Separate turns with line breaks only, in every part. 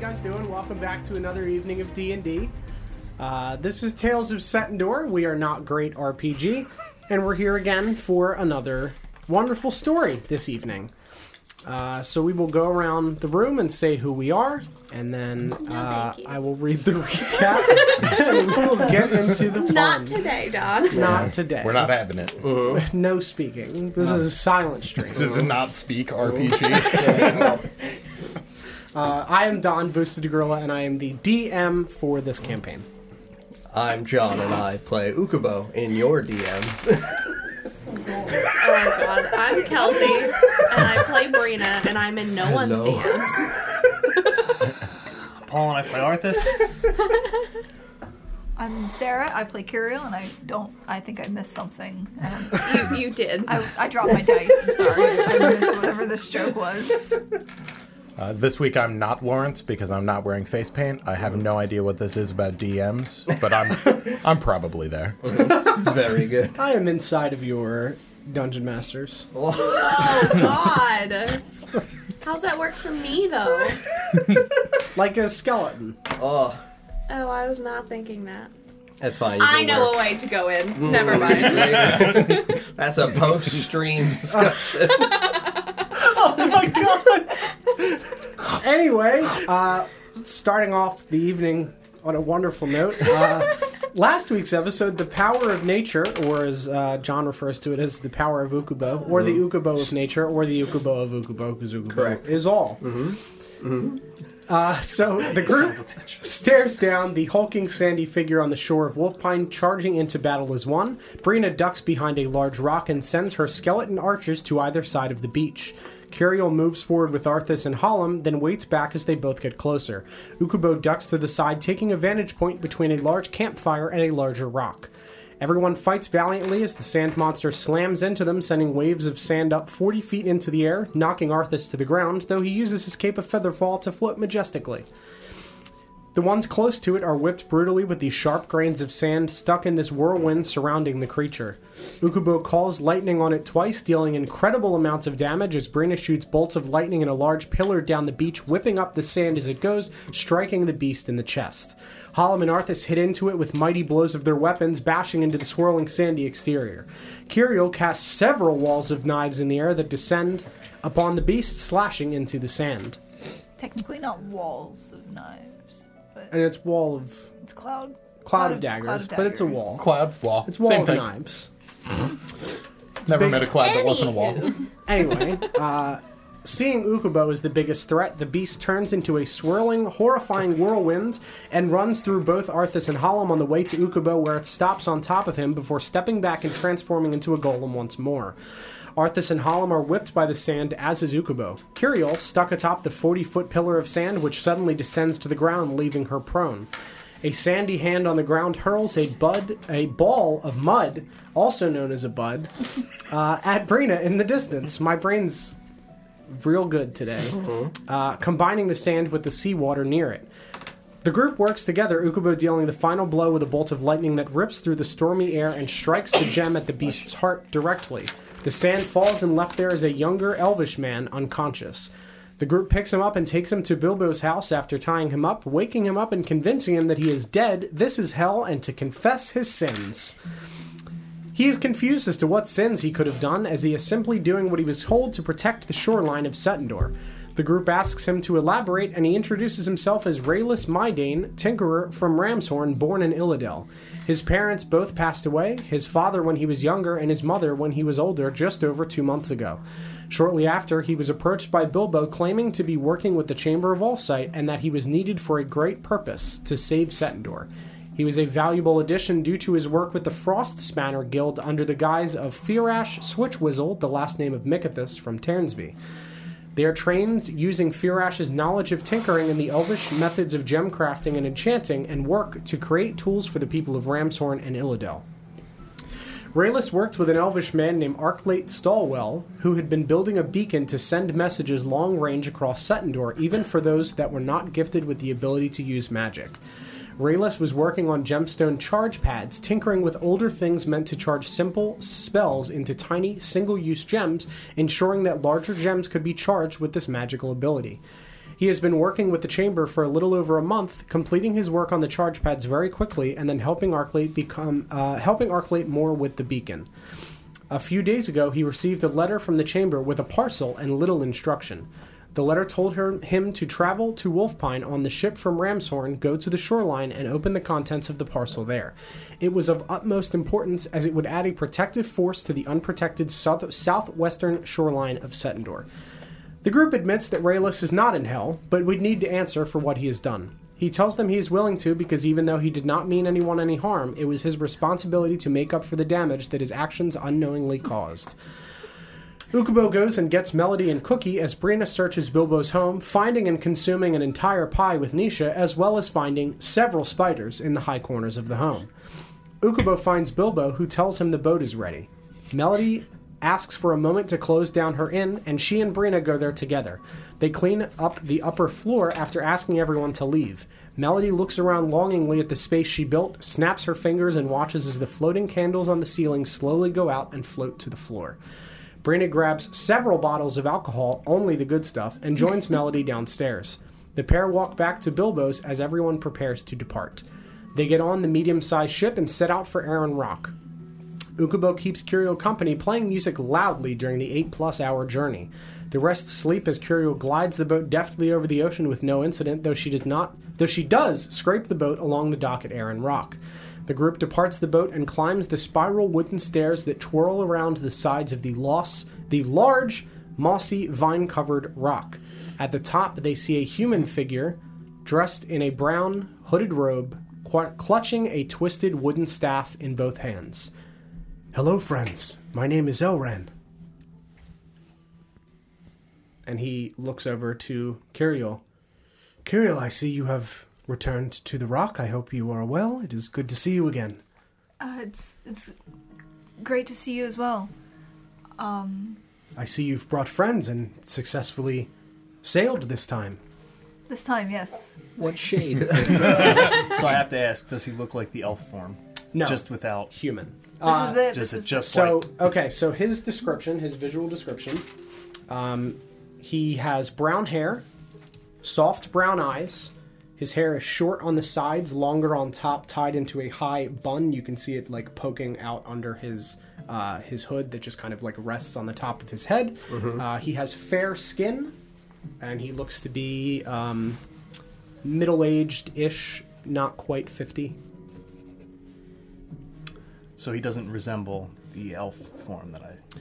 guys doing? Welcome back to another evening of D and D. Uh, This is Tales of Setendor. We are not great RPG, and we're here again for another wonderful story this evening. Uh, so we will go around the room and say who we are, and then uh,
you.
I will read the recap, and we will get into the fun.
Not today, Don.
Not today.
We're not having it.
No speaking. This is a silent stream.
This is a not speak RPG.
Uh, I am Don Boosted Gorilla, and I am the DM for this campaign.
I'm John, and I play Ukubo in your DMs.
Oh God, I'm Kelsey, and I play Brina, and I'm in no one's
Hello.
DMs.
Paul and I play Arthas.
I'm Sarah. I play Curiel, and I don't. I think I missed something. Um,
You, you did.
I, I dropped my dice. I'm sorry. I missed whatever this joke was.
uh, this week I'm not Lawrence because I'm not wearing face paint. I have no idea what this is about DMs, but I'm I'm probably there.
Very good.
I am inside of your dungeon masters.
Oh God. How's that work for me though?
Like a skeleton.
Oh,
Oh, I was not thinking that.
that's fine. you
I
can
know
work.
a way to go in. Never mind.
That's a post-stream discussion.
Anyway, uh, starting off the evening on a wonderful note. Uh, last week's episode, The Power of Nature, or as uh, John refers to it as the power of Ukubo, or the Ukubo of Nature, or the Ukubo of Ukubo, because Ukubo
Correct.
is all. Uh, so the group stares down the hulking sandy figure on the shore of Wolfpine, charging into battle as one. Brina ducks behind a large rock and sends her skeleton archers to either side of the beach. Curiel moves forward with Arthas and Hollum, then waits back as they both get closer. Ukubo ducks to the side, taking a vantage point between a large campfire and a larger rock. Everyone fights valiantly as the sand monster slams into them, sending waves of sand up 40 feet into the air, knocking Arthas to the ground, though he uses his cape of featherfall to float majestically. The ones close to it are whipped brutally with the sharp grains of sand stuck in this whirlwind surrounding the creature. Ukubo calls lightning on it twice, dealing incredible amounts of damage as Brina shoots bolts of lightning in a large pillar down the beach, whipping up the sand as it goes, striking the beast in the chest. Hollum and Arthas hit into it with mighty blows of their weapons, bashing into the swirling sandy exterior. Kirio casts several walls of knives in the air that descend upon the beast, slashing into the sand.
Technically, not walls of knives, but
And its wall of
it's cloud.
Uh, cloud of daggers, but it's a wall.
Cloud wall.
It's wall
Same
of
thing.
knives.
Never
Big-
met a cloud that wasn't a wall.
Anyway, uh, seeing Ukubo as the biggest threat, the beast turns into a swirling, horrifying whirlwind and runs through both Arthas and Hollum on the way to Ukubo, where it stops on top of him before stepping back and transforming into a golem once more. Arthas and Hollum are whipped by the sand, as is Ukubo. Curiel, stuck atop the 40 foot pillar of sand, which suddenly descends to the ground, leaving her prone. A sandy hand on the ground hurls a bud, a ball of mud, also known as a bud, uh, at Brina in the distance. My brain's real good today. Uh, combining the sand with the seawater near it. The group works together, Ukubo dealing the final blow with a bolt of lightning that rips through the stormy air and strikes the gem at the beast's heart directly. The sand falls and left there is a younger elvish man unconscious. The group picks him up and takes him to Bilbo's house after tying him up, waking him up, and convincing him that he is dead, this is hell, and to confess his sins. He is confused as to what sins he could have done, as he is simply doing what he was told to protect the shoreline of Suttendor. The group asks him to elaborate, and he introduces himself as Rayless Mydane, tinkerer from Ramshorn, born in Illidel. His parents both passed away, his father when he was younger, and his mother when he was older, just over two months ago. Shortly after, he was approached by Bilbo claiming to be working with the Chamber of Allsight and that he was needed for a great purpose to save Setendor. He was a valuable addition due to his work with the Frost Spanner Guild under the guise of Firash Switchwizzle, the last name of Mikathus from Ternsby. They are trained using Firash's knowledge of tinkering and the elvish methods of gem crafting and enchanting, and work to create tools for the people of Ramshorn and Illidel. Raylus worked with an elvish man named Arklate Stalwell, who had been building a beacon to send messages long range across Setendor, even for those that were not gifted with the ability to use magic. Raylus was working on gemstone charge pads, tinkering with older things meant to charge simple spells into tiny, single use gems, ensuring that larger gems could be charged with this magical ability. He He has been working with the Chamber for a little over a month, completing his work on the charge pads very quickly, and then helping Arclight become uh, helping Arclight more with the beacon. A few days ago, he received a letter from the chamber with a parcel and little instruction. The letter told her, him to travel to Wolfpine on the ship from Ramshorn, go to the shoreline, and open the contents of the parcel there. It was of utmost importance as it would add a protective force to the unprotected south- southwestern shoreline of Setendor. The group admits that Raylus is not in hell, but would need to answer for what he has done. He tells them he is willing to because even though he did not mean anyone any harm, it was his responsibility to make up for the damage that his actions unknowingly caused. Ukubo goes and gets Melody and Cookie as Brina searches Bilbo's home, finding and consuming an entire pie with Nisha, as well as finding several spiders in the high corners of the home. Ukubo finds Bilbo, who tells him the boat is ready. Melody asks for a moment to close down her inn, and she and Brina go there together. They clean up the upper floor after asking everyone to leave. Melody looks around longingly at the space she built, snaps her fingers, and watches as the floating candles on the ceiling slowly go out and float to the floor. Brina grabs several bottles of alcohol, only the good stuff, and joins Melody downstairs. The pair walk back to Bilbo's as everyone prepares to depart. They get on the medium sized ship and set out for Aaron Rock. Ukubo keeps Curio company, playing music loudly during the 8 plus hour journey. The rest sleep as Curio glides the boat deftly over the ocean with no incident, though she does not though she does scrape the boat along the dock at Aaron Rock. The group departs the boat and climbs the spiral wooden stairs that twirl around the sides of the loss the large, mossy, vine-covered rock. At the top they see a human figure dressed in a brown hooded robe, qu- clutching a twisted wooden staff in both hands. Hello, friends. My name is Elran. And he looks over to Kiriel. Kiriel, I see you have returned to the rock. I hope you are well. It is good to see you again.
Uh, it's it's great to see you as well.
I see you've brought friends and successfully sailed this time.
This time, yes.
What shade?
So I have to ask, does he look like the elf form?
No.
Just without.
Human.
This is the
Just
this
it
is
just
So,
like
okay, so his description, his visual description, um, he has brown hair, soft brown eyes. His hair is short on the sides, longer on top, tied into a high bun. You can see it like poking out under his uh, his hood that just kind of like rests on the top of his head. Uh, he has fair skin, and he looks to be um, middle aged ish, not quite fifty.
so he doesn't resemble the elf form that I.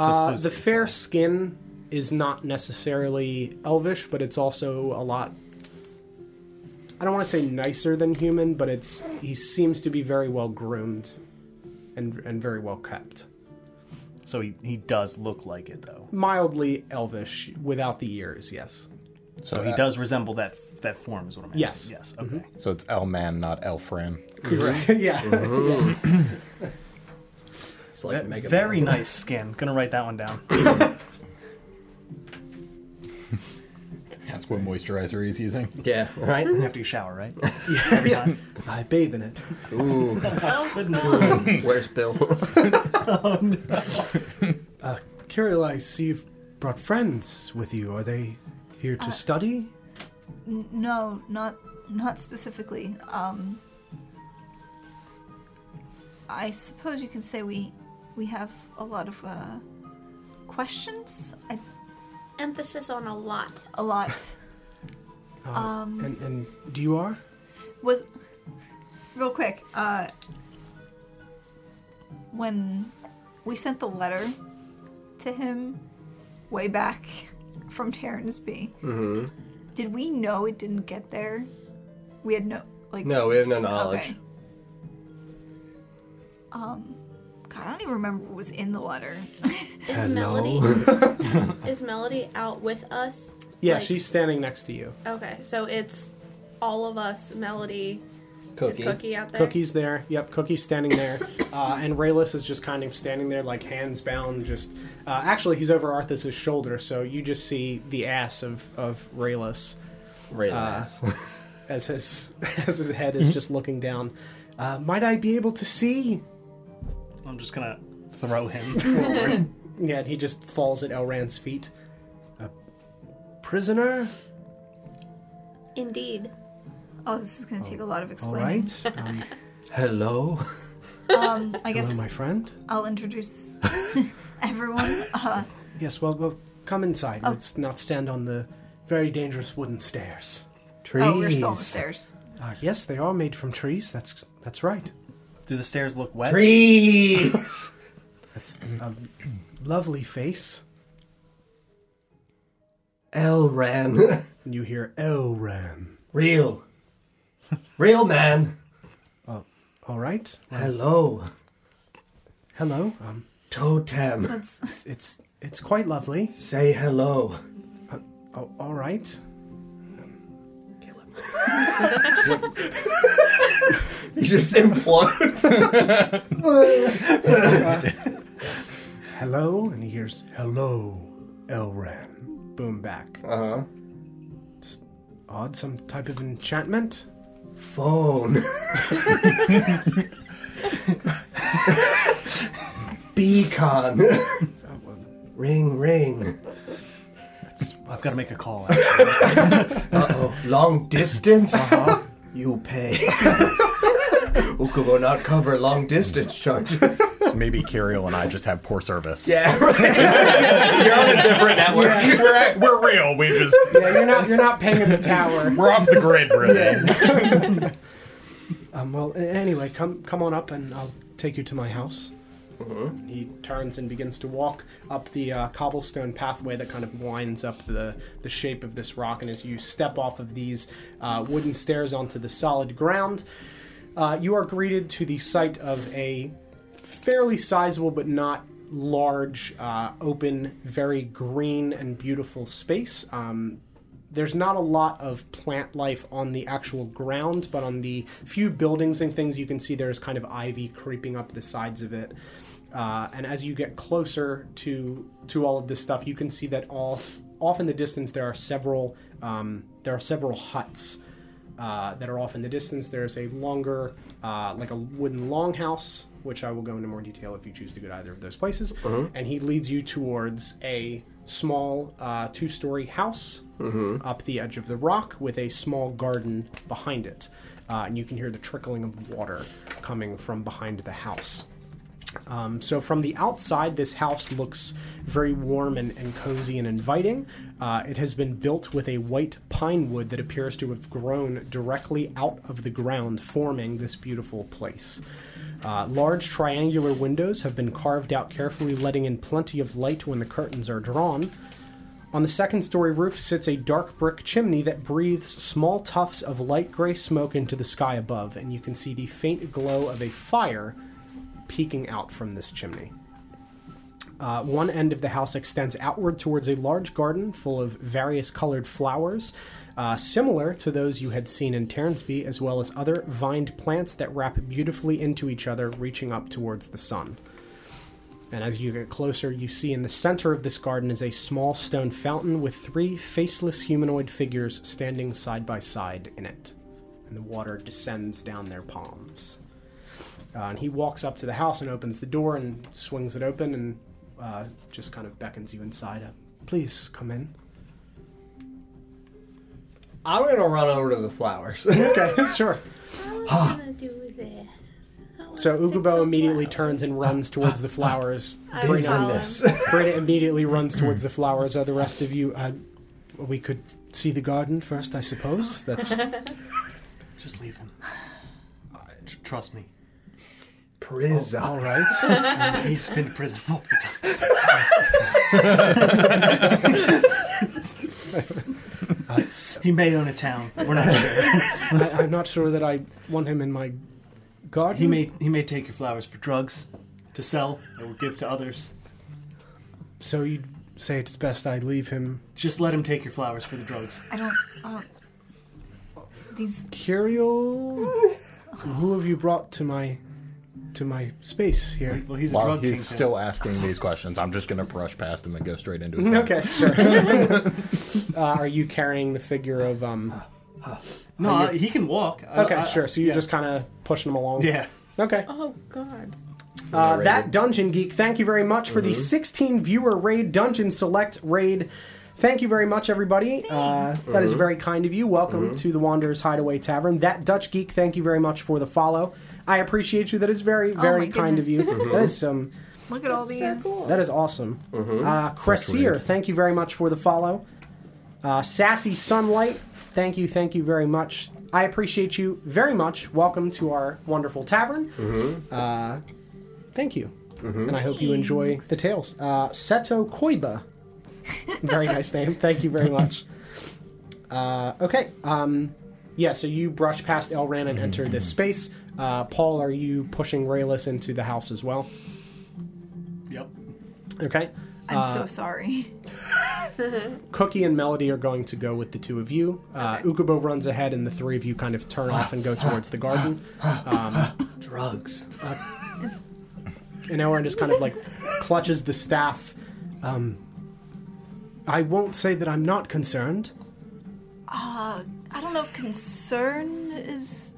Uh, the
supposedly
fair
saw.
skin is not necessarily elvish, but it's also a lot. I don't want to say nicer than human, but it's he seems to be very well groomed, and and very well kept.
So he, he does look like it though.
Mildly elvish without the ears, yes.
So, he
that-
does resemble that that form is what I'm asking.
Yes.
Yes. Okay.
So it's L Man, not L Fran.
Correct. yeah.
It's like
Ve-
Mega
Very
Man.
nice skin. Gonna write that one down.
That's what moisturizer he's using.
Yeah, right?
After you shower, right? Every time.
I bathe in it.
Ooh, where's Bill?
Kirill, I see you've brought friends with you. Are they here to study?
no, not not specifically. Um, I suppose you can say we we have a lot of uh, questions. I,
Emphasis on a lot.
a lot
and and do you are?
was real quick. Uh, when we sent the letter to him way back from Terrans B,
Mm-hmm.
did we know it didn't get there? We had no like
No, we have no knowledge.
Okay. Um, God, I don't even remember what was in the letter.
Is Melody is Melody out with us?
Yeah,
Like-
she's standing next to you.
Okay, so it's all of us. Melody
Cookie.
is Cookie out there.
Cookie's there. Yep, Cookie's standing there. Uh, and Rayless is just kind of standing there, like hands bound. Just uh, actually, he's over Arthas's shoulder, so you just see the ass of of Rayless
Right
Uh,
nice.
as his as his head is just looking down. Uh, might I be able to see?
I'm just gonna throw him forward.
Yeah, and he just falls at Elran's feet. A prisoner
Indeed.
Oh, this is going to take a lot of
All
explaining.
right. Um,
Hello.
Um, I
hello,
guess
my friend.
I'll introduce everyone. Uh,
Yes, well, well come inside. Let's not stand on the very dangerous wooden stairs.
Trees.
oh, we're still on the stairs.
Uh, yes, they are made from trees. That's that's right.
Do the stairs look wet?
Trees.
That's a lovely face.
Elran.
And you hear "Oh, Elram.
Real. Real man.
All right.
Hello.
Hello. Um,
Totem.
That's,
it's it's, it's quite lovely.
Say hello.
Oh, all right.
He just implodes.
Hello, and he hears hello, Elram. Boom back.
Uh huh.
Odd, some type of enchantment.
Phone. Beacon. ring, ring.
I've got to make a call. Actually.
Uh-oh. Long distance?
Uh-huh.
You pay. Ukubo not cover long distance charges.
Maybe Kirill and I just have poor service.
Yeah, You're on a different network.
We're, we're real. We just
Yeah, you're not you're not paying in the tower.
we're off the grid, really.
Um, well, a- anyway, come come on up, and I'll take you to my house. He turns and begins to walk up the uh, cobblestone pathway that kind of winds up the the shape of this rock. And as you step off of these uh, wooden stairs onto the solid ground, uh, you are greeted to the sight of a fairly sizable but not large, uh, open, very green and beautiful space. Um, there's not a lot of plant life on the actual ground, but on the few buildings and things you can see, there's kind of ivy creeping up the sides of it. Uh, and as you get closer to to all of this stuff, you can see that off off in the distance there are several um, there are several huts uh, that are off in the distance. There's a longer, uh, like a wooden longhouse, which I will go into more detail if you choose to go to either of those places. And he leads you towards a small uh, two story house up the edge of the rock with a small garden behind it. Uh, and you can hear the trickling of water coming from behind the house. Um, so from the outside, this house looks very warm and, and cozy and inviting. Uh, it has been built with a white pine wood that appears to have grown directly out of the ground, forming this beautiful place. Uh, large triangular windows have been carved out carefully, letting in plenty of light when the curtains are drawn. On the second story roof sits a dark brick chimney that breathes small tufts of light gray smoke into the sky above, and you can see the faint glow of a fire peeking out from this chimney. Uh, one end of the house extends outward towards a large garden full of various colored flowers, uh, similar to those you had seen in Terransby, as well as other vined plants that wrap beautifully into each other, reaching up towards the sun. And as you get closer, you see in the center of this garden is a small stone fountain with three faceless humanoid figures standing side by side in it. And the water descends down their palms. Uh, and he walks up to the house and opens the door and swings it open and uh, just kind of beckons you inside. Uh, Please come in.
I'm gonna run over to the flowers.
Okay, sure.
What gonna do there?
So Ugubo immediately turns and runs towards the flowers.
I
Bring
follow
on
him.
this.
Brita immediately runs towards the flowers. Are the rest of you? Uh, we could see the garden first, I suppose. That's
Just leave him. Tr- trust me.
Prison.
Oh, all right.
He's been in prison multiple times. he may own a town. We're not sure.
I, I'm not sure that I want him in my garden.
He may he may take your flowers for drugs to sell or give to others.
So you'd say it's best I leave him.
Just let him take your flowers for the drugs.
I don't. I don't these.
Curiel, who have you brought to my to my space here?
Well, he's a
While
drug
he's
kingpin.
still asking these questions, I'm just gonna brush past him and go straight into
Mm,
his.
Okay, sure. uh, are you carrying the figure of um?
no. I- he can walk. I-
Okay,
I-
sure. So you're
Uh, yeah.
just kind of pushing him along.
yeah.
Okay.
Oh God.
Uh, that Dungeon Geek, thank you very much for the 16 viewer raid, Dungeon Select raid. Thank you very much, everybody. Uh, that is very kind of you. Welcome to the Wanderer's Hideaway Tavern. That Dutch geek, thank you very much for the follow. I appreciate you. That is very, very
my
kind of you. That is some.
Look at all these.
That is awesome. Uh, Cressier, thank you very much for the follow. Uh, Sassy Sunlight, thank you, thank you very much. I appreciate you very much. Welcome to our wonderful tavern. Uh, thank you. And I hope you enjoy the tales. Uh, Seto Koiba, very nice name. Thank you very much. Uh, okay. Um, yeah, so you brush past Elran and enter this space. Uh, Paul, are you pushing Rayless into the house as well?
Yep.
Okay.
I'm
Uh,
so sorry.
Cookie and Melody are going to go with the two of you. Uh, Ukubo runs ahead, and the three of you kind of turn off and go towards the garden. Um,
Drugs.
And Elrin just kind of like clutches the staff. Um, I won't say that I'm not concerned.
I don't know if concern is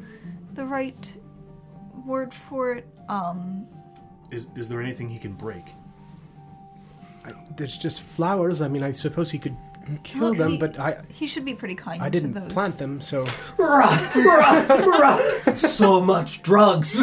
the right word for it. Um,
Is is there anything he can break?
I, there's just flowers. I mean, I suppose he could kill
Well,
them,
he-
but I
he should be pretty kind.
I
to
didn't
those.
plant them, so
Bruh, bruh, bruh. So much drugs.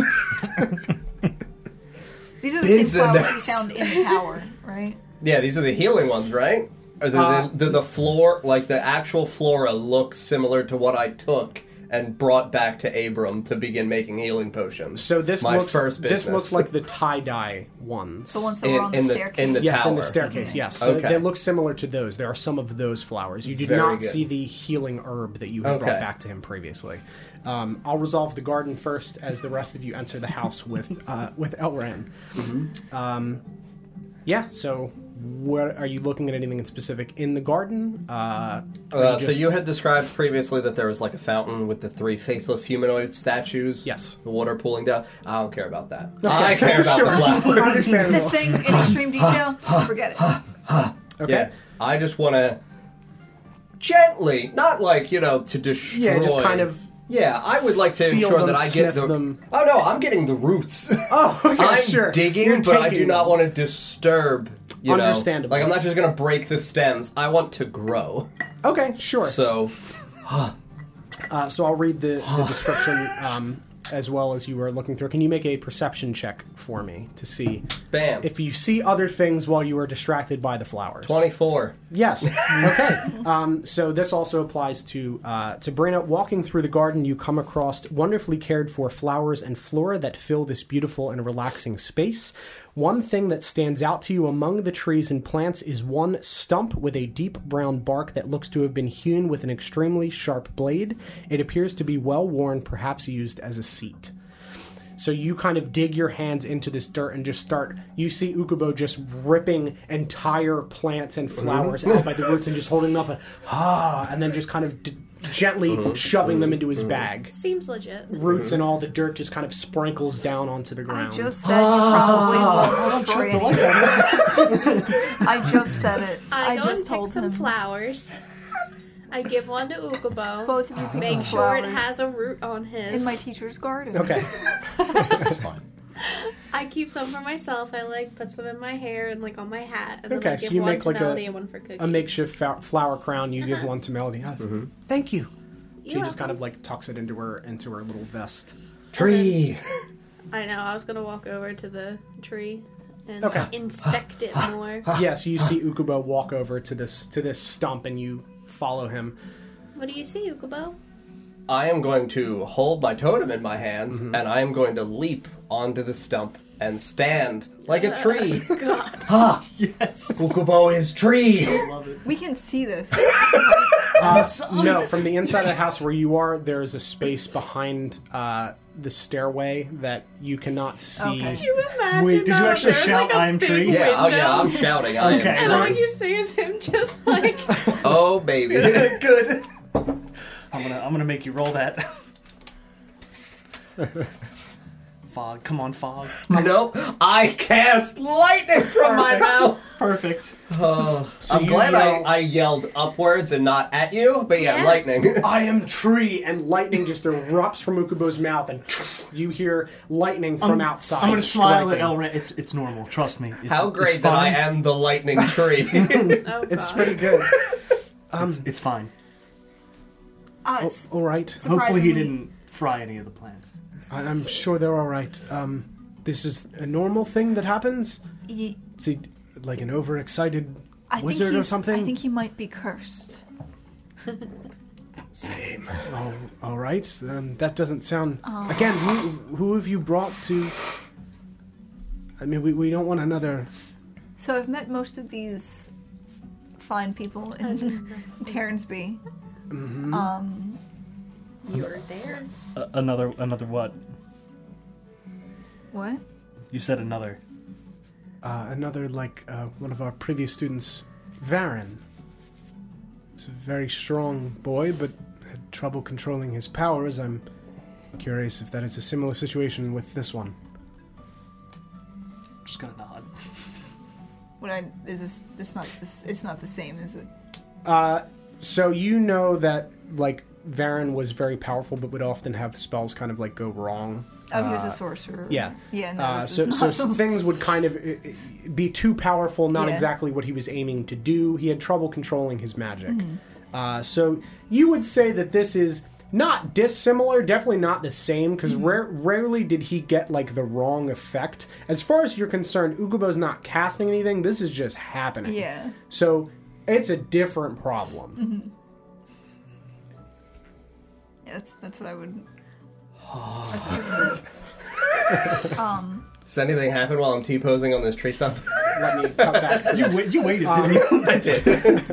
These are the same flowers we
Business.
found in the tower, right?
Yeah, these are the healing ones, right? Or do,
Uh,
the, do the floor, like the actual flora, look similar to what I took and brought back to Abram to begin making healing potions?
so this
My
looks
first
this looks
business.
like the tie dye ones.
The ones that were
in,
on the
in the,
staircase.
in the
yes,
tower.
in the staircase. Yes, so
Okay.
they look similar to those. There are some of those flowers. You did
Very
not
good.
see the healing herb that you had brought
Okay.
back to him previously. Um, I'll resolve the garden first, as the rest of you enter the house with uh, with Elran.
Mm-hmm.
Um, yeah. So, what are you looking at? Anything in specific in the garden? Uh, or
Uh, So
just-
you had described previously that there was like a fountain with the three faceless humanoid statues.
Yes.
The water pooling down. I don't care about that. I care about
Sure.
the flowers.
Understandable.
This thing in extreme detail. Forget it.
Okay.
Yeah, I just want to gently, not like you know to destroy.
Yeah, just kind of
Yeah, I would like to
feel
ensure
them,
that I
sniff
get the.
them.
Oh no, I'm getting the roots.
Oh, okay,
I'm
sure.
digging,
You're
but I
taking
do not
them.
want to disturb. You know,
Understandable.
Like I'm not just gonna break the stems. I want to grow.
Okay. Sure.
So
Uh, so I'll read the, the description um, as well as you were looking through. Can you make a perception check for me to see
bam.
if you see other things while you are distracted by the flowers?
24.
Yes. Okay. Um, so this also applies to uh, to Brina. Walking through the garden, you come across wonderfully cared for flowers and flora that fill this beautiful and relaxing space. One thing that stands out to you among the trees and plants is one stump with a deep brown bark that looks to have been hewn with an extremely sharp blade. It appears to be well worn, perhaps used as a seat. So you kind of dig your hands into this dirt and just start. You see Ukubo just ripping entire plants and flowers out by the roots and just holding them up, and, ah, and then just kind of d- gently shoving them into his bag.
Seems legit.
Roots and all the dirt just kind of sprinkles down onto the
I
ground.
just said you probably
Ah.
won't destroy anything. I just said it.
I, go
just
and pick
told
some
him.
flowers. I give one to Ukubo.
Both of you pick
Make
up
sure it
flowers
has a root on his.
in my teacher's garden.
okay.
It's fine.
I keep some for myself. I like put some in my hair and like on my hat. And
Okay,
then, like,
so
give
you
one
make,
to
like, a-
Melody and one for Cookie.
A makeshift fa- flower crown. You give one to Melody. Ah, Thank you. She
You're
just kind
welcome.
of like tucks it into her into her little vest.
Tree.
I know. I was gonna walk over to the tree and
Okay.
like, inspect it more.
Yes, you see Ukubo walk over to this to this stump and you follow him.
what do you see, Ukubo?
I am going to hold my totem in my hands
Mm-hmm.
and I am going to leap onto the stump and stand like a tree.
God,
Ukubo is tree.
We can see this.
Oh, No, from the inside of the house where you are, there is a space behind uh, the stairway that you cannot see.
Okay.
Can you imagine?
Wait, did you
though?
actually
There's,
shout,
like, a
"I'm
big
tree"?
Yeah, oh yeah,
window,
I'm shouting. I am
Okay.
And
tree.
all you see is him just like
Oh baby. Good.
I'm gonna I'm gonna make you roll that. fog. Come on, fog.
No, I cast lightning from my mouth.
Perfect.
I'm
you
glad
yell-
I, I yelled upwards and not at you, but yeah,
Yeah.
lightning.
I am tree, and lightning just erupts from Ukubo's mouth, and you hear lightning from outside.
I'm gonna smile at
striking.
Elrond. It's it's normal. Trust me. It's,
How
it's
great that I
fine.
am the lightning tree.
Oh,
It's
God.
pretty good.
It's, it's fine.
oh,
Uh, s-
All right.
Hopefully
surprisingly-
he didn't fry any of the plants.
I- I'm sure they're all right. Um, this is a normal thing that happens.
Ye-
Is he like an overexcited
I think
wizard or
he's-
something?
I think he might be cursed.
All right. Um, that doesn't sound. Again, who, who have you brought to? I mean, we, we don't want another.
So I've met most of these fine people in Terransby. Um,
You were there.
Uh, another another what?
what?
You said another.
uh, another like uh, one of our previous students, Varen. He's a very strong boy, but had trouble controlling his powers. I'm curious if that is a similar situation with this one.
just gonna nod.
What I is this? It's not this. It's not the same, is it?
So you know that like Varen was very powerful, but would often have spells kind of like go wrong.
Oh, he was a sorcerer.
Uh, Yeah.
Yeah. No,
Uh,
this
so
is
so
not the-
things would kind of uh, uh, be too powerful, not
Yeah.
exactly what he was aiming to do. He had trouble controlling his magic.
Mm-hmm.
Uh, so you would say that this is not dissimilar, definitely not the same, because
Mm-hmm.
rarely did he get like the wrong effect. As far as you're concerned, Ukubo's not casting anything. This is just happening.
Yeah.
So it's a different problem.
Yeah, that's that's what I would. assume. um,
Does anything happen while I'm T posing on this tree stump?
Mm-hmm.
Let me cut back to this. Um,
Wait, you waited, didn't you?
I did.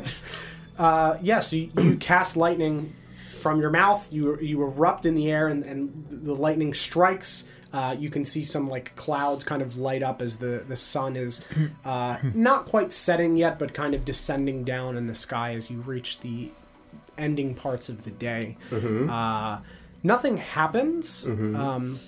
Uh, yes, you, you cast lightning from your mouth. You you erupt in the air, and, and the lightning strikes. Uh, you can see some like clouds kind of light up as the the sun is uh, not quite setting yet, but kind of descending down in the sky as you reach the ending parts of the day. Uh, nothing happens. Um,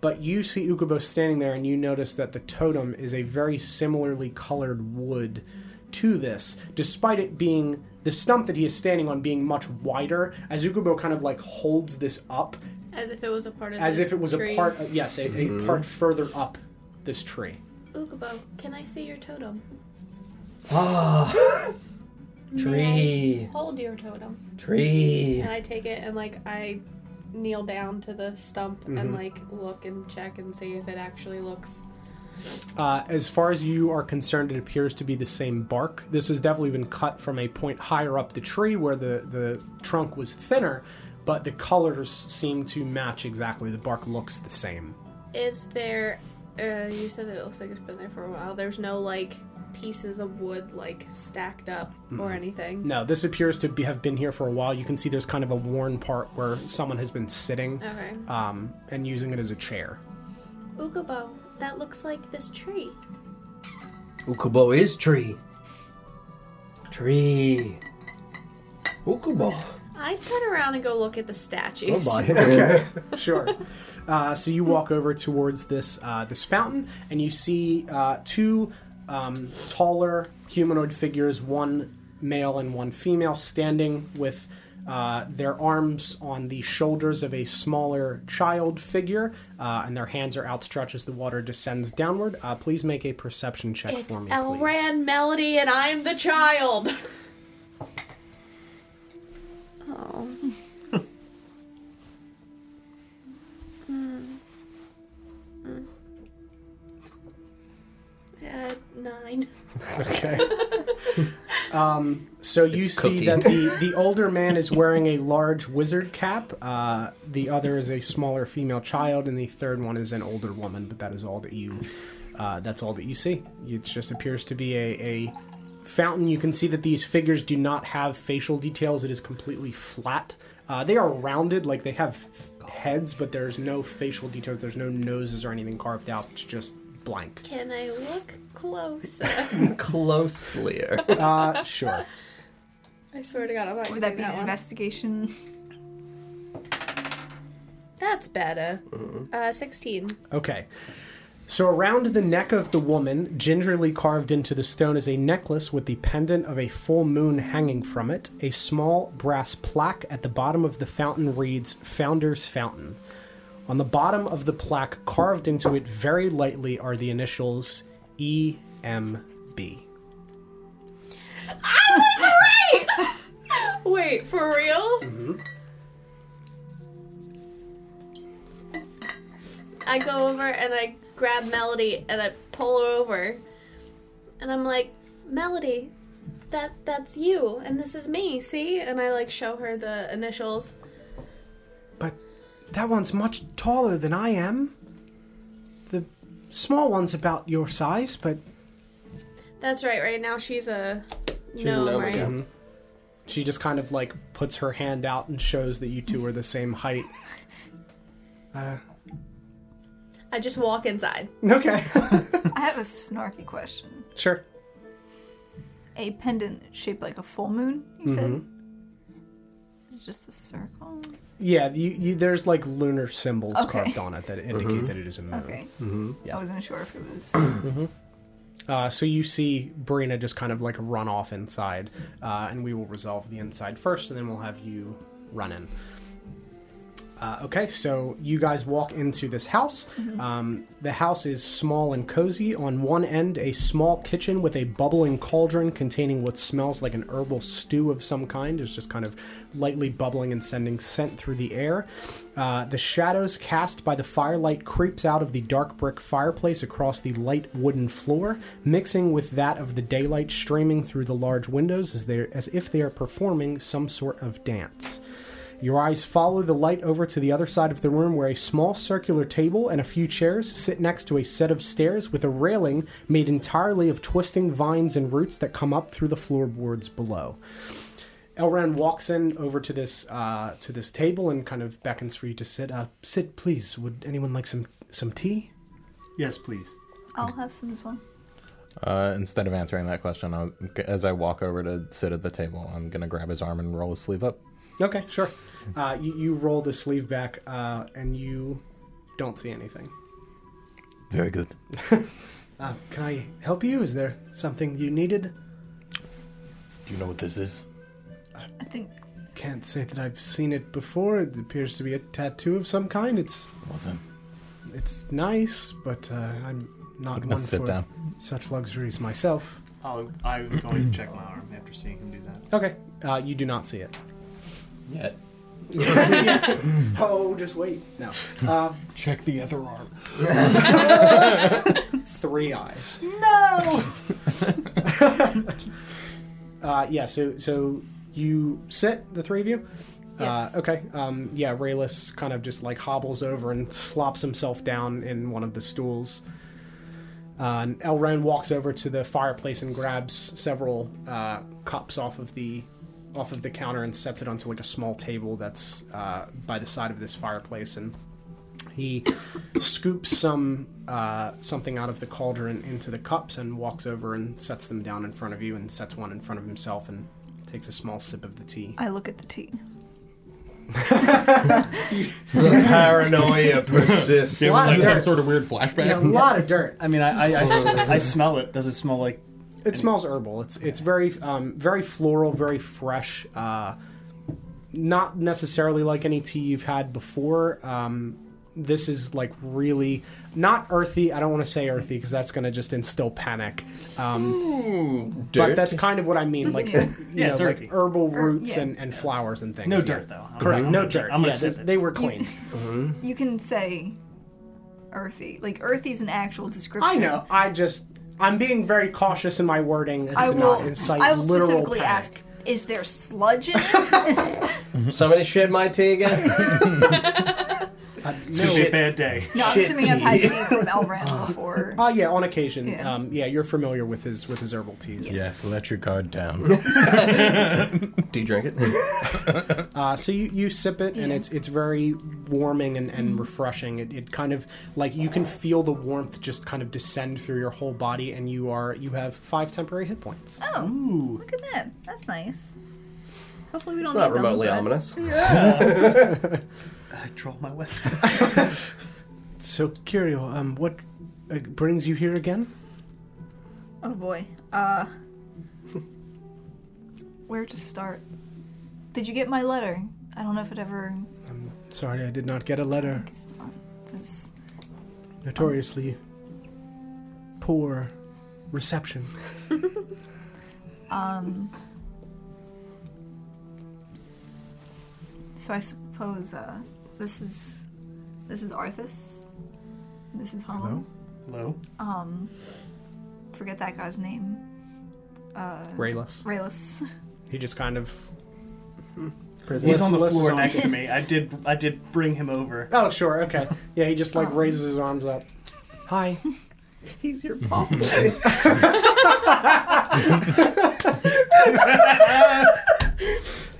but you see Ukubo standing there, and you notice that the totem is a very similarly colored wood to this, despite it being the stump that he is standing on being much wider. As Ukubo kind of like holds this up,
As if it was a part of
as
the
if it was
tree.
a part, yes, a, a part further up this tree.
Ukubo, can I see your totem?
Ah,
May
tree,
I hold your totem.
tree.
And I take it and like I kneel down to the stump and like look and check and see if it actually looks.
Uh, as far as you are concerned, it appears to be the same bark. This has definitely been cut from a point higher up the tree where the, the trunk was thinner, but the colors seem to match exactly. The bark looks the same.
Is there? Uh, you said that it looks like it's been there for a while. There's no like pieces of wood like stacked up or anything.
No, this appears to be, have been here for a while. You can see there's kind of a worn part where someone has been sitting
Okay.
um, and using it as a chair.
Ukubo, that looks like this tree.
Ukubo is tree. Tree. Ukubo.
I turn around and go look at the statues.
Okay.
Sure. uh, so you walk over towards this uh, this fountain, and you see uh, two um, taller humanoid figures, one male and one female, standing with uh, their arms on the shoulders of a smaller child figure, uh, and their hands are outstretched as the water descends downward. Uh, please make a perception check
It's
for me,
Elran
please.
Melody and I'm the child. oh. Mm. Mm. Uh, nine.
Okay. um, so you
It's
see
cookie.
that the, the older man is wearing a large wizard cap. Uh, the other is a smaller female child, and the third one is an older woman. But that is all that you. Uh, that's all that you see. It just appears to be a, a fountain. You can see that these figures do not have facial details. It is completely flat. Uh, they are rounded, like they have f- heads, but there's no facial details. There's no noses or anything carved out. It's just blank.
Can I look closer?
Closelier.
Uh, sure.
I swear to God, I'm not
would
using
that be
that
an
one.
investigation?
That's better. Uh, 16.
Okay. So around the neck of the woman, gingerly carved into the stone is a necklace with the pendant of a full moon hanging from it. A small brass plaque at the bottom of the fountain reads Founder's Fountain. On the bottom of the plaque, carved into it very lightly, are the initials E EMB.
Wait, for real?
Mm-hmm.
I go over and I grab Melody and I pull her over, and I'm like, Melody, that that's you, and this is me, see? And I like show her the initials.
But that one's much taller than I am. The small one's about your size, but
That's right. Right now she's a
She's
gnome,
a gnome,
right?
yeah.
she just kind of like puts her hand out and shows that you two are the same height.
I just walk inside.
Okay.
I have a snarky question.
sure.
A pendant shaped like a full moon, you said?
Mm-hmm.
It's just a circle?
Yeah, you, you, there's like lunar symbols
Okay.
carved on it that indicate that it is a moon.
Okay. I wasn't sure if it was.
Uh, so you see Brina just kind of like run off inside, uh, and we will resolve the inside first, and then we'll have you run in. Uh, okay, so you guys walk into this house. Um, the house is small and cozy. On one end, a small kitchen with a bubbling cauldron containing what smells like an herbal stew of some kind is just kind of lightly bubbling and sending scent through the air. Uh, the shadows cast by the firelight creeps out of the dark brick fireplace across the light wooden floor, mixing with that of the daylight streaming through the large windows as, they as if they are performing some sort of dance. Your eyes follow the light over to the other side of the room where a small circular table and a few chairs sit next to a set of stairs with a railing made entirely of twisting vines and roots that come up through the floorboards below. Elran walks in over to this uh, to this table and kind of beckons for you to sit. Uh, sit, please. Would anyone like some some tea?
Yes, please.
I'll have some as well.
Uh, instead of answering that question, I'll, as I walk over to sit at the table, I'm gonna grab his arm and roll his sleeve up.
Okay, sure. Uh, you, you roll the sleeve back uh, and you don't see anything.
Very good.
Uh, can I help you? Is there something you needed?
Do you know what this is?
I think
Can't say that I've seen it before. It appears to be a tattoo of some kind. It's
Well then,
it's nice, but uh, I'm not
I'm gonna
one
sit
for
down.
such luxuries myself.
I'll, I'm going to check my arm after seeing him do that.
Okay, uh, you do not see it.
Yeah.
Oh, just wait. No, Um,
Check the other arm.
three eyes.
no.
Uh, yeah, so so you sit, the three of you?
Yes.
Uh, okay. Um, yeah, Raylis kind of just like hobbles over and slops himself down in one of the stools. Uh, and Elren walks over to the fireplace and grabs several uh, cups off of the off of the counter and sets it onto like a small table that's uh, by the side of this fireplace and he scoops some uh, something out of the cauldron into the cups and walks over and sets them down in front of you and sets one in front of himself and takes a small sip of the tea.
I look at the tea.
The paranoia persists.
What?
Like some
Sure.
sort of weird flashback.
Yeah, a lot of dirt.
I mean, I, I, I s- I smell it. Does it smell like.
It smells herbal. It's it's very um, very floral, very fresh. Uh, not necessarily like any tea you've had before. Um, this is like really not earthy. I don't want to say earthy because that's going to just instill panic. Um, But
Dirt.
that's kind of what I mean, like you
Yeah,
know,
it's
like
earthy.
herbal roots
Er, yeah.
and, and flowers and things.
No
yeah.
dirt, though. I'm-
Correct.
I'm
no
gonna check-
dirt.
I'm going
Yeah,
to
th-
sip it.
They were clean.
You can say earthy. Like earthy is an actual description.
I know. I just I'm being very cautious in my wording as
I
to
will.
not incite
I will
literal
specifically
panic.
ask: Is there sludge in it?
Somebody shed my tea again.
It's going to be a bad day.
No, I'm
Shit
assuming I've had tea from Elran before.
Uh, yeah, on occasion.
Yeah.
Um, yeah, you're familiar with his with his herbal teas.
Yes, let your guard down.
Do you drink it?
Uh, so you, you sip it, and
Yeah. Mm-hmm.
it's it's very warming and, and refreshing. It, it kind of like you can feel the warmth just kind of descend through your whole body, and
Oh,
you are you have five temporary hit points.
Look at that. That's nice. Hopefully we don't
It's not
need them,
remotely
but-
ominous.
I draw my weapon.
So, Curio, um, what uh, brings you here again?
Oh boy. Uh Where to start? Did you get my letter? I don't know if it ever
Sorry, I did not get a letter.
gets done. This-
Notoriously poor reception.
Um So I suppose uh this is this is Arthas. This is Hollow.
Hello.
Um forget that guy's name. Uh
Rayless.
Rayless.
He just kind of.
Hmm.
He's
lifts-
on the
lifts his
floor
arm-
next to me. I did I did bring him over.
Oh, sure, okay. Yeah, he just like
Um.
raises his arms up. Hi.
He's your pop.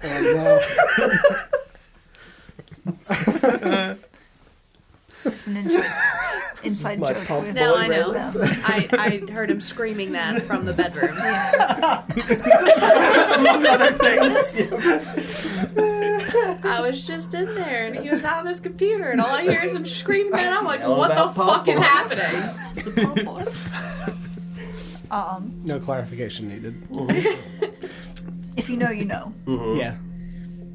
And, uh,
It's an inside, inside
my
joke
pump
with
Now I know.
Rayless.
I, I heard him screaming that from the bedroom. I was just in there and he was on his computer and all I hear is him screaming that. I'm like,
All
what the
about
fuck is
popcorn."
happening?
It's the pump boss. um,
no clarification needed.
if you know, you know.
yeah.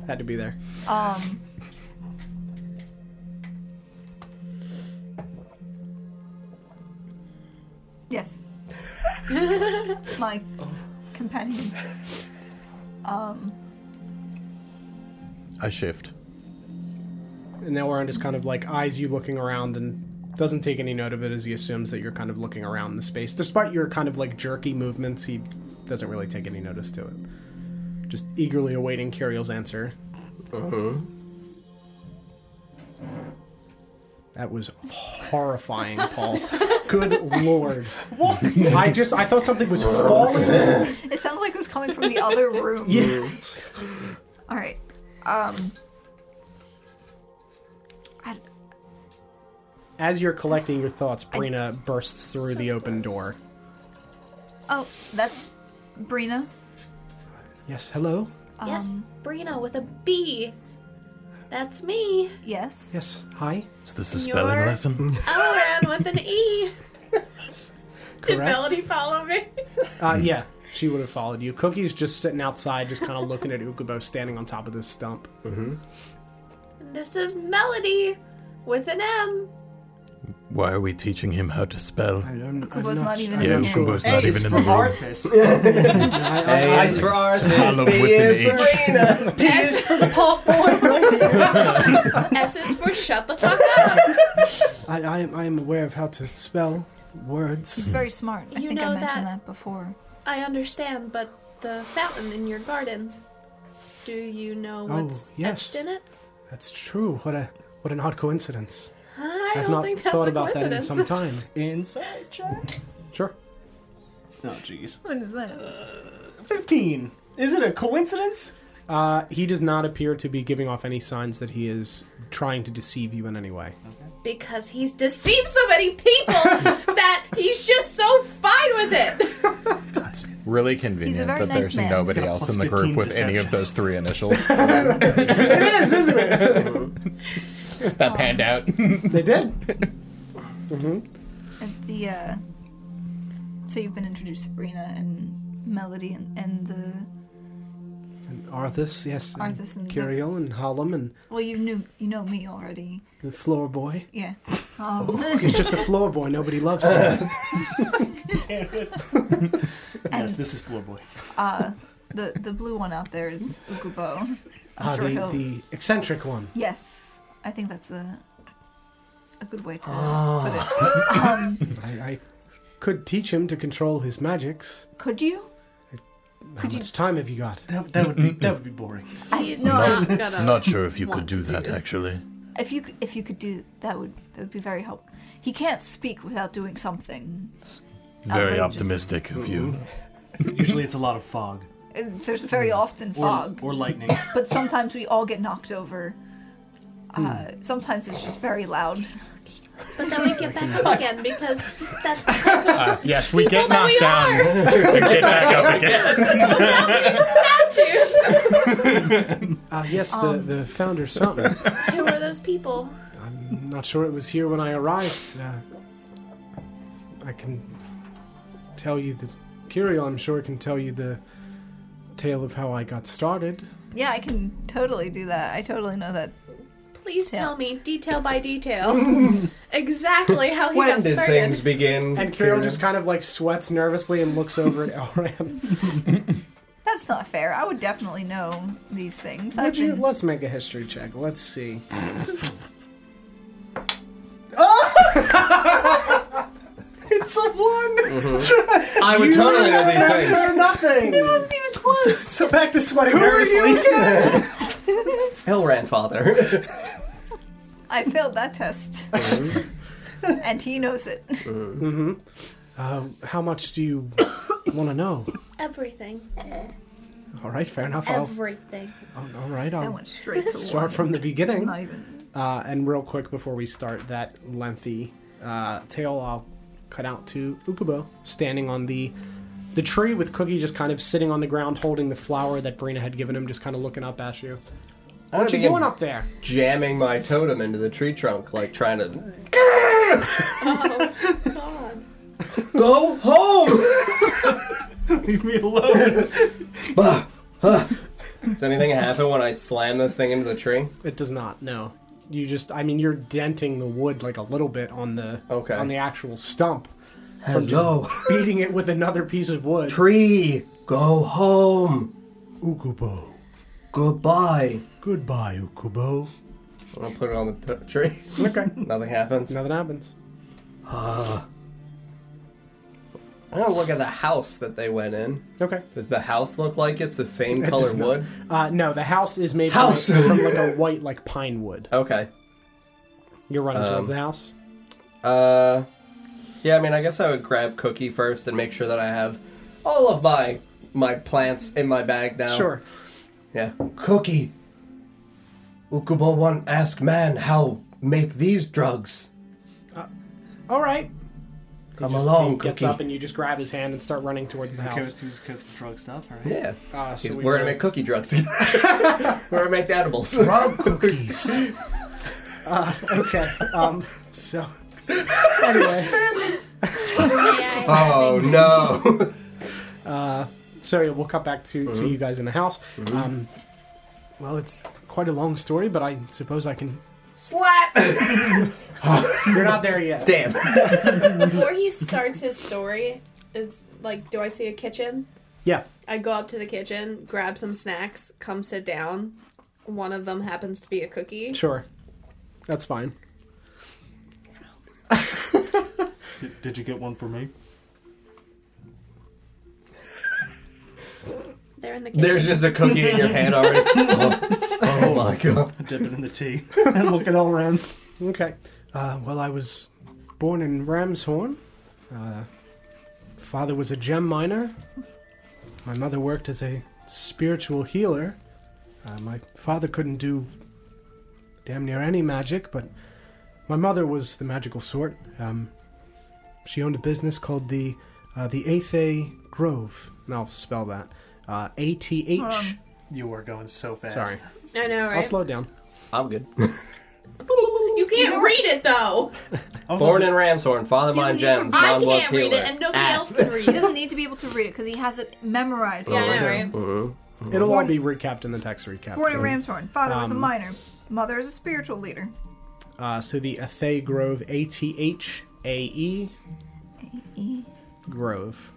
Had to be there.
Um, yes. My companion. Um,
I shift.
And Elrond just kind of like eyes you looking around and doesn't take any note of it as he assumes that you're kind of looking around the space. Despite your kind of like jerky movements, he doesn't really take any notice to it. Just eagerly awaiting Kyriel's answer. Uh-huh. That was horrifying, Paul. Good lord. I just I thought something was falling.
it sounded like it was coming from the other room.
Yeah.
All right. Um, I,
As you're collecting your thoughts, Brina bursts through the open door.
oh, that's Brina.
Yes, hello.
yes, Brina with a B. That's me.
Yes.
Yes, hi.
Is this a
spelling Your-
lesson?
Elran with an E. Did
Correct.
Melody follow me?
Uh, yeah, she would have followed you. Cookie's just sitting outside, just kind of looking at Ukubo standing on top of this stump.
This is Melody with an M.
Why are we teaching him how to spell?
don't,
Ukubo's not even
Yeah,
in the room.
Ukubo's not even in the room.
Arthas.
A is for
Hollow
Arthas. B
with
is
an
for Rena. P is for the pop boy.
S is for shut the fuck up.
I, I, I am aware of how to spell
She's
words.
very smart. I
You
think I
know
mentioned
that-
that before.
I understand, but the fountain in your garden. Do you know
Oh,
what's
yes.
etched in it?
That's true. What a what an odd coincidence.
I
have
don't
not
think that's
thought
a
about that in
coincidence.
some time.
Inside joke.
Sure.
Oh jeez.
What is that?
Fifteen. Is it a coincidence?
Uh, he does not appear to be giving off any signs that he is trying to deceive you in any way.
because he's deceived so many people that he's just so fine with it.
Really convenient
very
that
nice
there's
man.
nobody
He's got a
else
plus
in the
15
group with any of
deception.
those three initials.
it is, isn't it?
that panned out.
They did.
At the uh, so you've been introduced to Brina and Melody and, and the
And Arthas, yes. and
Arthas and the-
Curiel and Hollum and
well you knew you know me already.
the floor boy.
Yeah. Um,
He's just a floor boy. Nobody loves him.
and
Yes, this is Floor Boy.
uh, the the blue one out there is Ukubo.
Ah,
sure he'll-
the, the eccentric one.
Yes, I think that's a a good way to
Ah.
put it. Um,
I, I could teach him to control his magics.
could you?
How
Could you-
much time have you got?
That, that would be that would be boring.
He's
no,
not gonna.
sure if you
could Want do to that, do.
actually.
If you c- if you could do that would that would be very helpful. He can't speak without doing something. Very Outrageous. optimistic
of you.
Usually it's a lot of fog.
Uh, There's very
Hmm.
often
Or,
fog.
or lightning.
but sometimes we all get knocked over. Uh,
Hmm.
sometimes it's just very loud.
But then we get back up again because that's the type of
Yes, we
people
get
that
knocked
we
down.
are.
We get back up again.
So now we just statues.
Ah, yes,
Um,
the, the founder something.
Who were those people?
I'm not sure it was here when I arrived. Uh, I can tell you that. Kirill, I'm sure, can tell you the tale of how I got started.
Yeah, I can totally do that. I totally know that.
Please tell me, detail by detail, exactly how he
When
got
did
started.
things begin?
And Kirill
Kira?
just kind of like sweats nervously and looks over at Elran.
That's not fair. I would definitely know these things. I've
Would you,
been...
let's make a history check. Let's see.
It's a one.
Mm-hmm.
I would totally know these things.
Or nothing.
wasn't even close.
So back to sweating nervously.
Hell ran father.
I failed that test. and he knows it.
Uh, how much do you want to know?
Everything,
All right, fair enough. I'll,
everything.
I'll- all right,
I
I'll
went straight to
start from the
one.
beginning.
Not even.
Uh, and real quick before we start that lengthy uh, tale, I'll cut out to Ukubo standing on the the tree with Cookie just kind of sitting on the ground holding the flower that Brina had given him, just kind of looking up at you. What you doing up there?
Jamming my totem into the tree trunk, like trying to
Oh God!
go home.
Leave me alone.
Does anything happen when I slam this thing into the tree?
It does not. No. You just. I mean, you're denting the wood like a little bit on the
Okay.
on the actual stump from just beating it with another piece of wood.
tree. Go home.
Ukubo.
Goodbye.
Goodbye, Ukubo.
I'm gonna put it on the t- tree.
Okay.
Nothing happens.
Nothing happens.
I'm gonna look at the house that they went in.
Okay.
Does the house look like it's the same
does
color
not.
wood?
Uh, no, the house is made
House!
From, from like a white, like pine wood.
Okay.
You're running towards the house.
Uh, yeah. I mean, I guess I would grab Cookie first and make sure that I have all of my my plants in my bag now.
Sure.
Yeah. Cookie. Ukubo one ask man how make these drugs.
All right.
Come
Just-
along,
he gets
Cookie.
up and you just grab his hand and start running towards the
okay,
house.
with, he's okay with the drug stuff, all right?
yeah.
Ah,
Uh, so
He's-
we
we're
roll-
gonna make cookie drugs. we're gonna make edibles.
cookies. uh, okay. Um. So. Anyway,
May I
Oh no.
so yeah, we'll cut back to, to you guys in the house. Um, well, it's quite a long story, but I suppose I can.
Slap.
You're not there yet.
Damn.
Before he starts his story, it's like, do I see a kitchen?
Yeah.
I go up to the kitchen, grab some snacks, come sit down. One of them happens to be a cookie.
Sure. That's fine.
Did, did you get one for me?
They're in the kitchen.
There's just a cookie in your hand already. Oh, oh my god.
I dip it in the tea.
and look at all around. Okay. Uh, well, I was born in Ramshorn. Uh, father was a gem miner. My mother worked as a spiritual healer. Uh, my father couldn't do damn near any magic, but my mother was the magical sort. Um, she owned a business called the uh, the Athe Grove, and I'll spell that uh, A T H.
You are going so fast.
Sorry,
I know, right?
I'll slow down.
I'm good.
you can't read it though.
I was
Born
also,
in Ramshorn, father mine
Doesn't need to-
gems,
I
mom was
can't
healer.
read it, and nobody
Ah.
else can read
He
it.
doesn't need to be able to read it because he has it memorized.
Yeah, I know,
already.
right?
Mm-hmm.
It'll all be recapped in the text recap.
Born in
too.
Ramshorn. Father was a
Um,
miner. Mother is a spiritual leader.
Uh, so the Athay Grove, A T H A E
E.
Grove.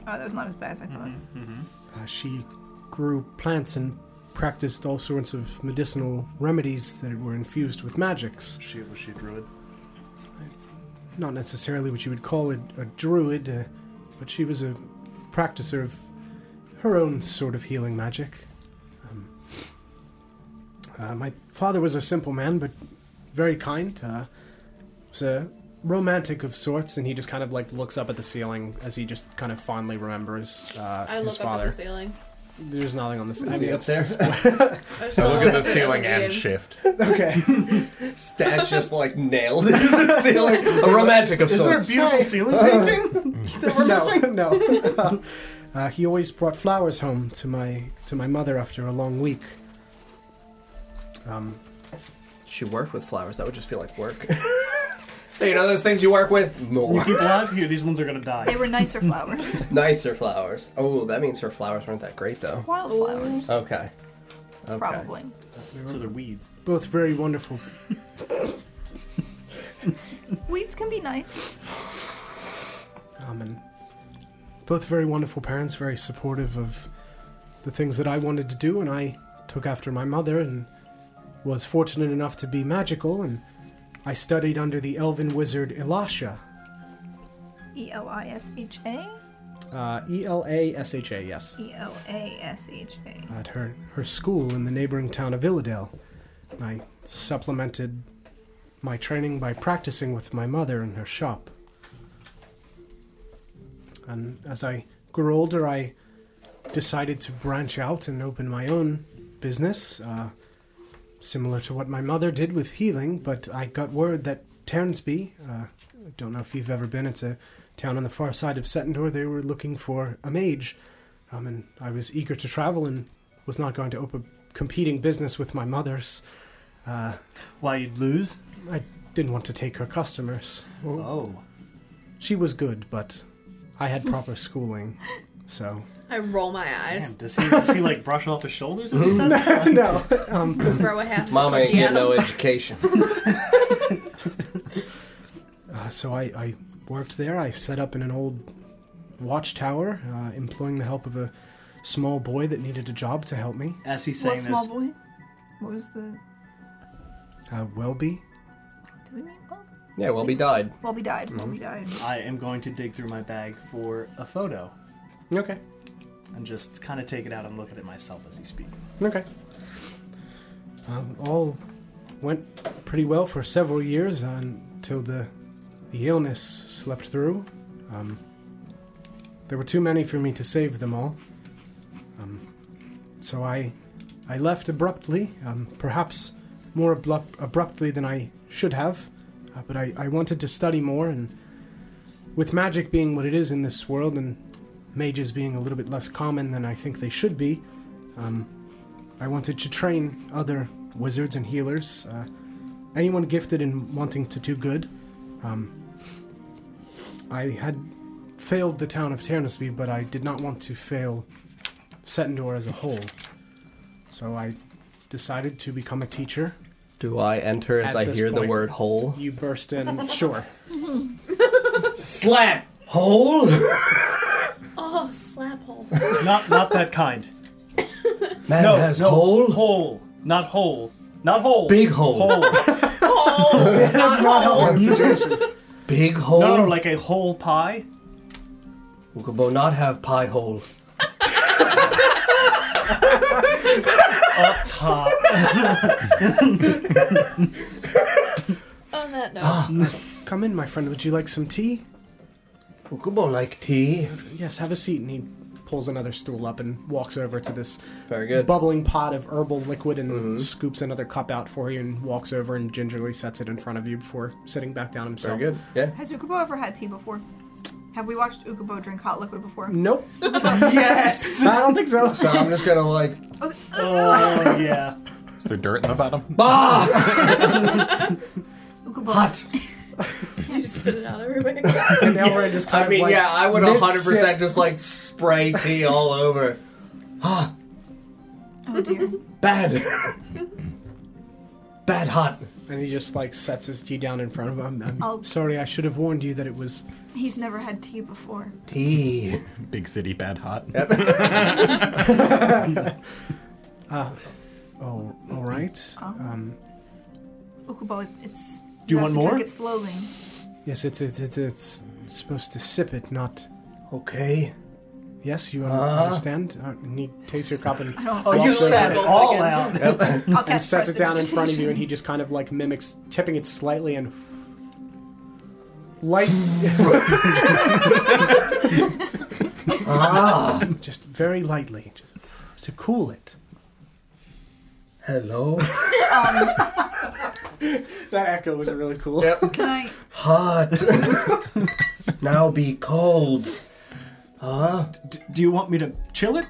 Oh, that was not as bad as I thought.
Uh, she grew plants and practiced all sorts of medicinal remedies that were infused with magics.
she was she a druid.
Not necessarily what you would call a, a druid, uh, but she was a practicer of her own sort of healing magic. Um, uh, my father was a simple man, but very kind. Uh, was a romantic of sorts, and he just kind of like looks up at the ceiling as he just kind of fondly remembers uh,
I
his
look up at the
father.
ceiling.
There's nothing on the ceiling.
Is he up there?
I just
I look
look
at the
up it
ceiling
as a
and
meme.
shift.
okay.
Stat's just like nailed into the ceiling. A romantic of
Is there a
sorts.
beautiful ceiling painting that we're missing? No. Uh, he always brought flowers home to my to my mother after a long week. Um,
She worked with flowers. That would just feel like work. you know those things you work with?
You
More.
keep alive here, these ones are gonna
They
die.
were nicer flowers.
Nicer flowers. Oh, that means her flowers weren't that great though.
Wildflowers.
Okay. Oh, okay.
Probably.
So they're weeds.
both very wonderful.
Weeds can be nice.
Um, and both very wonderful parents, very supportive of the things that I wanted to do, and I took after my mother and was fortunate enough to be magical, and I studied under the elven wizard Elisha.
E L I S H A?
Uh, E L A S H A, yes.
E L A S H A.
at her, her school in the neighboring town of Illidale. I supplemented my training by practicing with my mother in her shop. And as I grew older, I decided to branch out and open my own business, uh, similar to what my mother did with healing. But I got word that Ternsby, uh, I don't know if you've ever been, it's a town on the far side of Setendor, they were looking for a mage. Um, and I was eager to travel and was not going to open competing business with my mother's. Uh,
Why you'd lose?
I didn't want to take her customers.
Oh.
She was good, but I had proper schooling, so
I roll my eyes,
Damn, does he, does he like brush off his shoulders as he says that?
no.
throw a half
Mama ain't
cookie at
getting no
him.
education.
Uh, so I, I worked there. I set up in an old watchtower, uh, employing the help of a small boy that needed a job to help me.
As he's
What
saying
small
this,
boy? What was the.
Uh, Welby.
Did we meet Well?
yeah, well, we died.
Welby died. Welby died.
I am going to dig through my bag for a photo
Okay.
and just kind of take it out and look at it myself as he speaks.
Okay. Um, all went pretty well for several years until the the illness slept through. Um, there were too many for me to save them all, um, so I I left abruptly, um, perhaps more abrupt, abruptly than I should have. Uh, but I, I wanted to study more, and with magic being what it is in this world, and mages being a little bit less common than I think they should be, I wanted to train other wizards and healers, uh, anyone gifted in wanting to do good. Um, I had failed the town of Ternesby, but I did not want to fail Setendor as a whole. So I decided to become a teacher.
Do I enter as
At
I
this
hear the
point-
word hole?
You burst in, sure.
Slap! Hole?
Oh, slap hole.
Not not that kind.
Man
No,
has
no,
hole?
Hole. Not hole. Not hole.
Big hole.
Hole.
Oh, not hole.
Big hole?
No, no, like a whole pie.
Ukubo not have pie hole.
Up top.
On that note,
Come in, my friend. Would you like some tea?
Ukubo like tea.
Yes, have a seat. And he pulls another stool up and walks over to this
Very good.
bubbling pot of herbal liquid and scoops another cup out for you and walks over and gingerly sets it in front of you before sitting back down
Very
himself.
good. Yeah.
Has Ukubo ever had tea before? Have we watched Ukubo drink hot liquid before?
Nope. yes. I don't think so.
So I'm just gonna like.
Oh yeah.
Is there dirt in the bottom?
Bah!
Ukubo.
you just spit it out everywhere.
And Elrin just kind
I mean,
of like
yeah, I would
mid-sip.
100% just like spray tea all over.
Oh dear.
Bad. Bad hot.
And he just like sets his tea down in front of him. I'm
I'll-
sorry, I should have warned you that it was.
He's never had tea before.
Tea.
Big city, bad hot.
Oh, all right. Um,
Ukubo, it's.
Do you
have
want
to
more?
Drink it slowly.
yes, it's it's it's, it's supposed to sip it, not.
Okay.
Yes, you un- understand. Uh, and he takes your cup and
I don't.
Oh, you
Walks over
spat it
again.
all out.
I'll
and
cast
sets it down in front of you,
prestidigitation.
and he just kind of like mimics tipping it slightly and light,
Ah.
just very lightly, just to cool it.
Hello.
That echo was really cool.
Can I?
Hot. now be cold.
D- do you want me to chill it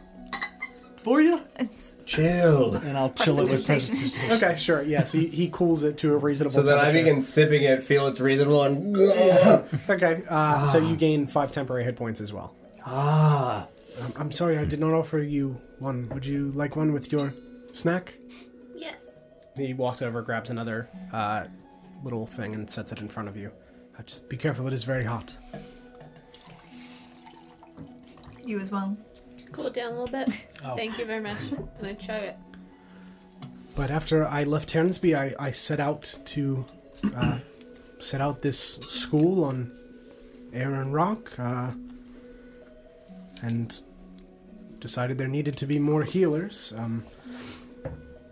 for you?
It's
Chill.
And I'll chill it with
Prestidigitation.
prestidigitation.
Okay, sure. Yeah, so he, he cools it to a reasonable
So then I
temperature.
begin sipping it, feel it's reasonable, and
Okay, uh, so you gain five temporary hit points as well.
ah,
Um, I'm sorry, I did not offer you one. Would you like one with your snack?
Yes.
He walks over, grabs another uh, little thing, and sets it in front of you. Uh, just be careful; it is very hot.
you as well.
Cool it down a little bit.
Oh.
Thank you very much. And I chug it.
But after I left Hernsby, I, I set out to uh, set out this school on Aaron Rock, uh, and decided there needed to be more healers. Um,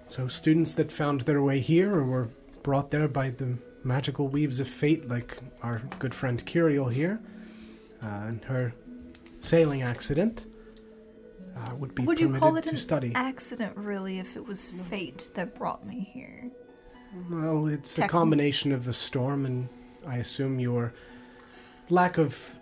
so students that found their way here or were brought there by the magical weaves of fate, like our good friend Curiel here, uh, and her sailing accident, uh, would be
Would you
permitted
call it
to
an
study.
accident, really, if it was fate that brought me here?
Well, it's a
Techn-
combination of the storm and I assume your lack of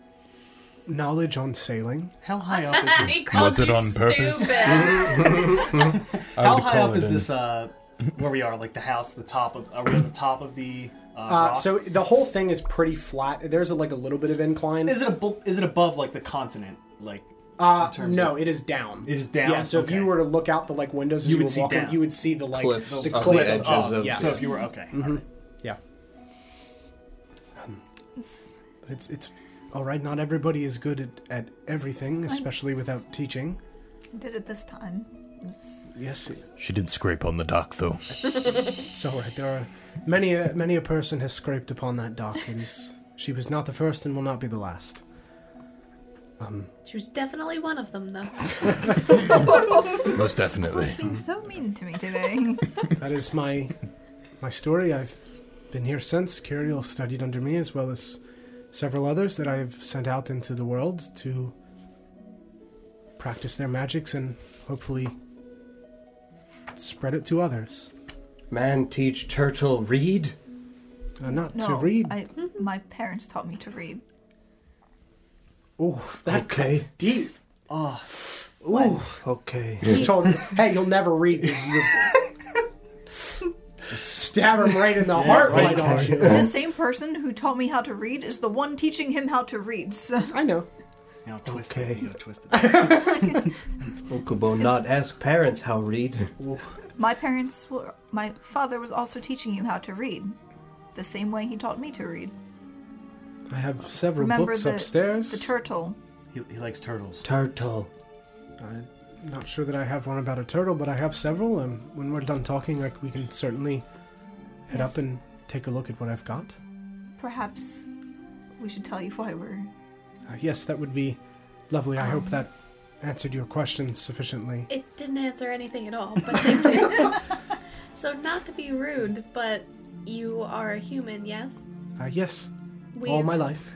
knowledge on sailing.
How high up is this?
Was it on purpose?
Stupid.
I
How
would
high
call
up
it
is
an-
this? Uh, where we are, like the house, the top of are we at the top of the uh,
Uh,
rock?
so the whole thing is pretty flat. There's like a little bit of incline.
is it abo- is it above like the continent? Like
uh,
in terms
no,
of-
it is down.
It is down?
Yeah. So if
Okay.
you were to look out the like windows, as
You
you,
would
were
see
walking,
down.
you would see the like
Cliffs
the
on the
cliffs
edges
up.
of-
yes.
So if you were okay,
Yeah.
Um,
But it's it's all right. Not everybody is good at, at everything, especially without teaching.
I did it this time. It was-
Yes. it-
She did scrape on the dock, though.
It's all right. There are many, a, many a person has scraped upon that dock. It is. She was not the first and will not be the last.
She was definitely one of them, though.
Most definitely.
It's being so mean to me today.
That is my, my story. I've been here since. Curiel studied under me, as well as several others that I have sent out into the world to practice their magics and hopefully spread it to others.
man, teach turtle read.
Uh, not
No,
to read.
I, my parents taught me to read.
Oh, that
Okay.
cuts deep.
Okay.
Just told him, hey, you'll never read this. You- Just stab him right in the heart, why don't you?
The same person who taught me how to read is the one teaching him how to read. So
I know.
now twist
Okay.
it. You gotta twist it.
Ukubo, not ask parents how read.
my parents were. My father was also teaching you how to read, the same way he taught me to read.
I have several
Remember
books
the
upstairs.
the turtle.
he, he likes turtles.
Turtle.
I'm not sure that I have one about a turtle, but I have several. And when we're done talking, like we can certainly head
Yes.
up and take a look at what I've got.
Perhaps we should tell you why we're.
Uh, yes, that would be lovely. I hope that answered your question sufficiently.
It didn't answer anything at all, but thank you. so, not to be rude, but you are a human, yes?
Uh, yes,
We
all Oh, my life.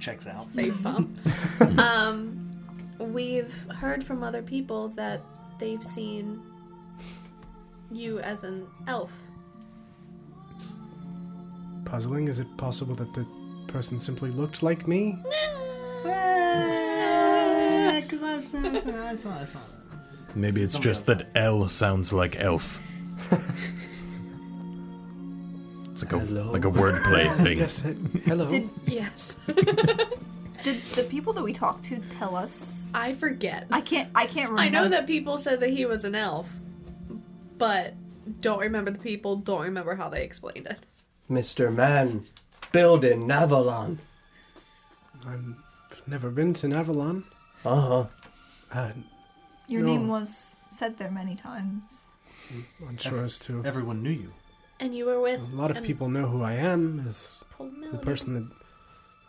Checks out.
face bump. um, we've heard from other people that they've seen you as an elf.
Puzzling. Is it possible that the person simply looked like me?
Because I'm so, I'm so, I'm so, I'm so.
Maybe it's
Somebody
just that L sounds like elf. It's like a
Hello?
like a wordplay thing.
Yes. he- hello.
Did
Yes.
did the people that we talked to tell us?
I forget.
I can't. I can't remember.
I know that people said that he was an elf, but don't remember the people, don't remember how they explained it.
Mr. Man, build in Navalon.
I've never been to Navalon.
Uh huh.
Uh-huh.
Uh,
your
No.
name was said there many times.
unsure as to.
Everyone knew you.
And you were with
A lot of
an-
people know who I am as
Pulled
the
Melody.
person that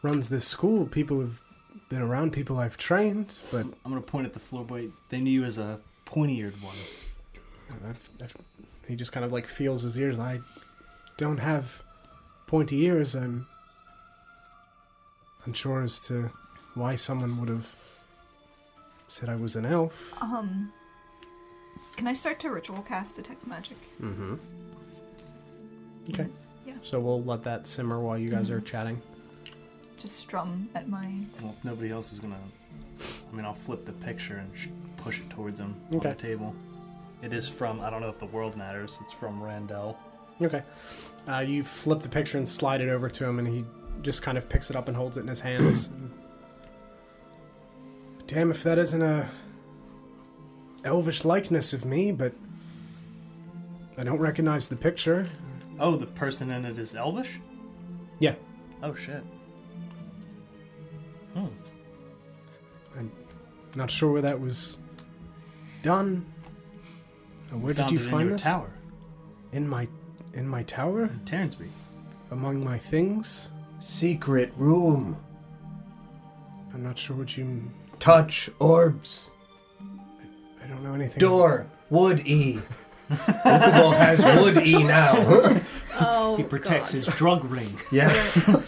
runs this school. People have been around, people I've trained, but
I'm gonna point at the floor boy. They knew you as a pointy-eared one.
I've, I've, he just kind of like feels his ears. I don't have pointy ears. I'm unsure as to why someone would have said I was an elf.
Um, can I start to ritual cast detect magic?
Okay. Mm-hmm.
Yeah.
So we'll let that simmer while you guys are chatting.
Just strum at my
Well, if Nobody else is gonna. I mean, I'll flip the picture and sh- push it towards him
Okay.
on the table. It is from. I don't know if the world matters. It's from Randell.
Okay. Uh, you flip the picture and slide it over to him, and he just kind of picks it up and holds it in his hands. Damn, if that isn't a elvish likeness of me, but I don't recognize the picture.
Oh, the person in it is Elvish.
Yeah.
Oh shit.
Not sure where that was done. Uh, Where
Found
did you
it in
find
your
this?
tower? Hmm.
In my in my tower?
Terransby.
Among my things?
Secret room.
I'm not sure what you
Touch orbs.
I don't know anything.
Door. Wood E. Ukubo has wood E now.
Oh,
He protects
God.
his drug ring.
Yes.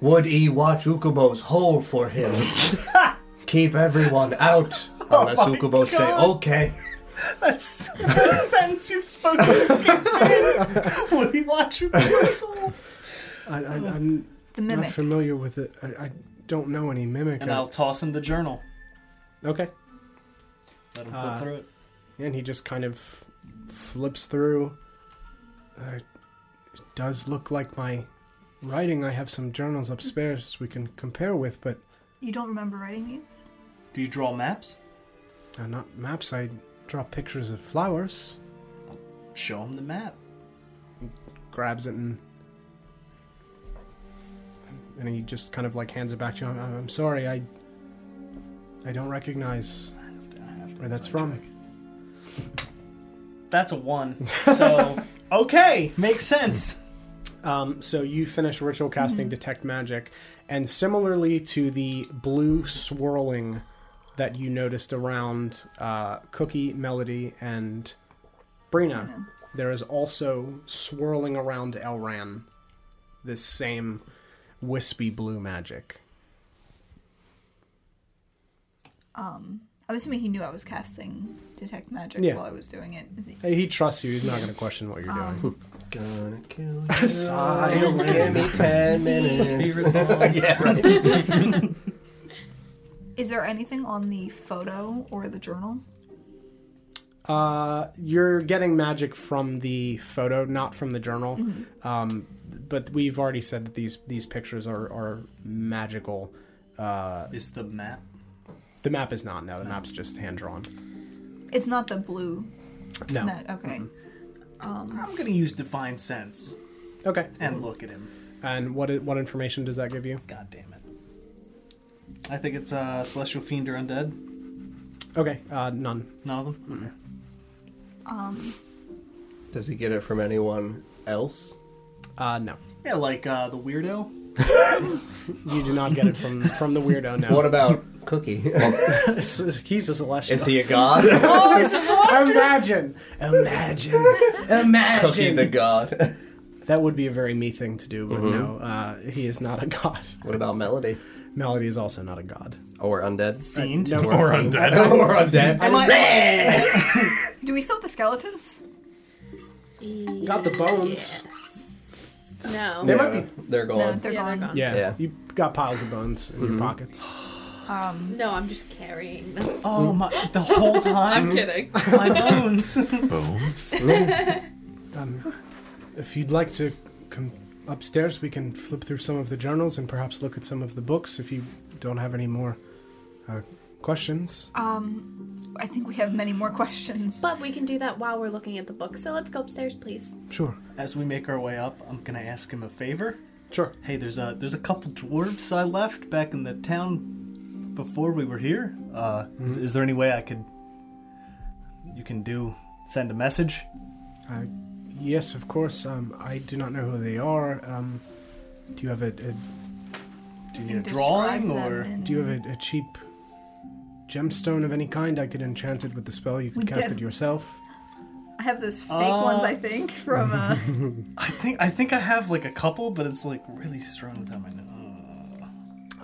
wood E watch Ukubo's hole for him. Keep everyone out.
Oh
Unless Ukubo say, okay.
That's the sentence you've spoken this campaign. Would he watch you whistle?
I, I, I'm
The
not
mimic.
familiar with it. I, I don't know any mimic.
And I'll toss him the journal.
Okay.
Let him flip
Uh,
through it.
And he just kind of flips through. Uh, it does look like my writing. I have some journals upstairs we can compare with, but
You don't remember writing these?
Do you draw maps?
uh, not maps. I draw pictures of flowers.
Show him the map.
Grabs it and. And he just kind of like hands it back to you. I'm, I'm sorry, I. I don't recognize
I have to- I have to
where that's
inside
from.
check. That's a one. So okay, makes sense.
Um, so you finish ritual casting detect magic, and similarly to the blue swirling that you noticed around uh, Cookie, Melody, and Brina, there is also swirling around Elran this same wispy blue magic.
I'm assuming he knew I was casting detect magic
Yeah.
while I was doing it. Is he-
Hey, He trusts you. He's not going to question what you're doing.
Gonna kill
Silent.
Give me ten minutes. yeah, right.
Is there anything on the photo or the journal?
Uh, you're getting magic from the photo, not from the journal. Um, but we've already said that these these pictures are are magical. Uh,
Is the map?
the map is not. No, the map's just hand drawn.
It's not the blue.
No.
Mat. Okay.
I'm gonna use divine sense
Okay.
and look at him.
And what i- what information does that give you?
God damn it. I think it's uh, celestial fiend or undead.
Okay. Uh, none.
None of them.
Um,
Does he get it from anyone else?
Uh, no.
Yeah, like uh, the weirdo.
You do not get it from from the weirdo. No.
What about Cookie?
He's a celestial.
Is he a god?
Imagine. Imagine. Imagine.
Cookie the god.
That would be a very me thing to do, but no. Uh, he is not a god.
What about Melody?
Melody is also not a god.
Or undead?
Fiend.
No.
Or undead.
or undead?
Am I?
do we still have the skeletons?
Got the bones.
No.
They might be.
They're gone.
Um,
No, they're
Yeah, they're
gone.
gone.
Yeah, Mm-hmm.
Yeah.
You got piles of bones in your pockets.
Um,
No, I'm just carrying them.
Oh my! The whole
I'm
time,
kidding.
my bones.
Bones.
Um, if you'd like to come upstairs, we can flip through some of the journals and perhaps look at some of the books if you don't have any more uh, questions.
um, I think we have many more questions.
But we can do that while we're looking at the book. So let's go upstairs, please.
Sure.
As we make our way up, I'm gonna ask him a favor.
Sure.
Hey, there's a there's a couple dwarves I left back in the town before we were here. Uh, is, is there any way I could you can do send a message?
Uh, yes, of course. Um, I do not know who they are. Um, do you have a, a
Do
You
you need a
can describe
drawing
them
or
in-
Do you have a, a cheap gemstone of any kind? I could enchant it with the spell. You could
We
cast
did.
it yourself.
I have those fake
Uh,
ones, I think, from uh,
I think I think I have like a couple, but it's like really strong with them. I know.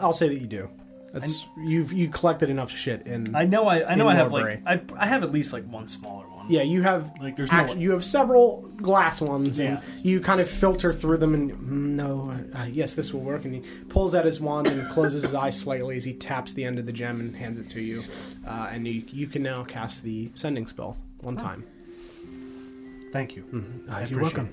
I'll say that you do. That's you've you collected enough shit in.
I know I, I know
In
I have
Norbury.
like I, I have at least like one smaller one.
Yeah, you have
Like, there's
act-
no-
you have several glass ones,
Yeah.
and you kind of filter through them. And "Mm, no, uh, yes, this will work. And he pulls out his wand and closes his eyes slightly as he taps the end of the gem and hands it to you. Uh, and you, you can now cast the sending spell one time.
Thank you.
Uh,
I
you're
appreciate
welcome.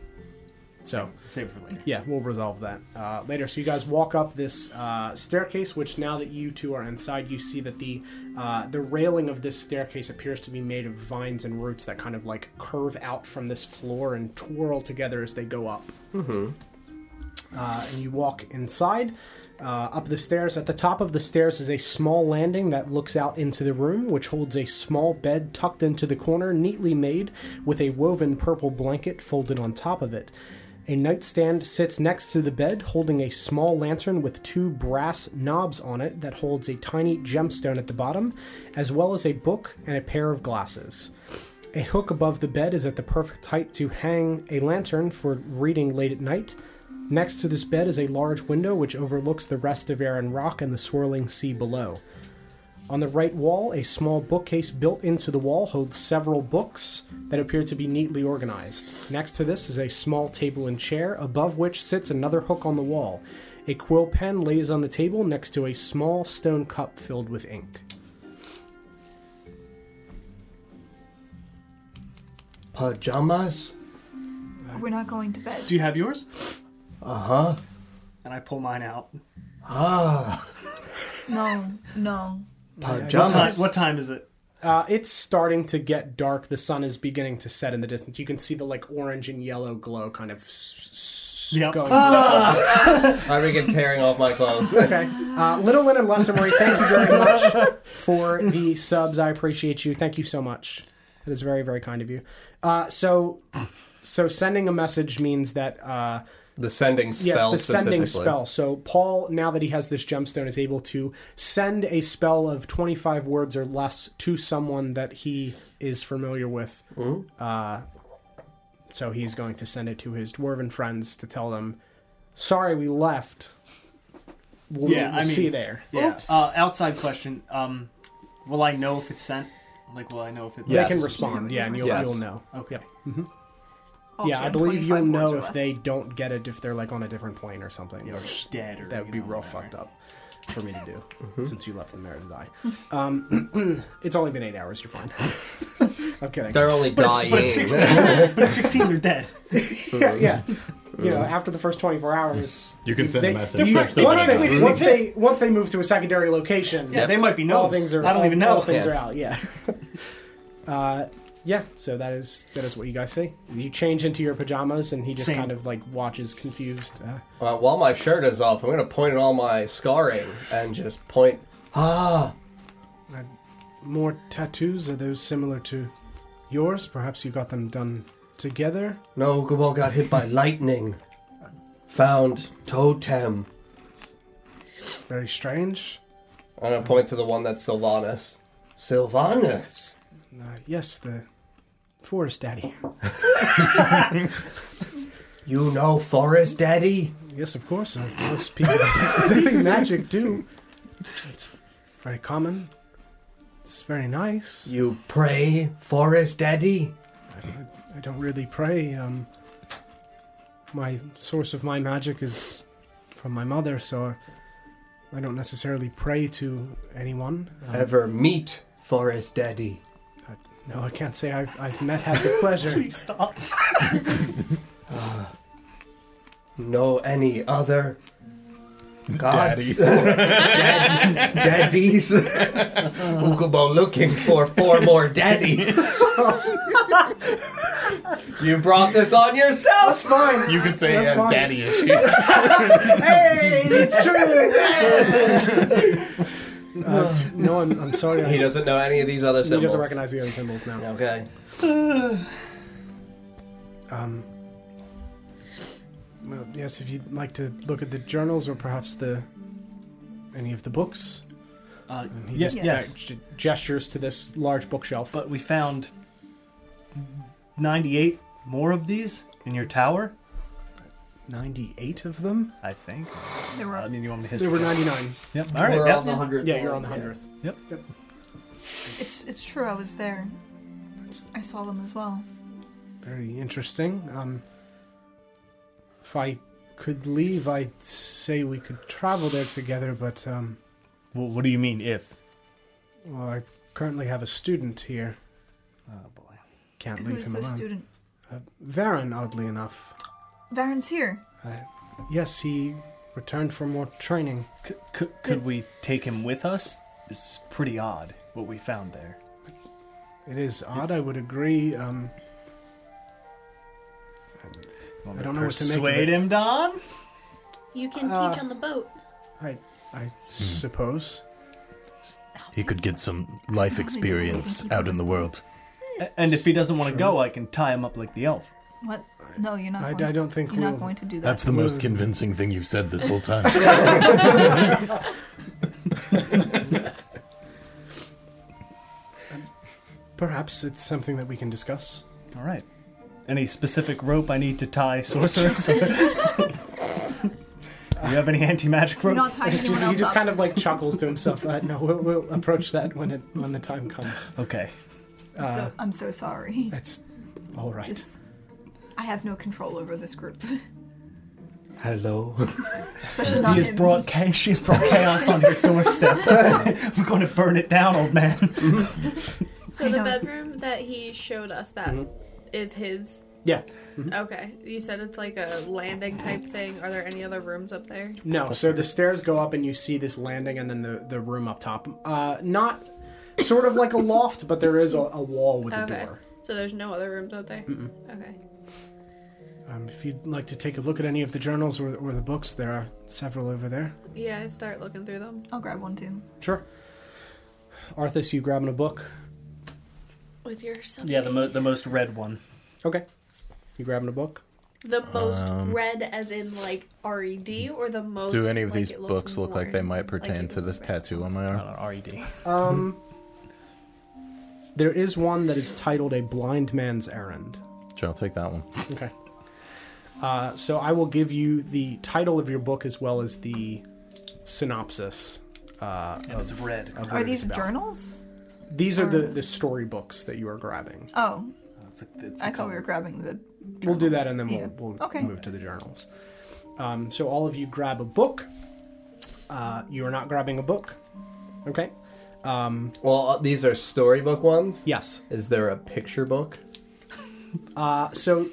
So
Save it for later.
yeah, we'll resolve that uh, later. So you guys walk up this uh, staircase, which now that you two are inside, you see that the uh, the railing of this staircase appears to be made of vines and roots that kind of like curve out from this floor and twirl together as they go up. Uh, and you walk inside, uh, up the stairs. At the top of the stairs is a small landing that looks out into the room, which holds a small bed tucked into the corner, neatly made, with a woven purple blanket folded on top of it. A nightstand sits next to the bed, holding a small lantern with two brass knobs on it that holds a tiny gemstone at the bottom, as well as a book and a pair of glasses. A hook above the bed is at the perfect height to hang a lantern for reading late at night. Next to this bed is a large window which overlooks the rest of Aaron Rock and the swirling sea below. On the right wall, a small bookcase built into the wall holds several books that appear to be neatly organized. Next to this is a small table and chair, above which sits another hook on the wall. A quill pen lays on the table next to a small stone cup filled with ink.
Pajamas?
We're not going to bed.
Do you have yours?
Uh
Uh-huh.
huh.
And I pull mine out.
Ah.
No, no.
What time,
Pajamas.
what time is it?
Uh, it's starting to get dark. The sun is beginning to set in the distance. You can see the like orange and yellow glow kind of s- s-
Yep.
going.
I begin tearing off my clothes.
Okay. Uh, Little Lynn and Lesser Marie, thank you very much for the subs. I appreciate you. Thank you so much. That is very, very kind of you. Uh, so, so sending a message means that uh,
The sending
yeah,
spell.
it's the sending
specifically.
spell. So Paul, now that he has this gemstone, is able to send a spell of twenty-five words or less to someone that he is familiar with.
Mm-hmm.
Uh, so he's going to send it to his dwarven friends to tell them, "Sorry, we left. We'll,
Yeah,
we'll
I mean-
see you there."
Yeah. Uh, outside question. Um, will I know if it's sent? Like, will I know if it?
Yes.
They can respond, yeah, and you'll,
Yes.
you'll know.
Okay.
yeah, I
Also,
believe you'll
25 words
know
or
if
less.
they don't get it if they're like on a different plane or something.
Or
Which
dead or
that would be
you know,
real
whatever. Mm-hmm.
fucked up for me to do since you left them there to die. Um, it's only been eight hours. You're fine. I'm kidding.
They're only dying.
But at sixteen, but at sixteen, they're dead.
yeah, yeah. You know, after the first 24 hours,
You can send
they,
a message.
you-
They're
once,
still
practically
they,
didn't
once they
exist.
once they move to a secondary location,
Yeah, they might be
all
no.
things are.
I don't
all-
even
all
know.
things
Yeah.
are out. Yeah. uh, yeah. So that is that is what you guys see. You change into your pajamas, and he just
Same.
kind of like watches confused. Uh,
Uh, while my shirt is off, I'm gonna point at all my scarring and just point.
Ah.
more tattoos are those similar to yours perhaps you got them done together
No, Ukubo got hit by lightning.
Found.
Totem.
very strange
I'm gonna point to the one that's Sylvanas.
Sylvanas.
uh, yes the forest daddy
You know Forest Daddy?
yes of course uh, most people study magic do it's very common it's very nice
You pray Forest Daddy?
i don't really pray um my source of my magic is from my mother so i don't necessarily pray to anyone
Uh-huh.
Um,
Ever meet Forest Daddy?
no i can't say i've, I've met had the pleasure
Please stop.
Know any other gods?
Daddies.
Dad- daddies? Ukubo looking for four more daddies.
You brought this on yourself.
That's fine.
You could say
That's
he has
fine.
daddy issues.
Hey, it's true. uh, no, I'm, I'm sorry. I,
He doesn't know any of these other
he
symbols.
doesn't recognize the other symbols now.
Okay.
Um, well, yes, if you'd like to look at the journals or perhaps the any of the books.
Uh,
And he
yes,
just
yes.
ge- gestures to this large bookshelf.
But we found ninety-eight more of these in your tower.
98 of them?
I think.
There
Uh,
were
I mean, you want me to
There were
history?
99.
Yep. All right.
We're
yeah.
on the hundredth.
Yeah, you're on the
one,
100th.
It's it's true. I was there. I saw them as well.
Very interesting. Um, if I could leave, I'd say we could travel there together, but um,
Well, what do you mean if?
well, I currently have a student here.
Oh boy.
Can't leave
Who's
him
the
alone. Uh,
student?
Varen, oddly enough.
Varen's here.
Yes, he returned for more training.
C- c- could we take him with us? It's pretty odd what we found there.
It is odd, I would agree. Um, I don't know what to make of it.
Persuade him, Don.
You can
Uh,
teach on the boat.
I, I
Hmm.
suppose.
He could get some life experience out in the world.
A- And if he doesn't want to go, I can tie him up like the elf.
What? No, you're not.
I-
going to,
I don't think
you're
we'll-
not going to do that.
That's the most convincing thing you've said this whole time.
Perhaps it's something that we can discuss.
All right. Any specific rope I need to tie sorcerers? Do you have any anti-magic
You're
rope?
not tying anyone
Just-
else
he just
up.
kind of like chuckles to himself. Uh, no, we'll, we'll approach that when it when the time comes.
okay.
I'm, so, I'm so sorry.
That's all right.
It's- I have no control over this group.
Hello.
Especially not
He has
him.
brought chaos. She has brought chaos on your doorstep. We're going to burn it down, old man.
So
I
the
know.
bedroom that he showed us that
Mm-hmm.
is his.
Yeah.
Okay, you said it's like a landing type thing. Are there any other rooms up there?
No, so the stairs go up and you see this landing and then the, the room up top. Uh, not sort of like a loft, but there is a, a wall with a
Okay,
door.
so there's no other rooms out there. Okay.
Um, if you'd like to take a look at any of the journals or, or the books, there are several over there.
Yeah, I start looking through them.
I'll grab one too.
Sure. Arthas, you grabbing a book?
With your son.
Yeah, the, mo- the most red one.
Okay. You grabbing a book?
The most red, as in like R E D, or the most.
Um, Do any of
like,
these
it looks
books look like they
worn?
might pertain
it
to
was
this
red.
tattoo on my arm?
Not an RED.
Um, there is one that is titled A Blind Man's Errand.
Sure, I'll take that one.
Okay. Uh, so I will give you the title of your book as well as the synopsis. Uh,
And it's red.
of what
Are
it's
these
about.
journals?
These are the,
Um,
the storybooks that you are grabbing.
Oh,
It's like- it's
I
the
thought we
color.
were grabbing the.
We'll do that and then we'll,
Yeah.
we'll
Okay.
move to the journals. Um, so all of you grab a book. Uh, you are not grabbing a book. Okay.
Well, uh, these are storybook ones.
Yes.
Is there a picture book?
Uh, so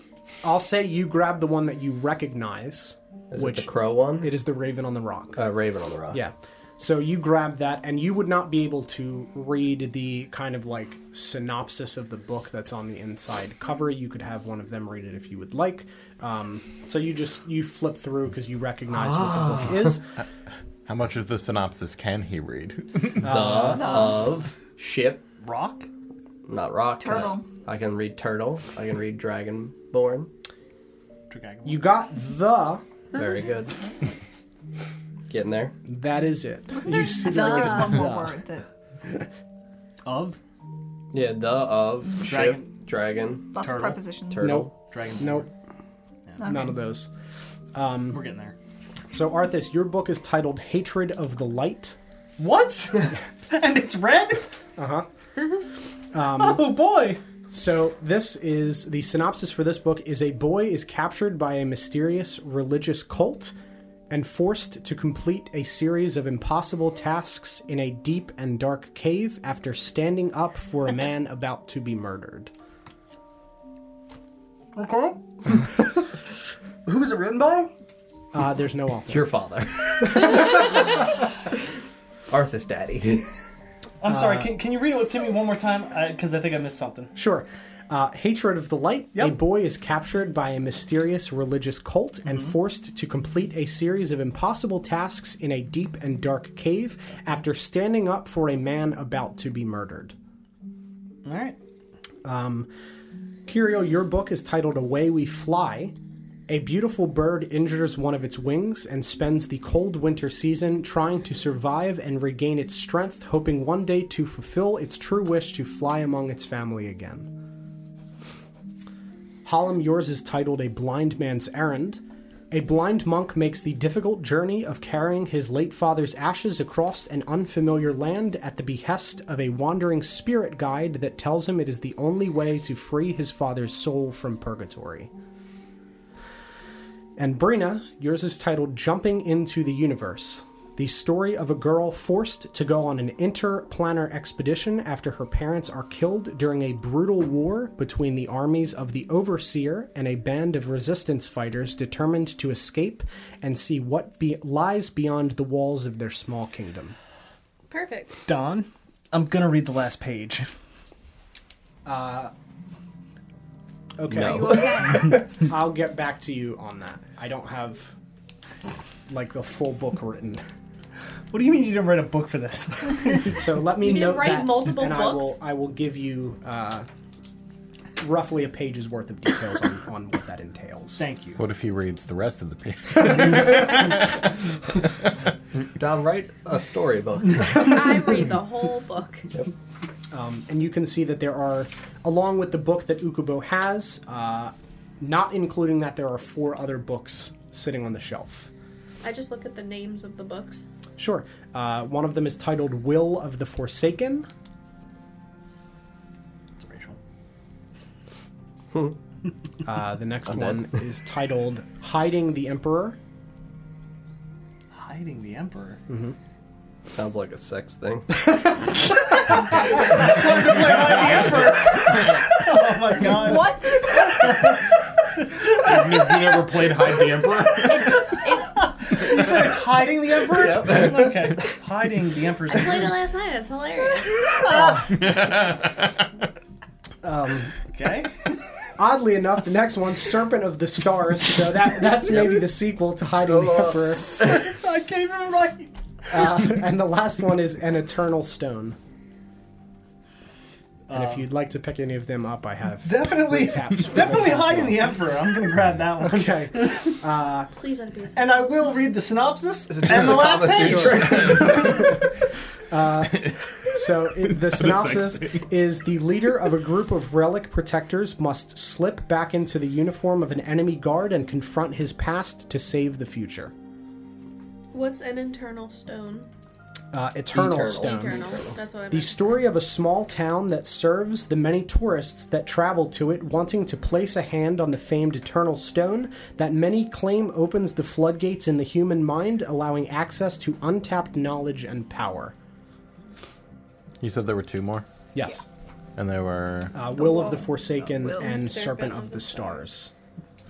I'll say you grab the one that you recognize,
Is
which
it the crow one?
it is the Raven on the Rock.
uh, Raven on the Rock.
Yeah. So you grab that, and you would not be able to read the kind of like synopsis of the book that's on the inside cover. You could have one of them read it if you would like. Um, so you just you flip through because you recognize what the book is.
How much of the synopsis can he read?
The of ship,
rock.
not rock.
Turtle.
I, I can read turtle. I can read dragonborn.
You got the.
Very good. Getting there.
That is it. You see,
I feel like
like,
there's one more word that.
of
Yeah, the of
Dragon.
ship, dragon,
Lots
Turtle.
of prepositions.
turtle.
nope,
dragon.
nope,
Okay.
none of those.
We're getting there.
So Arthas, your book is titled "Hatred of the Light."
What? and it's red. Uh huh. oh boy.
So this is the synopsis for this book is a boy is captured by a mysterious religious cult and forced to complete a series of impossible tasks in a deep and dark cave after standing up for a man about to be murdered.
Okay. Who is it written by?
Uh, there's no author.
Your father. Arthas daddy.
I'm sorry. Can, can you read it to me one more time? Because I think I missed something.
Sure. Uh, Hatred of the Light. A
Yep.
boy is captured by a mysterious religious cult and forced to complete a series of impossible tasks in a deep and dark cave after standing up for a man about to be murdered.
All right.
Curio, your book is titled Away We Fly. A beautiful bird injures one of its wings and spends the cold winter season trying to survive and regain its strength, hoping one day to fulfill its true wish to fly among its family again. Hallam, yours is titled A Blind Man's Errand. A blind monk makes the difficult journey of carrying his late father's ashes across an unfamiliar land at the behest of a wandering spirit guide that tells him it is the only way to free his father's soul from purgatory. And Brina, yours is titled Jumping into the Universe. The story of a girl forced to go on an interplanar expedition after her parents are killed during a brutal war between the armies of the Overseer and a band of resistance fighters determined to escape and see what be- lies beyond the walls of their small kingdom.
Perfect.
Don, I'm gonna read the last page.
Okay.
You okay?
I'll get back to you on that. I don't have like the full book written.
What do you mean you didn't write a book for this?
So let me
You didn't
note
write
that,
multiple
and I will
books?
I will give you uh, roughly a page's worth of details on, on what that entails.
Thank you.
What if he reads the rest of the page?
Don, write a storybook.
I read the whole book.
and you can see that there are, along with the book that Ukubo has, uh, not including that there are four other books sitting on the shelf.
I just look at the names of the books.
Sure. Uh, one of them is titled Will of the Forsaken.
It's racial.
Uh, the next one is titled Hiding the Emperor.
Hiding the Emperor.
Sounds like a sex thing.
Oh my god.
what?
you never played Hide the Emperor?
You said it's hiding the Emperor? Okay. Hiding the Emperor's.
I played it last night. It's hilarious.
Okay.
Oddly enough, the next one's Serpent of the Stars, so that, that's maybe the sequel to Hiding the Emperor.
I can't even write.
Uh, and the last one is An Eternal Stone. And if you'd like to pick any of them up, I have.
Definitely.
Caps for
Definitely
this as
hiding
well.
the Emperor. I'm gonna grab that one.
Okay.
Please let it be. a
And I will read the synopsis
it just
and the
the
last
Kama
page.
Sutra?
So it, the synopsis is the leader of a group of relic protectors must slip back into the uniform of an enemy guard and confront his past to save the future.
What's an internal stone?
Uh, Eternal,
Eternal.
Stone.
Eternal. That's what I
The
meant.
story of a small town that serves the many tourists that travel to it, wanting to place a hand on the famed Eternal Stone that many claim opens the floodgates in the human mind, allowing access to untapped knowledge and power.
You said there were two more,
Yes.
and there were.
Uh, Will of the Forsaken
Will.
and
Serpent
Serpent
of
of
the
the Stars.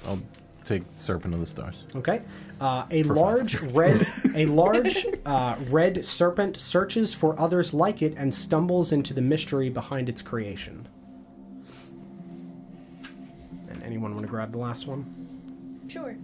I'll take Serpent of the Stars.
Okay. Uh, a large red a large uh, red serpent searches for others like it and stumbles into the mystery behind its creation. And anyone want to grab the last one?
Sure.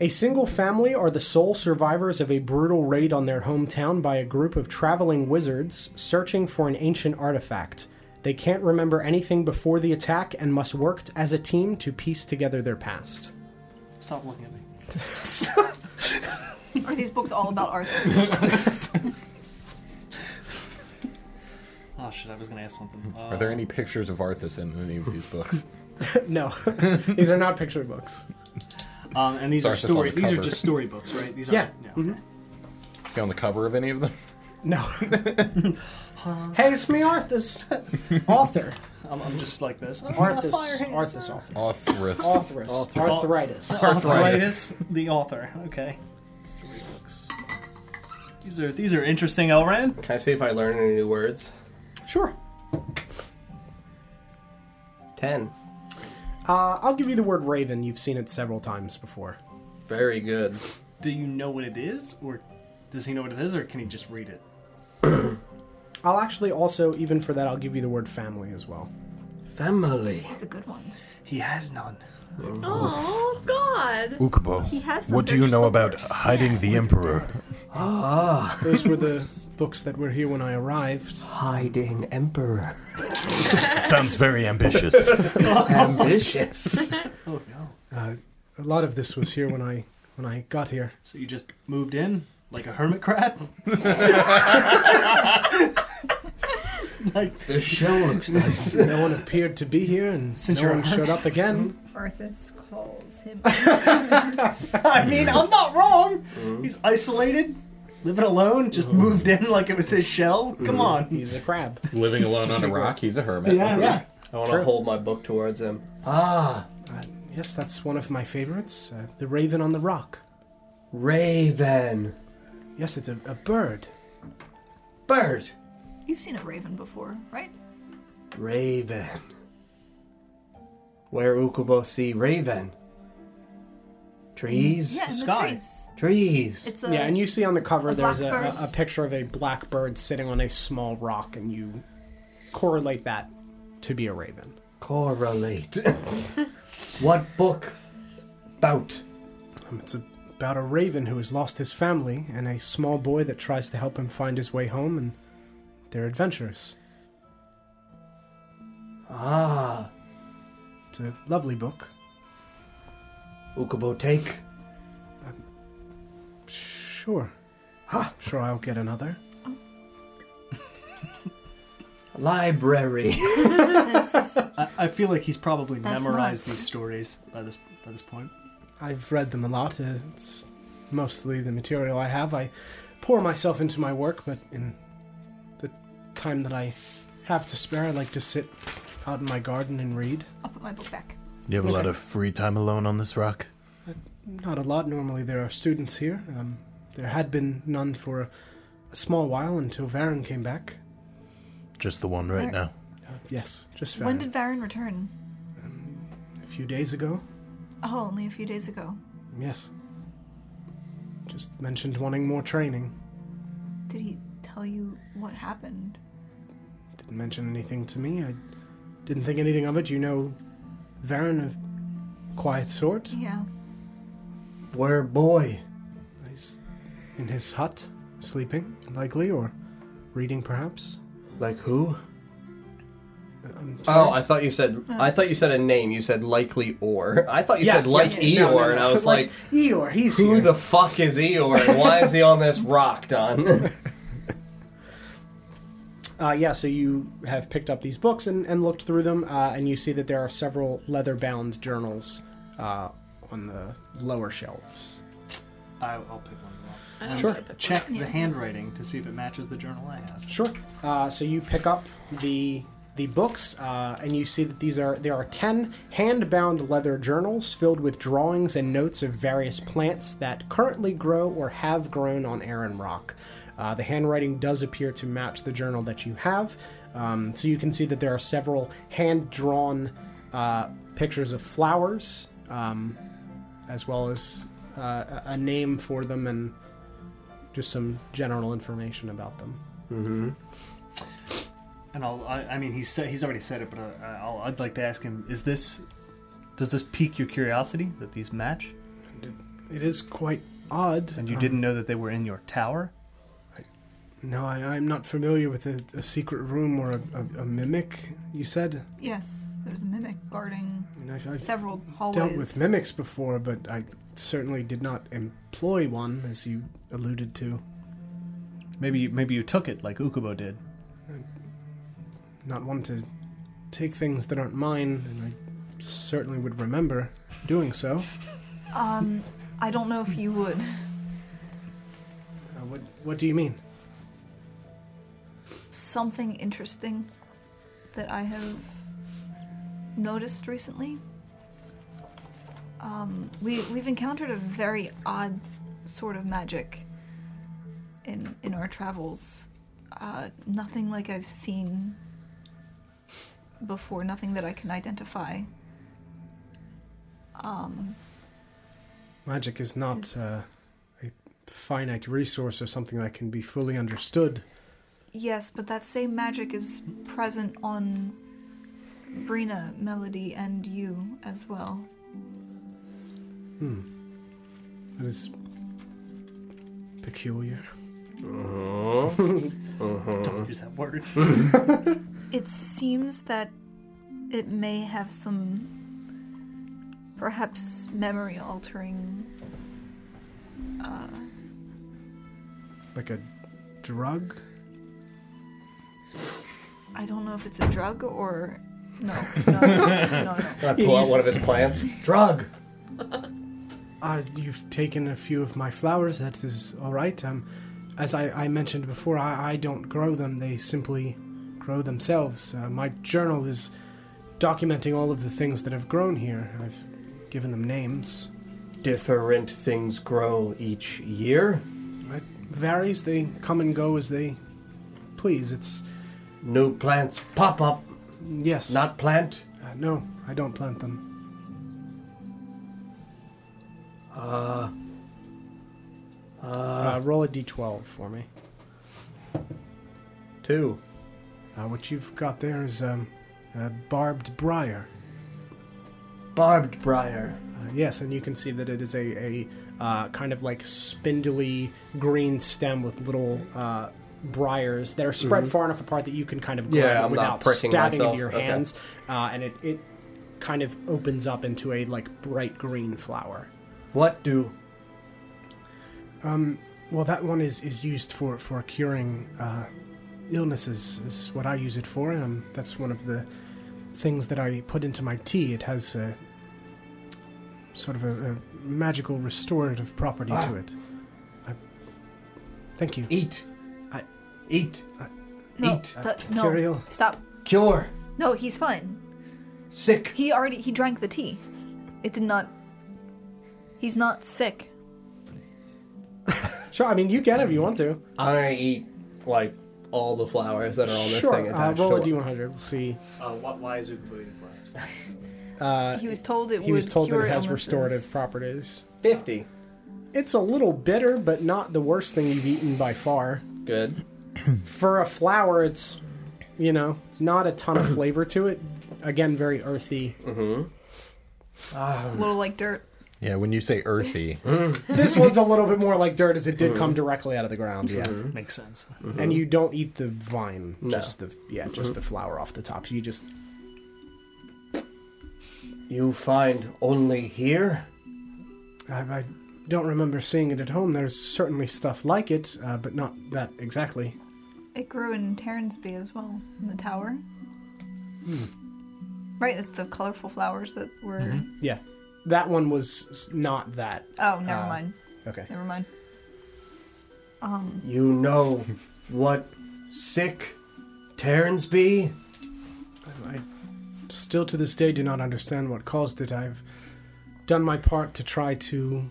A single family are the sole survivors of a brutal raid on their hometown by a group of traveling wizards searching for an ancient artifact. They can't remember anything before the attack and must work t- as a team to piece together their past.
Stop looking at me.
Are these books all about Arthur?
Oh shit! I was gonna ask something. Uh,
Are there any pictures of Arthas in any of these books?
No, these are not picture books.
Um, and these
Sorry,
are
it's on
story.
the
These are
cover.
just storybooks, right? These
Yeah.
Are, yeah. Mm-hmm.
Is he on the cover of any of them?
No. hey, it's me, Arthas. Author.
I'm, I'm just like this.
Arthas. Arthas author.
Arthras.
Authorus. Arthritis.
Arthritis, the author. Okay. Storybooks. These are these are interesting, Elran.
Can I see if I learn any new words?
Sure.
Ten.
Uh, I'll give you the word raven. You've seen it several times before.
Very good.
Do you know what it is, or does he know what it is, or can he just read it?
I'll actually also, even for that, I'll give you the word family as well.
Family.
It's a good one.
He has none.
Oh God.
Ukubo,
He has them, what do they're you just know the about worst. hiding Yeah.
the Emperor?
Ah.
Those were the books that were here when I arrived.
Hiding emperor.
Sounds very ambitious.
Ambitious.
Oh no.
A lot of this was here when I when I got here.
So you just moved in like a hermit crab? like
The shell looks nice.
No one appeared to be here, and
Since
no
you're
one
a hermit.
showed up again.
Arthas calls him
I mean, I'm not wrong. He's isolated, living alone, just moved in like it was his shell. Come on.
He's a crab.
Living alone on a rock, he's a hermit.
Yeah, yeah.
I want to hold my book towards him.
Ah,
Uh, Yes, that's one of my favorites. Uh, the Raven on the Rock.
Raven.
Yes, it's a, a bird.
Bird.
You've seen a raven before, right?
Raven. Where Ukubo see Raven? Trees?
Yeah, in the
sky.
trees.
Trees.
It's a
yeah, and you see on the cover
a
there's a,
blackbird.
a, a picture of a black bird sitting on a small rock, and you correlate that to be a raven.
Correlate. what book? About.
Um, it's about a raven who has lost his family and a small boy that tries to help him find his way home and their adventures.
Ah.
It's a lovely book.
Ukubo take.
Sure. Sure, I'll get another.
Library.
this is-
I, I feel like he's probably
That's
memorized
not-
these stories by this by this point.
I've read them a lot. Uh, It's mostly the material I have. I pour myself into my work, but in the time that I have to spare, I like to sit out in my garden and read.
I'll put my book back.
You have a lot of free time alone on this rock?
Not a lot. Normally, there are students here. Um, there had been none for a, a small while until Varen came back.
Just the one right now.
Uh, yes, just Varen.
When did Varen return?
A few days ago.
Oh, only a few days ago.
Yes. Just mentioned wanting more training.
Did he tell you what happened?
Didn't mention anything to me. I didn't think anything of it. You know, Varen, a quiet sort.
Yeah.
Where boy?
He's in his hut, sleeping, likely, or reading, perhaps. Um,
Like who?
I'm
Oh,
sorry. Uh.
I thought you said I thought you said a name. You said likely or. I thought you
Yes,
said like
yes.
Eeyore,
No, no, no.
and I was like,
Eeyore, he's
who
here.
the fuck is Eeyore, and why is he on this rock, Don?
Uh, yeah, so you have picked up these books and, and looked through them, uh, and you see that there are several leather bound journals uh, on the lower shelves.
I, I'll pick one up.
I don't
Sure.
type it.
Check the handwriting to see if it matches the journal I have.
Sure. Uh, so you pick up the the books, uh, and you see that these are there are ten hand-bound leather journals filled with drawings and notes of various plants that currently grow or have grown on Aaron Rock. Uh, the handwriting does appear to match the journal that you have, um, so you can see that there are several hand-drawn uh, pictures of flowers, um, as well as uh, a- a name for them and just some general information about them.
And I'll, I, I mean, he's said, he's already said it, but uh, I, I'll, I'd like to ask him: Is this, does this pique your curiosity that these match?
It is quite odd.
And you
Um,
didn't know that they were in your tower?
No, I, I'm not familiar with a, a secret room or a, a, a mimic. You said.
Yes, there's a mimic guarding
I mean, I've, I've
several hallways.
dealt with mimics before, but I certainly did not employ one, as you alluded to.
Maybe you, maybe you took it like Ukubo did.
Not one to take things that aren't mine, and I certainly would remember doing so.
Um, I don't know if you would.
Uh, what What do you mean?
Something interesting that I have noticed recently. Um, we we've encountered a very odd sort of magic in in our travels. Uh, nothing like I've seen before. Nothing that I can identify.
Magic is not uh, a finite resource or something that can be fully understood.
Yes, but that same magic is present on Brina, Melody, and you as well.
That is peculiar.
Don't use that word.
It seems that it may have some perhaps memory altering.
Like a drug?
I don't know if it's a drug or. No, no, no, no. no.
I pull out one of his plants.
Drug.
Uh, you've taken a few of my flowers. That is all right. Um, as I, I mentioned before, I, I don't grow them. They simply grow themselves. Uh, my journal is documenting all of the things that have grown here. I've given them names.
Different things grow each year.
It varies. They come and go as they please. It's
New plants pop up.
yes.
Not plant.
uh, no, I don't plant them. Uh, uh, roll a d12 for me.
Two.
Uh, what you've got there is um, a barbed briar.
Barbed briar.
Uh, yes, and you can see that it is a, a uh, kind of like spindly green stem with little uh, briars that are spread far enough apart that you can kind of grab
Mm-hmm. Yeah,
it
I'm not
without
pricking
stabbing
myself.
into your
Okay.
hands. Uh, and it, it kind of opens up into a like bright green flower.
What do?
Well, that one is, is used for, for curing uh, illnesses, is what I use it for. Um, that's one of the things that I put into my tea. It has a, sort of a, a magical restorative property to it. I, thank you.
Eat.
I-
Eat.
No,
Eat.
th- no.
Kirill.
Stop.
Cure.
No, he's fine.
Sick.
He already he drank the tea. It did not. He's not sick.
Sure, I mean, you can if you want to.
I'm gonna eat like all the flowers that are on this thing
Sure, uh,
attached
roll a
to it.
d100. We'll see.
Uh, what, why is Ukubo eating flowers?
he was told it
Uh, He
would
was told that it
cure
has
illnesses.
restorative properties.
Fifty.
It's a little bitter, but not the worst thing you've eaten by far.
Good.
for a flower, it's you know not a ton of flavor to it. Again, very earthy.
A little like dirt.
Yeah, when you say earthy,
this one's a little bit more like dirt, as it did come directly out of the ground. Yeah,
Makes sense.
and you don't eat the vine,
No.
just the yeah, just the flower off the top. You just
You find only here.
I, I don't remember seeing it at home. There's certainly stuff like it, uh, but not that exactly.
It grew in Terransby as well, in the tower.
Hmm.
Right, it's the colorful flowers that were.
Yeah, that one was s- not that.
Oh, never
Uh,
mind.
Okay.
Never mind. Um,
You know what sick Terrans be?
I still to this day do not understand what caused it. I've done my part to try to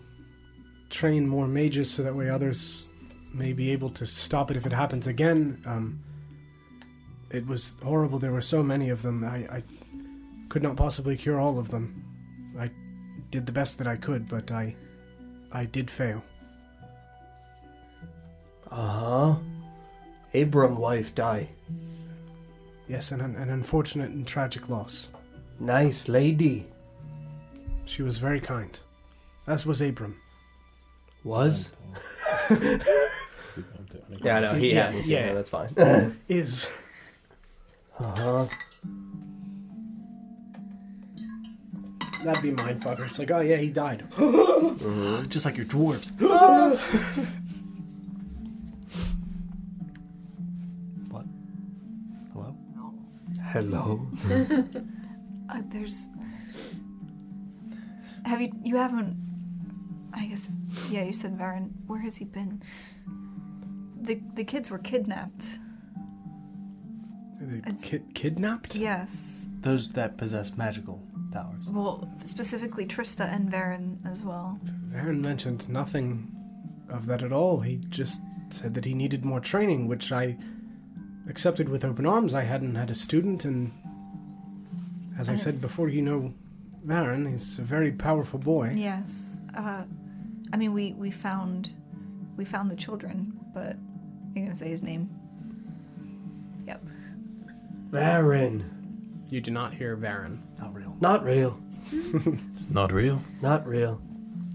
train more mages so that way others may be able to stop it if it happens again. Um, it was horrible. There were so many of them. I, I could not possibly cure all of them. I did the best that I could, but I I did fail.
Uh-huh.
Uh huh. Abram wife die.
Yes, an, an unfortunate and tragic loss.
Nice lady.
She was very kind, as was Abram.
Was?
Yeah, I know. He
Yeah,
hasn't seen
yeah.
her. That's fine.
Is
Uh huh.
that'd be mind fucker? It's like, oh yeah, he died.
Just like your dwarves. what? Hello?
Hello.
Uh, there's. Have you? You haven't. I guess. Yeah, you said Varen. Where has he been? The the kids were kidnapped.
Are they
It's-
ki- kidnapped?
Yes.
Those that possess magical powers.
Well, specifically Trista and Varen as well.
Varen mentioned nothing of that at all. He just said that he needed more training, which I accepted with open arms. I hadn't had a student, and as I said before, you know, Varen, he's a very powerful boy.
Yes. Uh, I mean, we we found, we found the children, but you're gonna say his name. Yep.
Baron.
You do not hear Varen.
Not real.
Not real.
Not real.
Not real.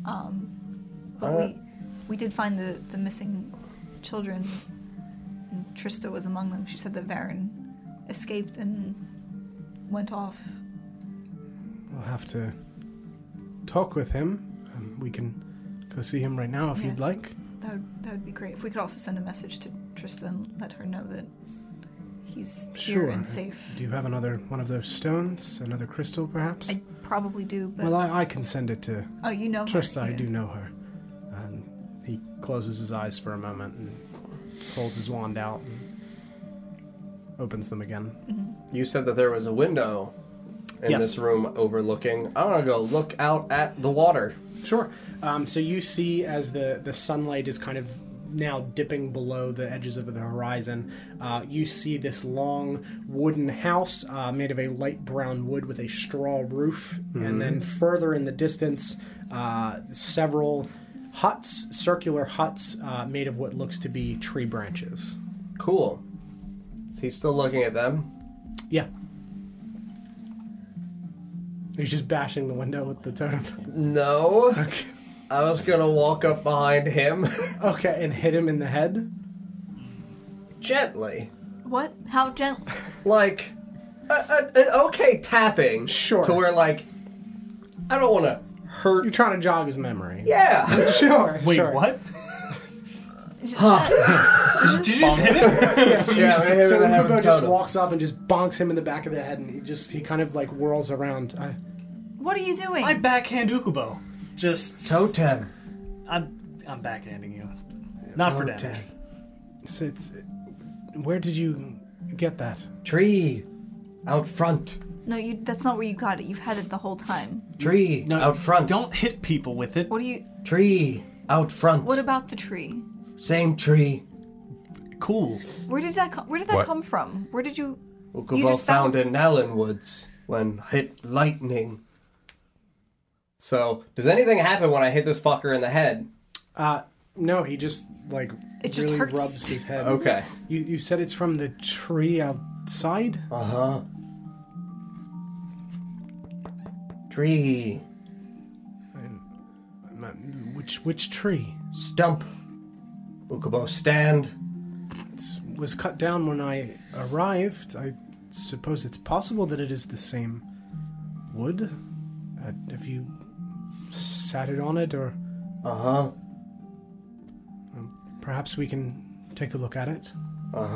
Um, But we we did find the the missing children. And Trista was among them. She said that Varen escaped and went off.
We'll have to talk with him. Um, we can go see him right now if
Yes.
you'd like.
That would, that would be great. If we could also send a message to Trista and let her know that he's
Sure.
here and safe.
Do you have another one of those stones? Another crystal, perhaps?
I probably do, but
well, I, I can send it to
oh, you know, her,
Trista. I
yeah.
do know her. And he closes his eyes for a moment and holds his wand out and opens them again.
You said that there was a window in
Yes.
this room overlooking. I want to go look out at the water.
Sure. Um, so you see as the, the sunlight is kind of now dipping below the edges of the horizon, uh, you see this long wooden house uh, made of a light brown wood with a straw roof. And then further in the distance, uh, several huts, circular huts uh, made of what looks to be tree branches.
Cool. Is he still looking at them?
Yeah. He's just bashing the window with the totem.
No. I was gonna walk up behind him
Okay, and hit him in the head.
gently,
what? How gentle?
like a, a, an okay tapping,
Sure.
to where like I don't want to
You're
hurt.
trying to jog his memory.
Yeah.
Sure.
Wait,
sure.
what?
yeah. I'm gonna hit him
So
in the head with
Ubo
the
just
totem.
walks up and just bonks him in the back of the head, and he just he kind of like whirls around. I,
What are you doing?
I backhand Ukubo. Just
Totem.
I'm I'm backhanding you. Not for damage.
Totem.
so it's, where did you get that?
Tree. Out front.
no, you. That's not where you got it. You've had it the whole time.
Tree. out front.
Don't hit people with it.
What do you?
Tree. Out front.
What about the tree?
Same tree.
Cool.
Where did that? Co- where did that
What?
come from? Where did you? You
Ukubo
just
found
found-
in Allen Woods when hit lightning. So, does anything happen when I hit this fucker in the head?
Uh, no, he just like
It just
really
hurts.
rubs his head.
Okay.
You you said it's from the tree outside.
Uh huh. Tree.
Which which tree?
Stump. Ukubo stand.
It was cut down when I arrived. I suppose it's possible that it is the same wood. Uh, have you sat it on it or?
Uh huh.
Perhaps we can take a look at it.
Uh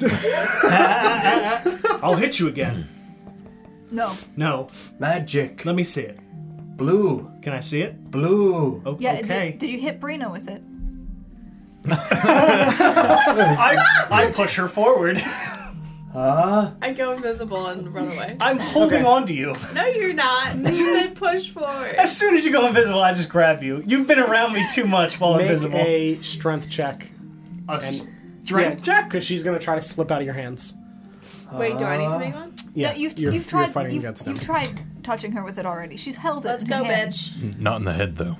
huh.
I'll hit you again.
No.
No.
Magic.
Let me see it.
Blue.
Can I see it?
Blue.
O-
Yeah.
okay.
Did, did you hit Brina with it?
I, I push her forward.
I go invisible and run away.
I'm holding on to you.
No, you're not. You said push forward.
As soon as you go invisible, I just grab you. You've been around me too much while
Make
invisible.
a strength check.
A
Strength check?
strength check.
Because she's going to try to slip out of your hands.
Wait, do I need to make one?
Yeah,
no, you've
you're,
you've tried
you're fighting
you've,
against
you've
them.
tried touching her with it already. She's held it.
Let's
in her
go,
hand.
bitch.
Not in the head, though.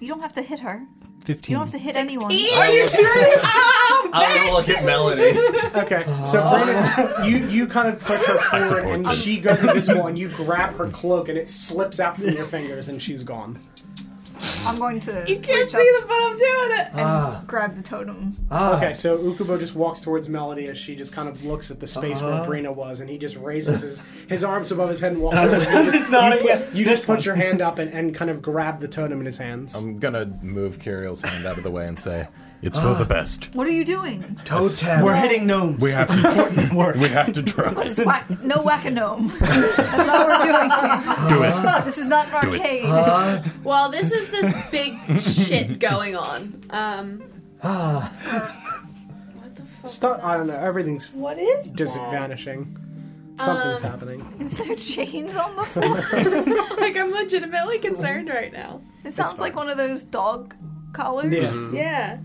You don't have to hit her. You
15.
don't have to hit anyone.
Are you serious? Oh,
I'm gonna look at Melody.
Okay, so
Uh,
Brandon, you, you kind of push her forward
support
and
this.
she goes invisible and you grab her cloak and it slips out from your fingers and she's gone.
I'm going to.
you can't
reach
see
up
them, but I'm doing it.
and
Ah.
grab the totem.
Okay, so Ukubo just walks towards Melody as she just kind of looks at the space
Uh.
where Brina was and he just raises his, his arms above his head and walks over.
I'm just nodding. yeah.
You just put your hand up and, and kind of grab the totem in his hands.
I'm gonna move Kyriel's hand out of the way and say,
It's for the best.
What are you doing?
Totem.
We're hitting gnomes.
We have to. we have to try.
Just whack, no whack a gnome. That's not what we're doing. here.
Do it.
This is not an
it.
arcade.
Ah.
Well, this is this big shit going on. Um. What the fuck?
Stop, I don't know, everything's
What is?
just vanishing.
Um,
Something's happening.
Is there chains on the floor?
Like, I'm legitimately concerned right now.
It sounds like one of those dog collars.
Yes.
Yeah.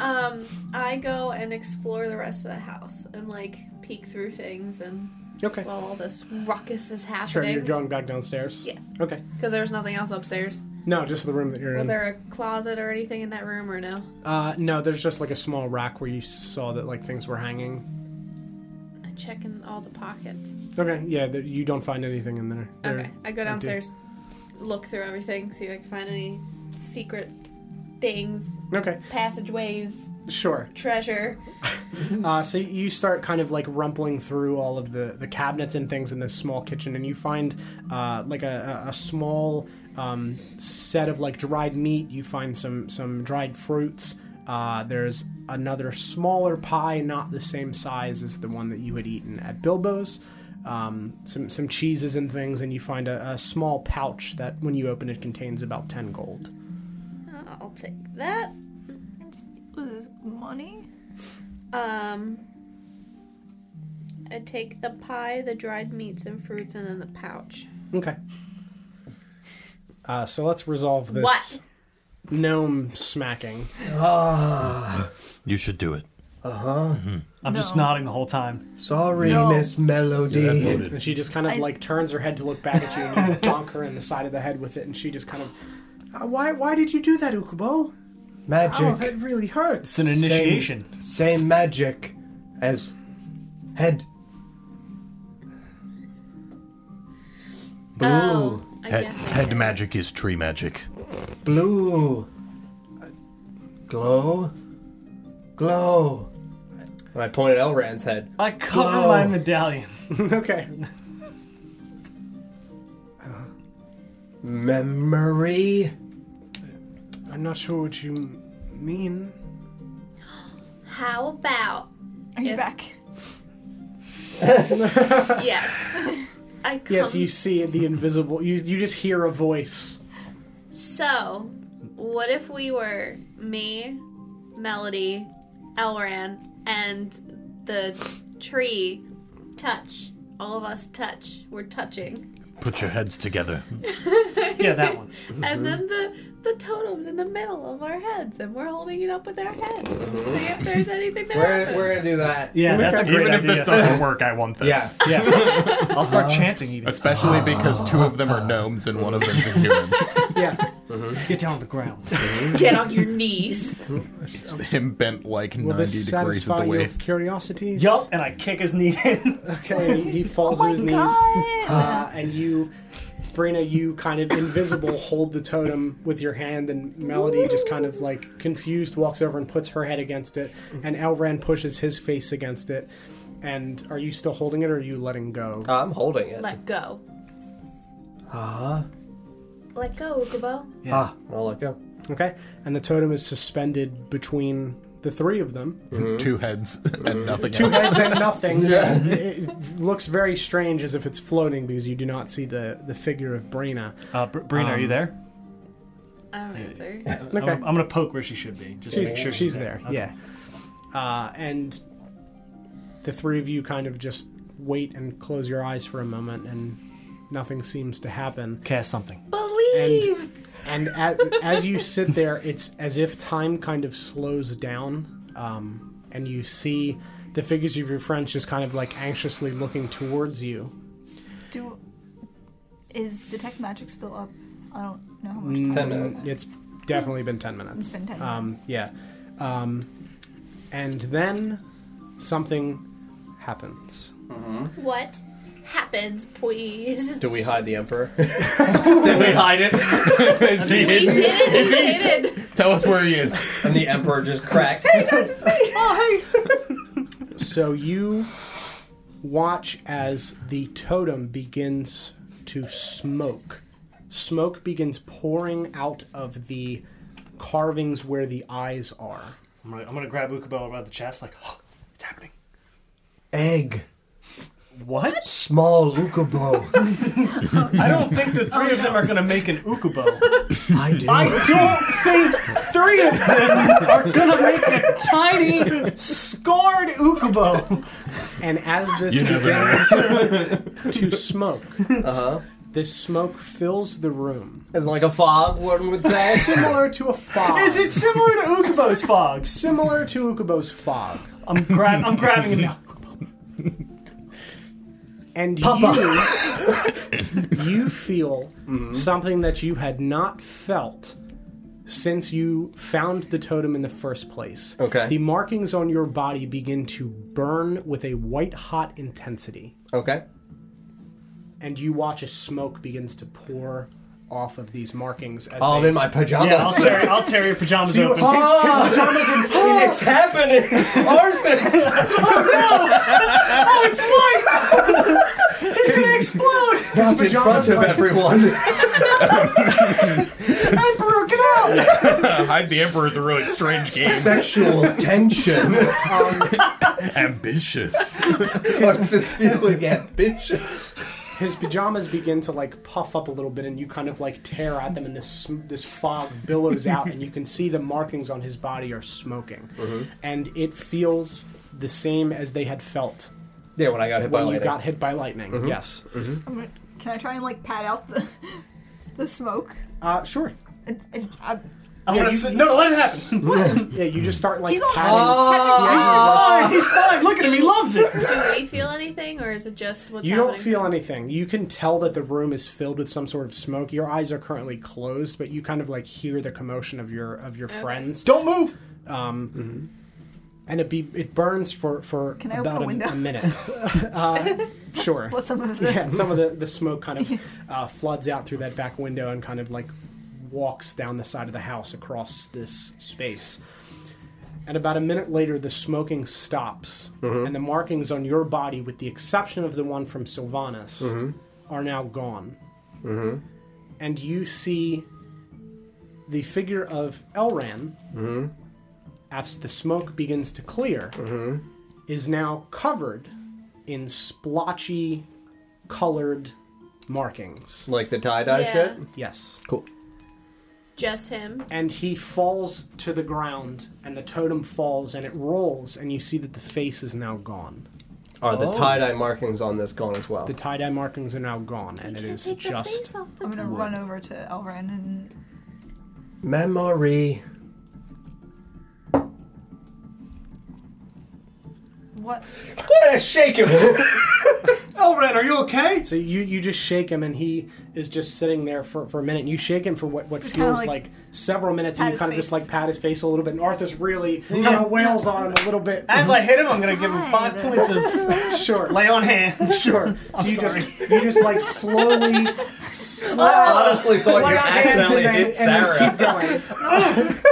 Um, I go and explore the rest of the house and like peek through things and
Okay.
while all this ruckus is
Sure, you're
happening.
going back downstairs?
yes.
Okay.
Because there was nothing else upstairs.
No, just the room that you're
Was
in.
there a closet or anything in that room or no?
Uh, no, there's just like a small rack where you saw that like things were hanging.
I check in all the pockets.
Okay, yeah, that you don't find anything in there. They're-
Okay. I go downstairs, look through everything, see if I can find any secret things,
Okay,
passageways,
sure.
treasure.
Uh, so you start kind of like rumpling through all of the, the cabinets and things in this small kitchen, and you find uh, like a, a, a small um, set of like dried meat. You find some some dried fruits. Uh, there's another smaller pie, not the same size as the one that you had eaten at Bilbo's. Um, some some cheeses and things, and you find a, a small pouch that, when you open it, contains about ten gold.
I'll take that.
And just- Was this money?
Um, I take the pie, the dried meats and fruits, and then the pouch.
Okay. Uh, so let's resolve this
What?
gnome smacking.
Ah,
You should do it.
I'm just
No.
nodding the whole time.
Sorry,
No.
Miss Melody.
And she just kind of
I-
like turns her head to look back at you, and you bonk her in the side of the head with it, and she just kind of, uh, why why did you do that, Ukubo?
magic.
Oh, that really hurts.
It's an initiation.
Same magic as head. Blue.
Oh, I
Head,
guess. I
head
did.
magic is tree magic.
Blue. Glow. Glow.
And I pointed at Elran's head.
I cover
Glow.
my medallion.
okay.
Memory.
I'm not sure what you mean.
How about
Are you
Yeah.
back?
yes? I come.
Yes, you see the invisible. You you just hear a voice.
So, what if we were me, Melody, Elran, and the tree touch? All of us touch. We're touching.
Put your heads together.
Yeah, that one.
Mm-hmm.
And then the the totem's in the middle of our heads, and we're holding it up with our heads. See if there's anything that
We're,
happens.
we're gonna do that.
Yeah, that's a great
Even if
idea. Uh,
this doesn't work, I want this.
Yes.
yeah, I'll start chanting even.
Especially because two of them are gnomes and one of them's a human.
Yeah.
Get down on the ground.
Get on your knees.
Just him bent like
Will
90
this
degrees at
satisfy
the
your
waist.
curiosities?
yup, and I kick his knee in.
Okay. He falls
oh
to
my
his knees.
god!
Uh, and you, Brina, you kind of invisible hold the totem with your hand, and Melody just kind of like confused walks over and puts her head against it, and Elran pushes his face against it. And are you still holding it, or are you letting go?
I'm holding it.
Let go.
Ah.
Let go, Ukubo.
Ah.
I'll let go.
Okay, and the totem is suspended between the three of them.
Two heads and nothing
Two
else.
heads and nothing. It, it looks very strange, as if it's floating, because you do not see the the figure of Brina.
Uh, Br- Brina, are you there?
I don't answer.
I'm, gonna- I'm gonna poke where she should be. Just to
She's,
make sure
she's, there, yeah. Uh, and the three of you kind of just wait and close your eyes for a moment, and nothing seems to happen.
Cast something.
Believe.
And as, as you sit there, it's as if time kind of slows down, um, and you see the figures of your friends just kind of like anxiously looking towards you.
Do is detect magic still up? I don't know how much time.
Ten
it is.
minutes.
It's definitely been 10 minutes.
It's been 10
um,
minutes.
Yeah. Um, and then something happens.
What happens, please?
Do we hide the emperor? Did we hide it? Is he
He
hidden?
did it. He did it.
Tell us where he is.
And the emperor just cracks. Hey, guys, it's me. Oh, hey.
So you watch as the totem begins to smoke. Smoke begins pouring out of the carvings where the eyes are.
I'm gonna, I'm gonna grab Ukubo by the chest, like, oh, it's happening.
Egg.
What?
Small Ukubo.
I don't think the three of them are gonna make an Ukubo.
I do.
I don't think three of them are gonna make a tiny, scarred Ukubo.
And as this
You never know.
begins to smoke,
Uh-huh.
Uh huh.
this smoke fills the room.
It's like a fog, one would say.
Similar to a fog.
Is it similar to Ukubo's fogs?
similar to Ukubo's fog?
I'm grab, I'm grabbing him now.
and you you feel
Mm-hmm.
something that you had not felt since you found the totem in the first place.
Okay.
The markings on your body begin to burn with a white hot intensity,
Okay.
and you watch as smoke begins to pour off of these markings as
Oh, I'm
they
in my pajamas.
Yeah, I'll tear, I'll tear your pajamas
You-
open.
his pajamas in
Oh, it's happening! Arthas!
He's gonna explode!
It's in front
pajamas
of
like-
everyone.
Emperor, get out!
Hide the Emperor is a really strange game.
Sexual tension.
Ambitious.
What's this feeling ambitious?
His pajamas begin to like puff up a little bit, and you kind of like tear at them, and this sm- this fog billows out, and you can see the markings on his body are smoking,
Mm-hmm.
and it feels the same as they had felt
Yeah, when I got hit by
when you
lightning. Mm-hmm.
got hit by lightning. Yes.
I'm gonna, can I try and like pat out the the smoke?
Uh, sure.
And, and, I,
I
Yeah,
want
you-
to. No, let it happen.
Yeah, you just start like
he's on
patting.
Oh, he's fine. Look at him. He loves it.
Do we feel anything, or is it just what's
You
happening?
don't feel anything. You can tell that the room is filled with some sort of smoke. Your eyes are currently closed, but you kind of like hear the commotion of your of your friends. Um,
Don't move.
and it be it burns for for
Can I
about a,
open a window?
a minute. uh, sure.
Let some of the
yeah, and some of the the smoke kind of uh, floods out through that back window and kind of like walks down the side of the house across this space. And about a minute later, the smoking stops, and the markings on your body, with the exception of the one from Sylvanas, are now gone. And you see the figure of Elran, as the smoke begins to clear, is now covered in splotchy colored markings.
Like the tie dye
Yeah.
shit?
Yes.
Cool.
Just him.
And he falls to the ground, and the totem falls, and it rolls, and you see that the face is now gone.
Are the tie dye markings on this gone as well?
The tie dye markings are now gone, and it
Can't
is
take the
just.
face off the
I'm gonna
top.
run over to Elren and
Memory.
what?
Let us shake him. Elren, are you okay?
So you, you just shake him, and he is just sitting there for, for a minute. You shake him for what, what
kinda
feels like,
like
several minutes, and
pat
you
his
kind of just
face.
like pat his face a little bit. And Arthur's really kind of wails on him a little bit.
As I hit him, I'm gonna give him five
God.
points of
Sure.
lay on hands.
Sure. So you just you just like slowly,
I
slowly
honestly thought you accidentally hit Sarah.
going.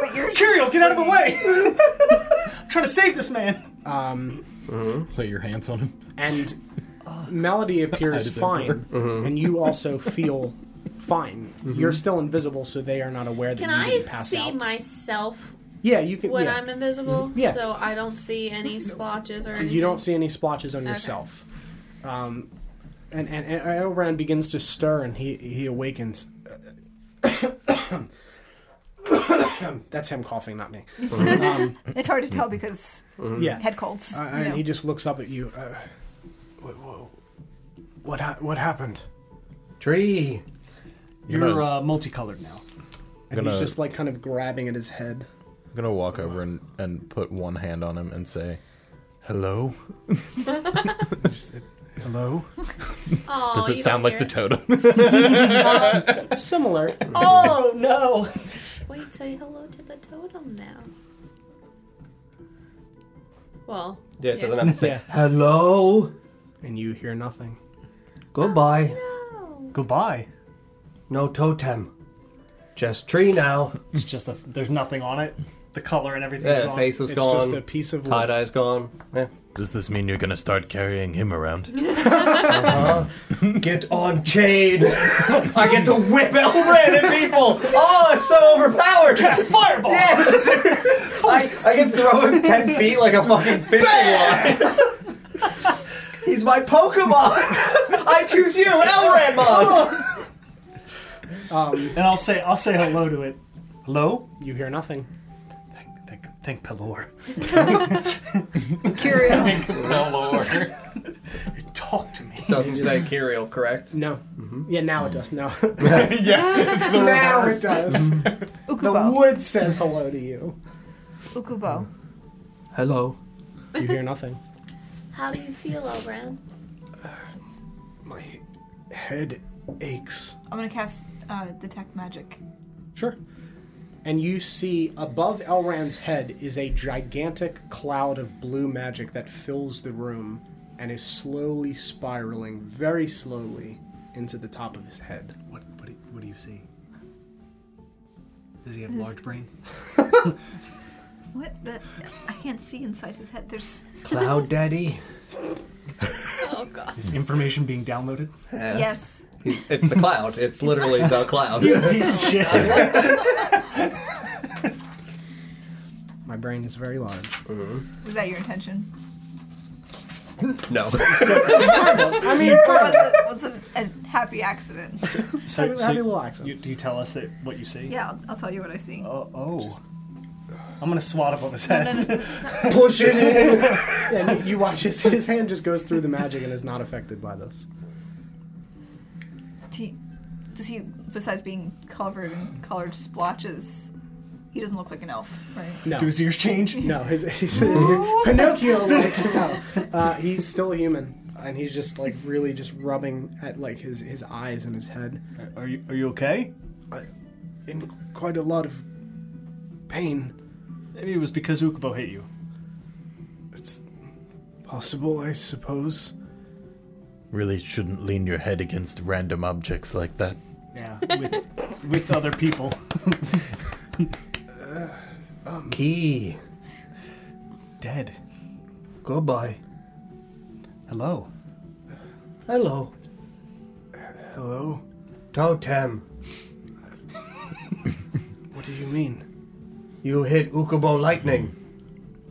But you're
Curiel, get out of the way. I'm trying to save this man.
Put your hands on him.
And Melody appears
just
fine,
Uh-huh.
and you also feel fine.
Mm-hmm.
You're still invisible, so they are not aware that
Can
you
I
didn't pass
see
out.
myself
yeah, you can.
when
yeah.
I'm invisible?
Yeah.
So I don't see any splotches or anything.
You don't see any splotches on yourself. Um, and, and, and Elran begins to stir and he, he awakens. That's him coughing, not me.
It's hard to tell because
Mm-hmm.
Yeah.
head colds.
Uh,
you
and
know.
he just looks up at you. Uh, what, what, ha- what happened?
Tree.
You're uh, multicolored now.
And he's
Gonna-
just like kind of grabbing at his head.
I'm gonna walk over and, and put one hand on him and say, "Hello."
Hello?
Aw,
Does
you
it sound
don't
like the
hear
totem?
Similar.
Oh no!
it. Wait, say hello to the totem now. Well,
Yeah, it doesn't have to think.
yeah.
Hello.
And you hear nothing.
Goodbye.
No.
Goodbye.
No totem. Just tree now.
It's just a. There's nothing on it. The color and everything's
Yeah,
gone.
face is
it's
gone.
just a piece of
Tie
wood.
dye's gone. Yeah.
Does this mean you're gonna start carrying him around?
Uh-huh. Get on chain. I get to whip Elren at people. Oh, it's so overpowered.
Cast fireball.
I, I can throw him 10 feet like a fucking fishing line. He's my Pokemon! I choose you, Elramon!
And I'll say I'll say hello to it. Hello.
You hear nothing.
Thank thank, thank Pelor.
Curiel.
Talk to me.
Doesn't say Kiriel, correct?
No. Yeah, now it does. No.
Mm-hmm. yeah. It's the
now it does. the
Ukubo.
wood says hello to you.
Ukubo.
Hello.
You hear nothing.
How do you feel, Elran?
My head aches.
I'm gonna cast uh, detect magic.
Sure. And you see above Elran's head is a gigantic cloud of blue magic that fills the room and is slowly spiraling, very slowly, into the top of his head.
What what do, you- what do you see? Does he have large brain?
What? The? I can't see inside his head. There's.
Cloud Daddy?
Oh god.
Is information being downloaded?
Yes.
It's the cloud. It's literally the cloud.
Piece of shit.
brain is very large.
Was that your intention?
No.
I mean,
was it, was it a happy accident?
So,
Happy- happy little accents.
You, do you tell us that what you see?
Yeah, I'll, I'll tell you what I see.
Oh, oh. I'm gonna swat up on his head.
Push it in.
yeah, you, you watch his, his hand just goes through the magic and is not affected by this.
Do you- does he, besides being covered in colored splotches, he doesn't look like an elf, right?
No.
Do his ears change?
No, his, his, his Pinocchio like no. Uh, he's still a human, and he's just like really just rubbing at like his his eyes and his head.
Are you Are you okay?
in quite a lot of pain.
Maybe it was because Ukubo hit you.
It's possible, I suppose.
Really shouldn't lean your head against random objects like that.
Yeah, with with other people.
Key.
Dead.
Goodbye.
Hello.
Hello.
Hello?
Totem.
What do you mean?
You hit Ukubo lightning.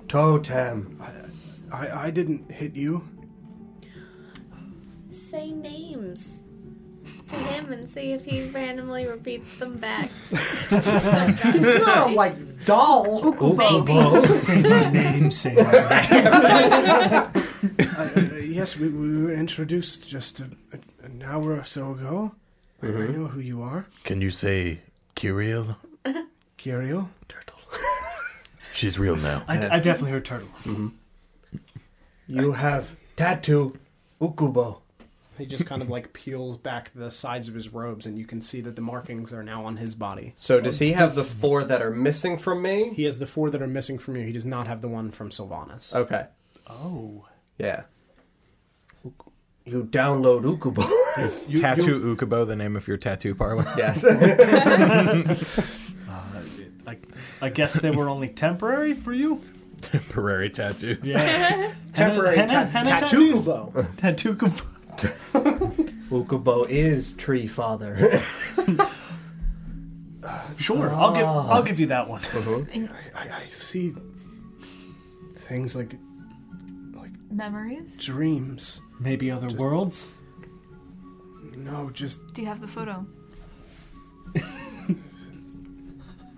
Totem.
I, I didn't hit you.
Say names to him and see if he randomly repeats them back.
He's not a like doll.
Maybe.
Oh. say my name. Say my name.
I, uh, yes, we, we were introduced just a, a, an hour or so ago. I- I
Mm-hmm.
know who you are.
Can you say Kiriel?
Kiriel.
She's real now.
I, I definitely heard turtle.
You have tattoo Ukubo.
He just kind of like peels back the sides of his robes, and you can see that the markings are now on his body.
So does he have the four that are missing from me?
He has the four that are missing from you. He does not have the one from Sylvanas.
Okay.
Oh.
Yeah. You download Ukubo.
tattoo Ukubo, the name of your tattoo parlor.
yes.
I, I guess they were only temporary for you.
Temporary tattoo.
Temporary
Henna-
ta-
henna
tattoo
tattoos?
Kubo.
Tattoo. comp-
Ukubo is tree father.
Sure, I'll give I'll give you that one.
Mm-hmm.
I, I see things like
Memories?
dreams.
Maybe other worlds.
No, just
Do you have the photo?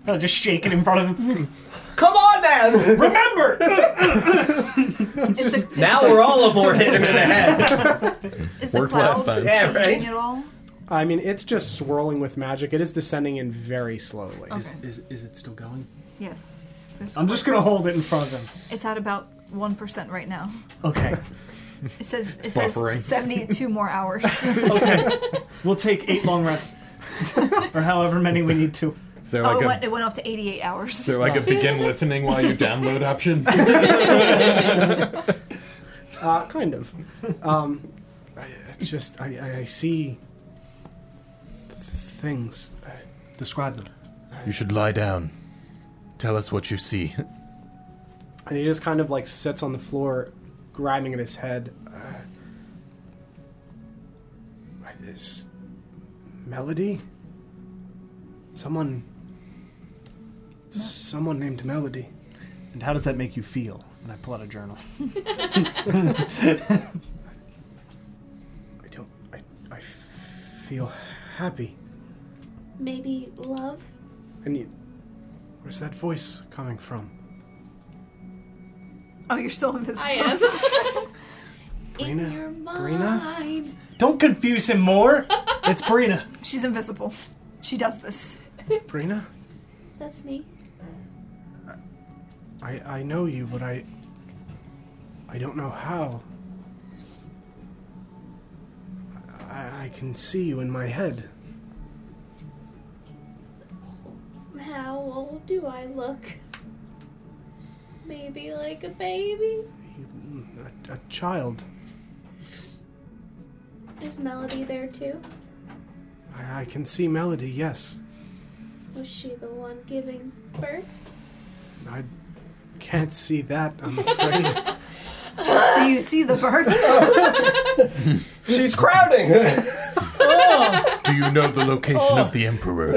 I'll just shake it in front of him.
Come on, man! Remember!
Is the,
now we're all aboard hit him in the head.
is the
Worked last
cloud
time.
Yeah,
changing
right?
at all?
I mean, it's just swirling with magic. It is descending in very slowly.
Oh.
Okay.
Is, is it still going?
Yes. It's- it's-
I'm just gonna hold it in front of him.
It's at about one percent right now.
Okay,
It says it says
buffering.
seventy-two more hours.
we'll take eight long rests, or however many we need to.
Is there
oh,
like
it
a
went, it went up to eighty-eight hours.
is there like a begin listening while you download option?
Uh, kind of. Um,
It's just I, I, I see things.
Describe them.
You should lie down. Tell us what you see.
And he just kind of like sits on the floor, grabbing at his head.
Uh, I, this melody. Someone. Someone named Melody.
And how does that make you feel? And I pull out a journal.
I don't. I, I feel happy.
Maybe love?
And you,
Where's that voice coming from?
Oh, you're still invisible.
I am. In
Brina?
your mind.
Brina?
Don't confuse him more. It's Brina.
She's invisible. She does this.
Brina?
That's me.
I, I know you, but I. I don't know how. I, I can see you in my head.
How old do I look? Maybe like a baby?
A, a child.
Is Melody there too?
I, I can see Melody, yes.
Was she the one giving birth?
I can't see that, I'm afraid.
Do you see the bird?
She's crowding!
Do you know the location
Oh.
of the Emperor?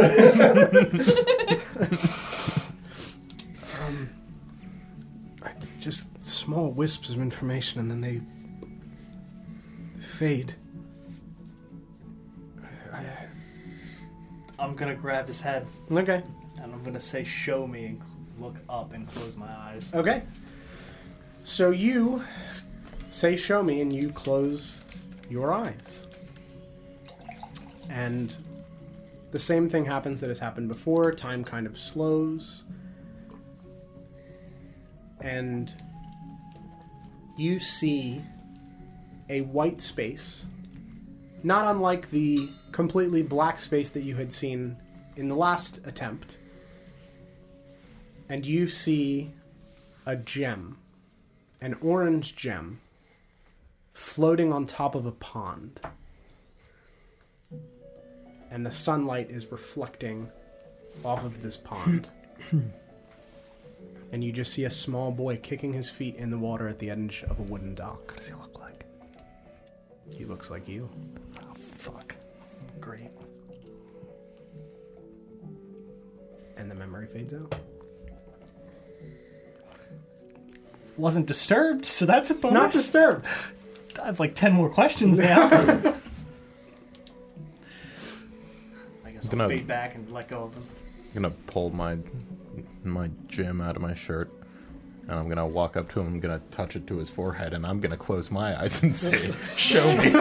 just small wisps of information and then they fade.
I'm gonna grab his head
Okay.
and I'm gonna say, "Show me," and cl- look up and close my eyes.
Okay. So you say, Show me, and you close your eyes. And the same thing happens that has happened before. Time kind of slows. And you see a white space, not unlike the completely black space that you had seen in the last attempt. And you see a gem, an orange gem, floating on top of a pond. And the sunlight is reflecting off of this pond. and you just see a small boy kicking his feet in the water at the edge of a wooden dock. What does he look like? He looks like you.
Oh fuck! Great.
And the memory fades out.
Wasn't disturbed, so that's a bonus.
Not disturbed.
I have like ten more questions now. I guess I'll
Gonna-
fade back and let go of him.
I'm gonna pull my my gem out of my shirt, and I'm gonna walk up to him. I'm gonna touch it to his forehead, and I'm gonna close my eyes and say, "Show me."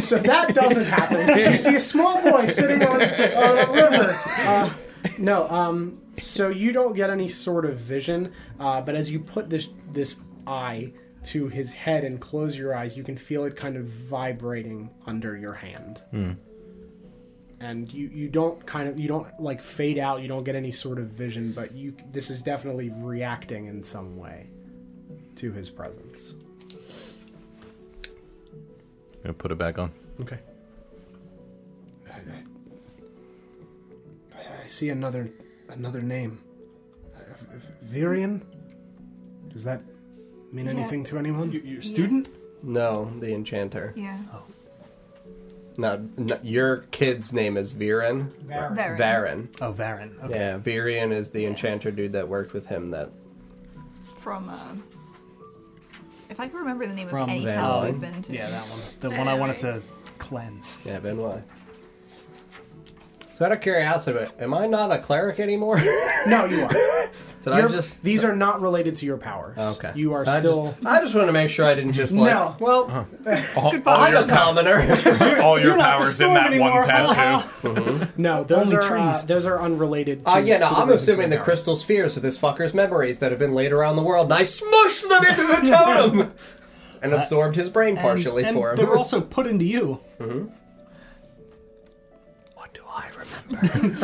So if that doesn't happen, you see a small boy sitting on, on a river. Uh, no, um, so you don't get any sort of vision, uh, but as you put this this eye to his head and close your eyes, you can feel it kind of vibrating under your hand. And you, you don't kind of you don't like fade out. You don't get any sort of vision, but you this is definitely reacting in some way to his presence.
I'm gonna put it back on.
Okay.
I see another another name. Uh, Virian? Does that mean
Yeah.
anything to anyone?
Your, your student?
No, the enchanter.
Yeah.
No, no your kid's name is Viren.
Very.
Varen.
Oh, Varen. Okay.
Yeah, Virian is the enchanter dude that worked with him. That
From, uh, if I can remember the name
From
of any
Van
towns
Loan.
we've been to.
Yeah, that one. The one I wanted to cleanse.
yeah, Benoit. So out of curiosity, am I not a cleric anymore? Did
No, you are.
I
Your-
just Oh,
these are not related to your powers.
okay?
You are
I
still.
Just, I just want to make sure I didn't just like.
No.
Well,
All,
I'm a commoner.
all your
you're not the
powers in
storm
that
anymore.
one tattoo.
No, those
Only
are Uh,
trees.
those are unrelated. To,
Uh, yeah, no,
to
I'm
reason for
assuming the
power.
crystal spheres are this fucker's memories that have been laid around the world, and I smushed them into the totem
Uh,
and absorbed his brain
And-
partially
and
for him.
They were also put into you.
what do I remember?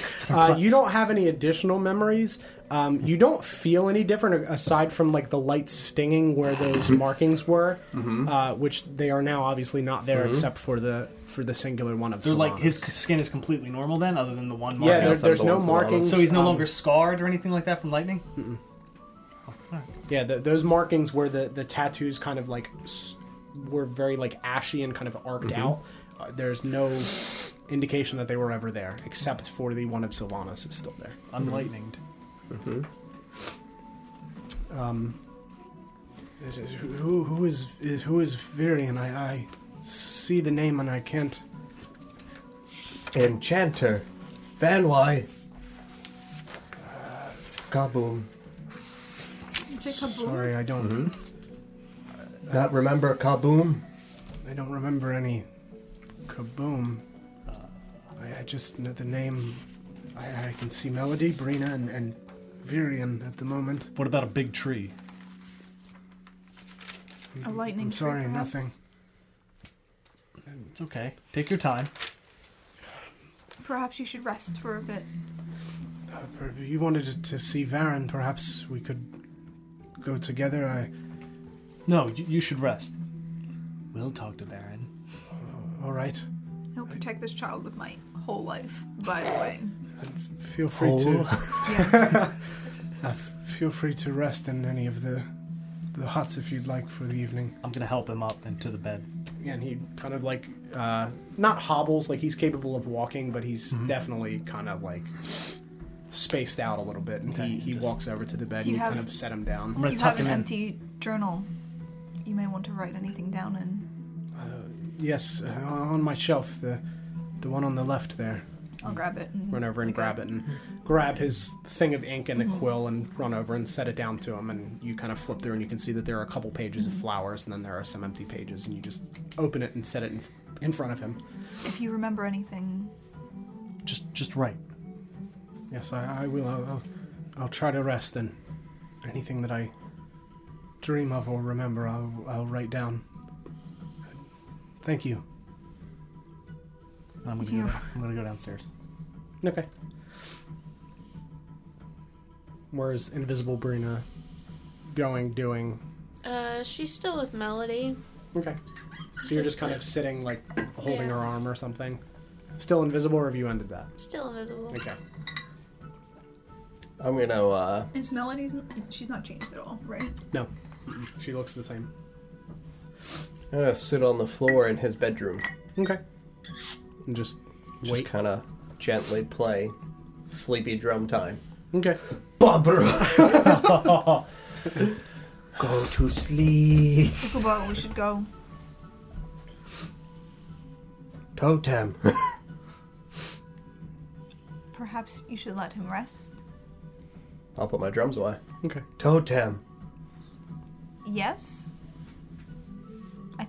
Uh, you don't have any additional memories. Um, you don't feel any different a- aside from like the light stinging where those markings were,
Mm-hmm.
uh, which they are now obviously not there except for the for the singular one of.
They're like his
Sylvanas.
skin is completely normal then, other than the one mark.
Yeah, there,
outside of
there's
the
no
ones in
markings.
so he's no
um,
longer scarred or anything like that from lightning.
Yeah, th those markings where the the tattoos kind of like s- were very like ashy and kind of arced
Mm-hmm.
out. Uh, there's no indication that they were ever there, except for the one of Sylvanas is still there.
Unlightninged.
Um, It is- Who, who is is- who is Virian? I, I see the name and I can't.
Enchanter. Vanwai. Kaboom.
Take a blue-
Sorry, I don't.
Not remember Kaboom?
I don't remember any kaboom. I, I just know the name. I, I can see Melody, Brina, and, and Virian at the moment.
What about a big tree?
A lightning
I'm sorry,
tree, perhaps.
nothing.
It's okay. Take your time.
Perhaps you should rest for a bit.
Uh, per- you wanted to, to see Varen. Perhaps we could go together. I.
No, you, you should rest. We'll talk to Baron.
All right.
I'll protect this child with my whole life, by the way.
Feel
Oh.
free to. Uh, feel free to rest in any of the the huts if you'd like for the evening.
I'm gonna help him up into the bed.
And he kind of like uh, not hobbles, like he's capable of walking, but he's definitely kind of like spaced out a little bit, and he, he
just-
walks over to the bed
Do
and you
you
kind
have-
of set him down.
I'm gonna
you
tuck
have
him
an
in.
empty journal. You may want to write anything down in.
Yes, uh, on my shelf, the the one on the left there.
I'll grab it. And
Run over and
Okay. Mm-hmm.
grab it and grab his thing of ink and a quill and run over and set it down to him. And you kind of flip through and you can see that there are a couple pages
Mm-hmm.
of flowers and then there are some empty pages. And you just open it and set it in, in front of him.
If you remember anything,
Just, just right.
Yes, I, I will. I'll, I'll, I'll try to rest, and anything that I dream of or remember, I'll, I'll write down. Thank you.
I'm gonna,
You-
go, I'm gonna go downstairs.
Okay. Where's Invisible Brina going, doing?
Uh, she's still with Melody.
Okay. So you're just kind of sitting, like holding
Yeah.
her arm or something. Still invisible, or have you ended that?
Still invisible.
Okay.
I'm gonna, uh,
is Melody's? n- She's not changed at all, right?
No. She looks the same.
I'm gonna sit on the floor in his bedroom.
Okay. And just
Just
wait.
kind of gently play sleepy drum time.
Okay.
Barbara!
Go to sleep.
Ukubo, we should go.
Totem.
Perhaps you should let him rest.
I'll put my drums away.
Okay.
Totem.
Yes. I,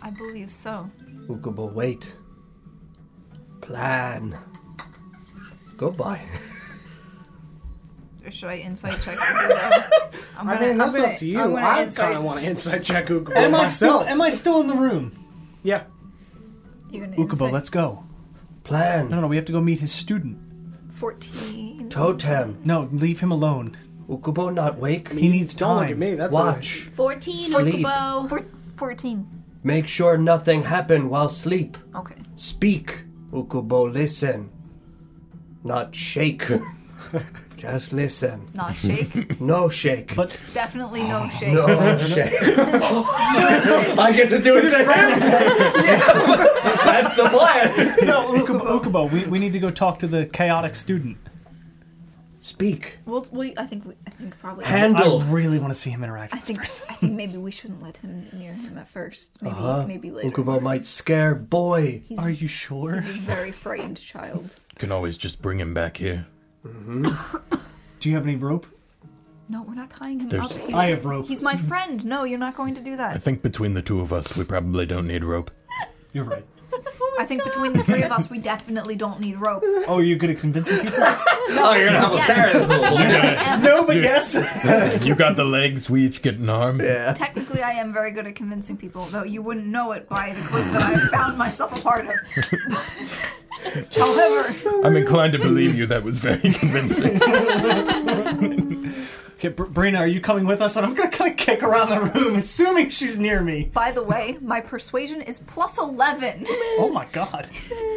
I believe so.
Ukubo, wait. Plan. Goodbye.
Or should I insight check? Ukubo? I'm
I mean, that's
I'm
up to you.
I'm gonna
I
insight-
kind of want to inside check Ukubo
Am I still?
myself.
Oh, Am I still in the room?
yeah.
You're gonna
Ukubo,
insight-
let's go.
Plan.
No, no, we have to go meet his student.
Fourteen.
Totem.
No, leave him alone.
Ukubo, not wake.
He needs time.
Don't Oh, look at me. That's
Watch.
14,
Sleep.
Ukubo.
Four- Fourteen.
Make sure nothing happen while sleep.
Okay.
Speak, Ukubo. Listen. Not shake. Just listen.
Not shake.
No shake.
But
Definitely no
Oh,
shake.
no shake. I get to do it. That's the plan.
no, Ukubo, Ukubo we, we need to go talk to the chaotic student.
Speak.
We'll, we, I think. We, I think probably.
Handle.
I really want to see him interact.
I
with this
think. I
person.
think maybe we shouldn't let him near him at first. Maybe. Maybe later.
Ukubo might scare boy.
He's,
Uh-huh. Are you sure?
he's a very frightened child.
Can always just bring him back here.
Do you have any rope?
No, we're not tying him
There's-
up. He's,
I have rope.
He's my friend. No, you're not going to do
I
that.
think between the two of us, we probably don't need rope.
You're right.
I think between the three of us, we definitely don't need rope.
Oh, you're good at convincing people.
Oh, you're gonna have a scare this little
no, but yes.
you got the legs, we each get an arm.
Yeah.
Technically, I am very good at convincing people, though you wouldn't know it by the group that I found myself a part of. However,
I'm inclined to believe you. That was very convincing.
Okay, Br- Brina, are you coming with us? And I'm gonna kind of kick around the room, assuming she's near me.
by the way, my persuasion is plus 11.
Oh my god,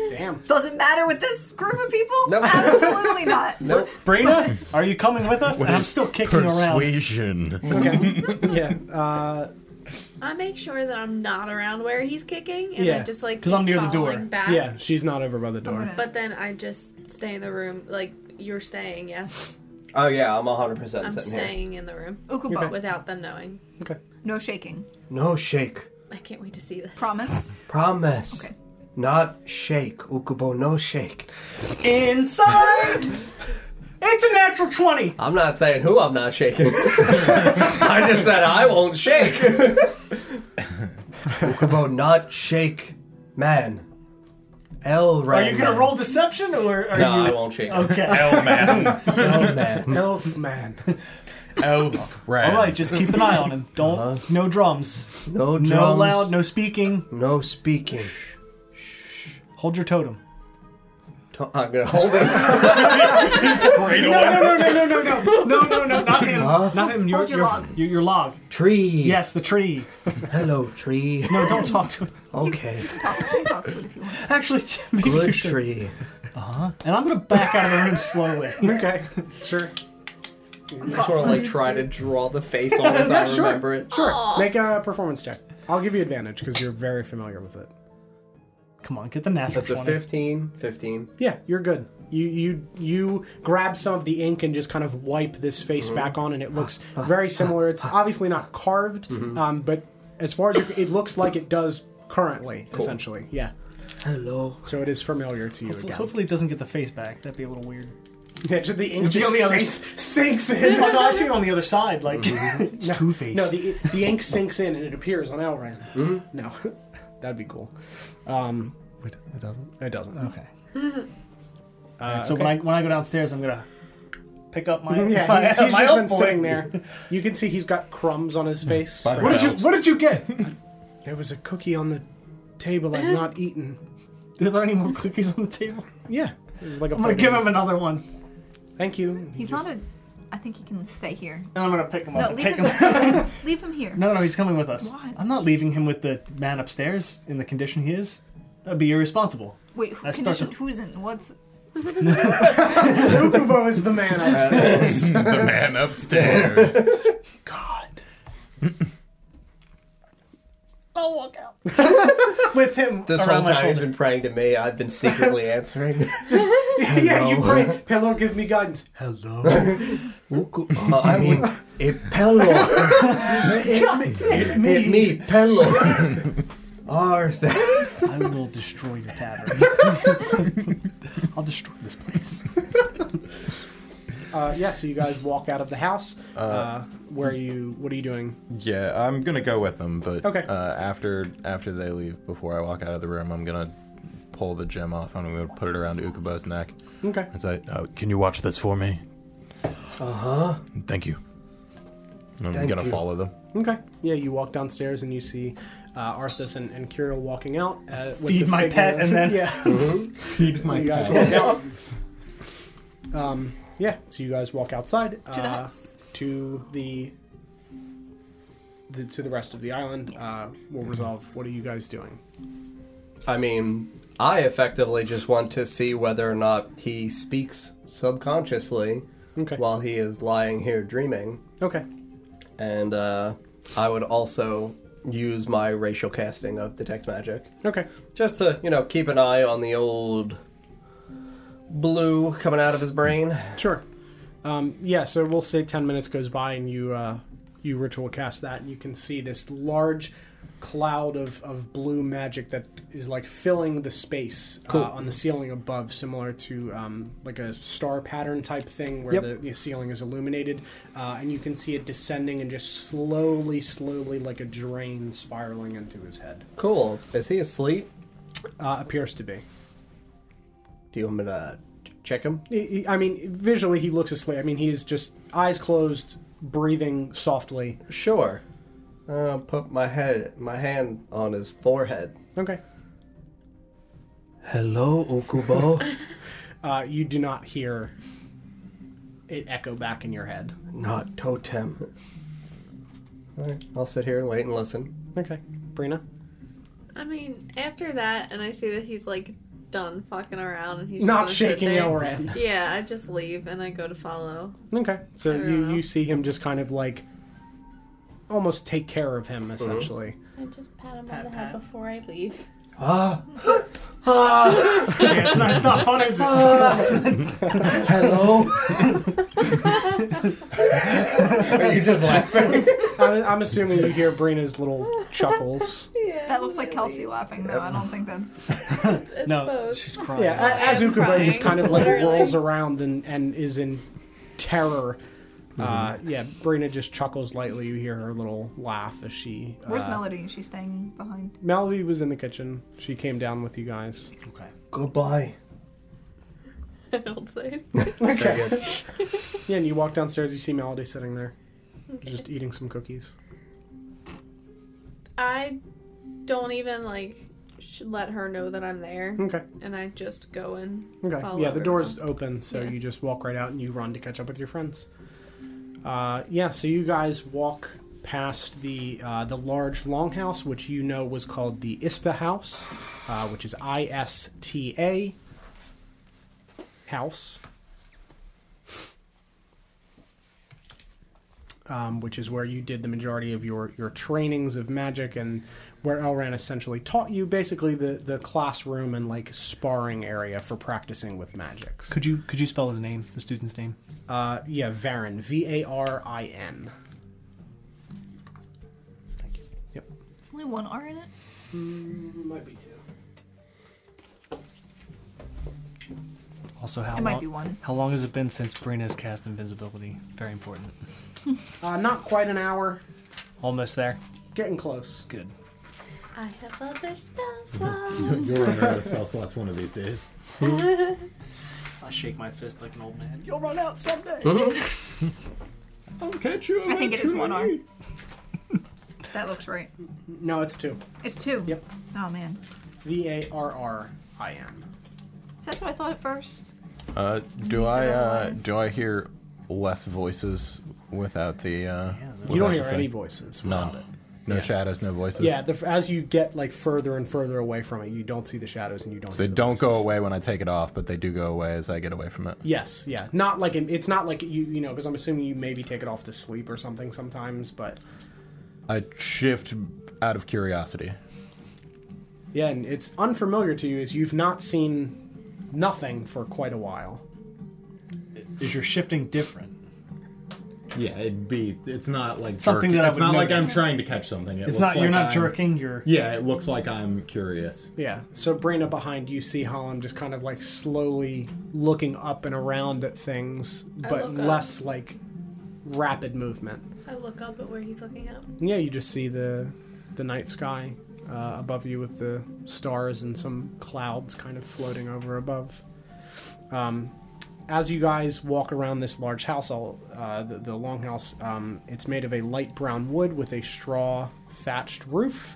Damn.
Does it matter with this group of people? Absolutely not.
Nope.
Brina, are you coming with us? And I'm still kicking around.
Persuasion.
Okay. yeah. Uh,
I make sure that I'm not around where he's kicking, and
Yeah,
I just like
'cause I'm
keep
near the door.
following Back.
yeah. She's not over by the door.
gonna-
But then I just stay in the room, like you're staying. Yes,
Oh, yeah, I'm 100%
I'm
sitting here.
staying in the room
Ukubo,
without them knowing.
Okay.
no shaking.
No shake.
I can't wait to see this.
Promise.
Promise.
Okay.
Not shake. Ukubo, no shake.
Inside, it's a natural twenty.
I'm not saying who I'm not shaking. I just said I won't shake.
Ukubo, not shake. Man. L
Are you gonna roll deception or are
No, I
you?
won't shake.
Okay.
L man.
Elf man.
Elf. Right.
All right, just keep an eye on him. Don't no drums,
Uh-huh. No drums.
no loud, no speaking.
No speaking.
Hold your totem.
To- I'm gonna hold it.
No, no, no, no, no, no, no, no, no, no, not him, not him. Your,
Hold your
your,
log.
Your, your log.
Tree.
Yes, the tree.
Hello, tree.
No, don't talk to him.
Okay.
Talk, you can talk to it if you want.
Actually, maybe you
Good
should.
tree.
And I'm gonna back out of the room slowly.
okay. Sure.
sort of like try to draw the face on as I remember it.
Sure. Make a performance check. I'll give you advantage because you're very familiar with it.
Come on, get the natural
That's a
20.
15, 15.
Yeah, you're good. You you you grab some of the ink and just kind of wipe this face back on, and it looks very similar. It's obviously not carved, um, but as far as you, it looks like it does currently, essentially. Yeah.
Hello.
So it is familiar to you
Hopefully,
again.
hopefully it doesn't get the face back. That'd be a little weird.
Yeah, just the ink
It'd be
just
on the other
sinks, sinks in.
no, I see it on the other side. Like it's Two Face.
No, the the ink sinks in and it appears on Elran.
Mm-hmm.
No, that'd be cool. Um,
Wait, it doesn't.
it doesn't.
Okay.
Uh,
Alright, so when I when I go downstairs, I'm gonna pick up my
Yeah,
Mm-hmm. my,
he's, he's
my
just
elf
been
boy.
sitting there. You can see he's got crumbs on
Mm-hmm.
his face.
By the
What did
bell.
you?
What did you get?
There was a cookie on the table
Uh-huh.
I've not eaten.
Are there any more cookies on the table?
Yeah, it was like a
I'm gonna
plate
give
of-
him another one,
Thank you. He
He's
just-
not a. I think he can stay here.
and I'm gonna pick him
No,
up and
leave
take
him.
him.
leave him here.
No, no, he's coming with us.
Why?
I'm not leaving him with the man upstairs in the condition he is. That'd be irresponsible.
Wait, who,
That's not
condition who's in? What's?
Ukubo is the man upstairs.
the man upstairs.
God. I'll walk out. With him
This whole
around my
time he's
shoulder.
been praying to me. I've been secretly answering.
yeah, you pray. Pillow, give me guidance.
Uh, I mean, a pillow.
Hit me.
Hit me, pillow. Arthur.
I will destroy your tavern. I'll destroy this place.
Uh, yeah, so you guys walk out of the house. Uh, where are you? What are you doing?
yeah, I'm gonna go with them, but
Okay.
uh, after after they leave, before I walk out of the room, I'm gonna pull the gem off and I'm gonna put it around Ukubo's neck.
Okay.
It's like, uh, can you watch this for me?
Uh-huh.
Uh huh. Thank you.
And I'm
Thank
gonna
you.
follow them.
Okay. Yeah, you walk downstairs and you see uh, Arthas and, and Kira walking out. Uh, with
Feed
the
my
figure-
pet and then-
yeah,
Feed my
you guys walk out. Um, yeah, so you guys walk outside uh,
To the house.
to the, the to the rest of the island. Uh, we'll resolve. What are you guys doing?
I mean, I effectively just want to see whether or not he speaks subconsciously
Okay.
while he is lying here dreaming.
Okay.
And uh, I would also use my racial casting of detect magic
Okay.
just to, you know, keep an eye on the old blue coming out of his brain.
Sure. Um, yeah, so we'll say 10 minutes goes by and you uh, you ritual cast that, and you can see this large cloud of, of blue magic that is like filling the space uh, on the ceiling above, similar to um, like a star pattern type thing where
Yep.
the, the ceiling is illuminated. Uh, and you can see it descending and just slowly, slowly, like a drain spiraling into his head.
Cool. Is he asleep?
Uh, appears to be.
Do you want me to check him?
He- he- I mean, visually, he looks asleep. I mean, he is just eyes closed, breathing softly.
Sure. Uh, put my head, my hand on his forehead.
Okay.
Hello, Okubo.
uh, you do not hear it echo back in your head.
Not totem. Alright, I'll sit here and wait and listen.
Okay, Brina.
I mean, after that, and I see that he's like done fucking around and he's just
Not
gonna sit
shaking
there.
Elrond.
Yeah, I just leave and I go to follow.
Okay, so
I don't
you,
know.
you see him just kind of like almost take care of him essentially.
I just pat him on the head before I leave.
Ah.
Yeah, it's, not, it's not fun, is
Uh,
it?
Hello.
Are you just laughing?
I'm, I'm assuming you hear Brina's little chuckles.
Yeah,
That looks like Kelsey laughing though. I don't think that's.
It's
no,
both.
she's crying.
Yeah, a- Uh, as
I'm
Ukubo just
crying,
kind of like
literally.
rolls around and, and is in terror. Uh, yeah, Brina just chuckles lightly. You hear her little laugh as she. Uh,
Where's Melody? She's staying behind.
Melody was in the kitchen. She came down with you guys.
Okay.
Goodbye.
I don't say.
Very good.
Yeah, and you walk downstairs, you see Melody sitting there, just eating some cookies.
I don't even like sh- let her know that I'm there,
Okay.
and I just go and
Okay.
Follow
yeah, the door's
everyone else.
open, so
Yeah.
you just walk right out and you run to catch up with your friends. Uh, yeah, so you guys walk past the uh, the large longhouse, which you know was called the Ista House, uh, which is I S T A house. um, which is where you did the majority of your, your trainings of magic and where Elran essentially taught you basically the, the classroom and like sparring area for practicing with magics.
Could you could you spell his name, the student's name?
Uh, yeah, Varin. V A R I N. Yep.
There's only one R in it.
Might be two.
Also, how
It
long?
might be one.
How long has it been since Brina's cast invisibility? Very important.
Uh, not quite an hour.
Almost there.
Getting close.
Good.
I have other spell slots.
You're running out of spell slots one of these days.
I shake my fist like an old man. You'll run out someday.
I'll catch you
I think it is one R. that looks right.
No, it's two.
It's two.
Yep.
Oh man.
V A R R I N.
Is that what I thought at first?
Uh, do I uh,
otherwise.
do I hear less voices without the? Uh,
You
without
don't
the
hear
thing?
any voices.
None. No shadows, no voices.
Yeah, the, f- as you get like further and further away from it, you don't see the shadows and you don't.
They
hear the
don't go
voices.
away when I take it off, but they do go away as I get away from it.
Yes, yeah, not like in, it's not like you you know because I'm assuming you maybe take it off to sleep or something sometimes, but
I shift out of curiosity.
yeah, and it's unfamiliar to you is you've not seen nothing for quite a while.
Is your shifting different?
Yeah, it'd be. It's not like
Something
jerky.
that I
It's
would
not like I'm
notice.
trying to catch something. It
It's
looks
not. you're
like
not
I'm-
jerking. You're.
Yeah, it looks like I'm curious.
Yeah. So Brina behind you see Holland just kind of like slowly looking up and around at things, but
look up.
less like rapid movement.
I look up at where he's looking up.
Yeah, you just see the the night sky uh, above you with the stars and some clouds kind of floating over above. Um, as you guys walk around this large house, I'll, uh, the, the longhouse, um, it's made of a light brown wood with a straw thatched roof.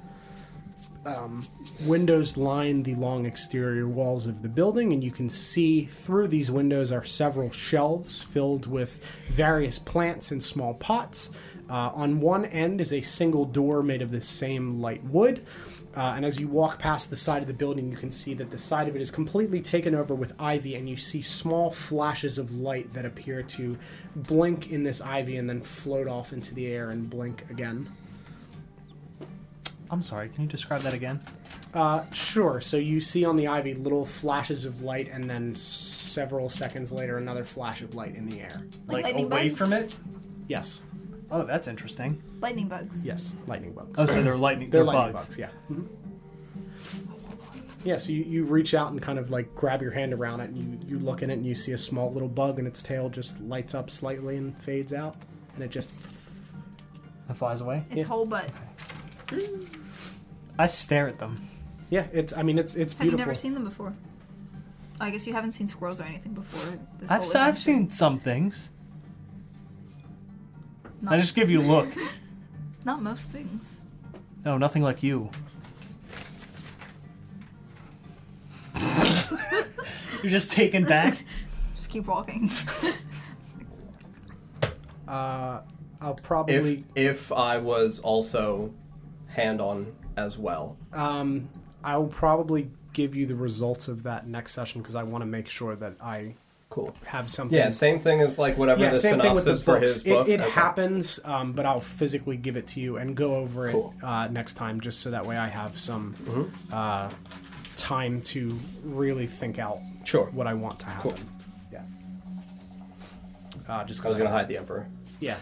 Um, windows line the long exterior walls of the building, and you can see through these windows are several shelves filled with various plants in small pots. Uh, on one end is a single door made of this same light wood. Uh, and as you walk past the side of the building, you can see that the side of it is completely taken over with ivy, and you see small flashes of light that appear to blink in this ivy and then float off into the air and blink again.
I'm sorry. Can you describe that again?
Uh, sure, so you see on the ivy little flashes of light, and then several seconds later, another flash of light in the air.
Like
Like,
lightning
away
bugs?
from it.
Yes,
Oh, that's interesting.
Lightning bugs.
yes, lightning bugs.
Oh, so they're lightning.
They're
They're,
lightning
bugs.
bugs, yeah. Mhm. Yeah, so you, you reach out and kind of like grab your hand around it, and you, you look in it, and you see a small little bug, and its tail just lights up slightly and fades out, and it just
It flies away.
Its whole butt.
I stare at them.
yeah, it's I mean it's it's
Have you
beautiful.
never seen them before? Oh, I guess you haven't seen squirrels or anything before. This
I've,
whole
se- I've
adventure.
seen some things.
Not,
I just give you a look.
not most things.
No, nothing like you. You're just taken back.
Just keep walking.
I'll probably
If if I was also hand on as well.
um, I'll probably give you the results of that next session because I want to make sure that I
Cool.
have something.
Yeah, same thing as like whatever
Yeah,
the
same thing with the
synopsis for
books.
his book.
It, it
Okay.
happens, um, but I'll physically give it to you and go over it
Cool. Mm-hmm.
uh, next time, just so that way I have some uh, time to really think out
Sure.
what I want to happen.
Cool.
Yeah. Uh, just
I
because
was gonna hide the emperor.
Yeah.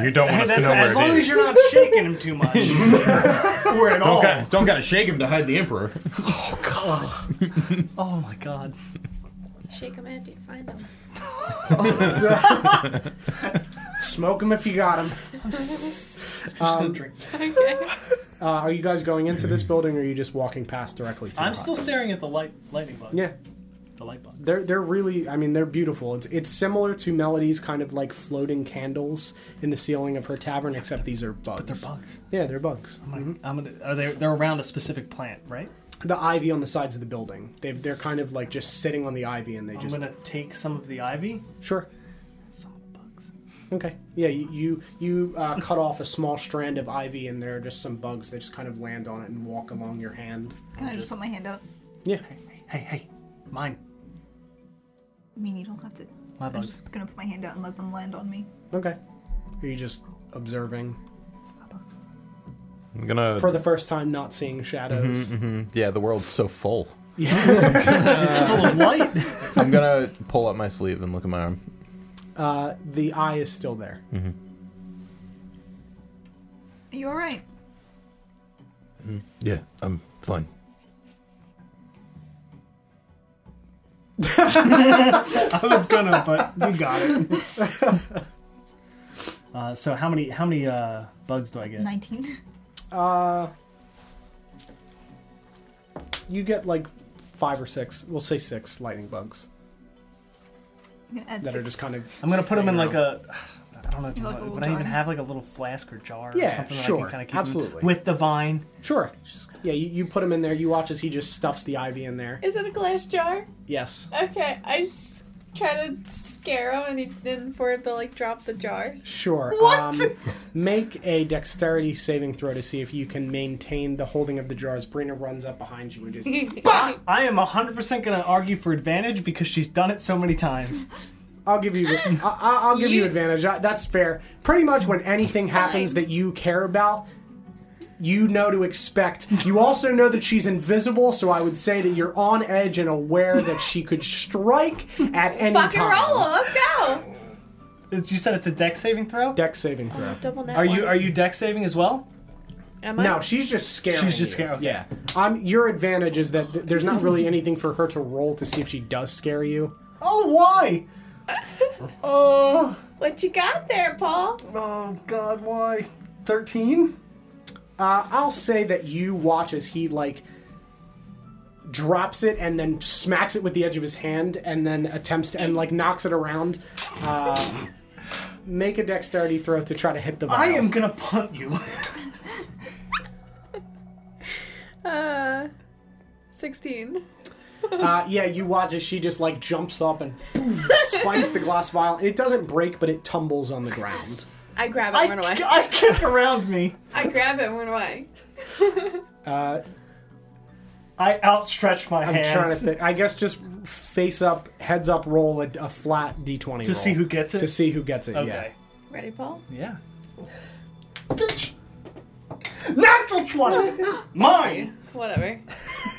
You don't want us to know where
as long as you're not shaking him too much. or at all.
gotta, don't gotta shake him to hide the emperor.
Oh my god.
Shake him after you find him.
Smoke them if you got them.
Okay.
Uh, are you guys going into this building, or are you just walking past directly to?
I'm
the hut?
still staring at the light lightning bug.
Yeah.
The light bug.
They're they're really I mean they're beautiful. It's it's similar to Melody's kind of like floating candles in the ceiling of her tavern, except these are bugs.
They're bugs.
Yeah, they're bugs.
I'm gonna, I'm gonna are they they're around a specific plant, right?
The ivy on the sides of the building. They they're kind of like just sitting on the ivy and they just
I'm gonna take some of the ivy.
sure.
Some of the bugs.
Okay. Yeah, you you, you uh, cut off a small strand of ivy and there are just some bugs. They just kind of land on it and walk along your hand.
Can I just put my hand out?
Yeah.
Hey, hey, hey. Mine.
I mean, you don't have to
My
I'm
bugs.
just gonna put my hand out and let them land on me.
Okay. Are you just observing
I'm gonna.
for the first time, not seeing shadows?
Mm-hmm,
yeah, the world's so full.
It's full of light.
I'm gonna pull up my sleeve and look at my arm.
Uh,
mm-hmm.
the eye is still there.
Are you alright?
Yeah, I'm fine.
I was gonna, but you got it. Uh, so how many how many uh, bugs do I get?
19.
Uh, you get like five or six. We'll say six lightning bugs
I'm gonna add
that are
six.
just kind of.
I'm gonna put them in like
hanging around.
a. I don't know.
Like a
Like
little
would I even
jar?
have like a little flask or jar?
Yeah,
or something That I
sure,
can kinda keep 'em
absolutely.
With the vine.
Sure. Yeah, you, you put him in there. You watch as he just stuffs the ivy in there.
Is it a glass jar?
Yes.
Okay, I s- try to scare him and he didn't for him to like drop the jar.
Sure.
What?
Um, make a dexterity saving throw to see if you can maintain the holding of the jars. Brina runs up behind you and just.
I am 100% gonna argue for advantage because she's done it so many times.
I'll give you. I, I- I'll give you,
You-
advantage. I, that's fair. Pretty much when anything happens
Fine.
that you care about, you know to expect. You also know that she's invisible, so I would say that you're on edge and aware that she could strike at any
Fucking
time.
roll him, let's go!
It's- You said it's a dex saving throw.
Dex saving throw.
Double net
Are you
one.
are you dex saving as well?
Am I?
No, she's just scaring.
She's just
you.
scared. Okay.
Yeah. Um, your advantage is that th- there's not really anything for her to roll to see if she does scare you.
Oh why? Oh.
What you got there, Paul?
Oh God, why? Thirteen.
Uh, I'll say that you watch as he like drops it and then smacks it with the edge of his hand and then attempts to and like knocks it around. Uh, make a dexterity throw to try to hit the. Vial.
I am gonna punt you.
Uh, 16.
Uh, yeah, you watch as she just like jumps up and boom, spikes the glass vial. It doesn't break, but it tumbles on the ground.
I grab it
I,
and run away.
I kick around me.
I grab it and run away.
Uh,
I outstretch my
I'm
hands
trying to think. I guess just face up, heads up, roll a, a flat d20
to see who gets it.
to see who gets it.
okay.
Ready, Paul?
Yeah. Natural twenty. Mine.
Whatever.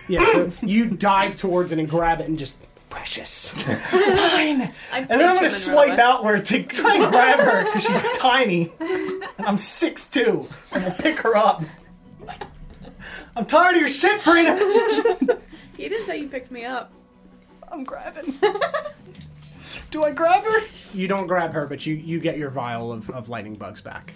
Yeah. Yeah. So you dive towards it and grab it and just precious.
I
And then I'm gonna swipe outward to try and grab her because she's tiny. And I'm 6'2. And I'll pick her up. I'm tired of your shit, Brina!
You didn't say you picked me up.
I'm grabbing.
Do I grab her?
You don't grab her, but you, you get your vial of, of lightning bugs back.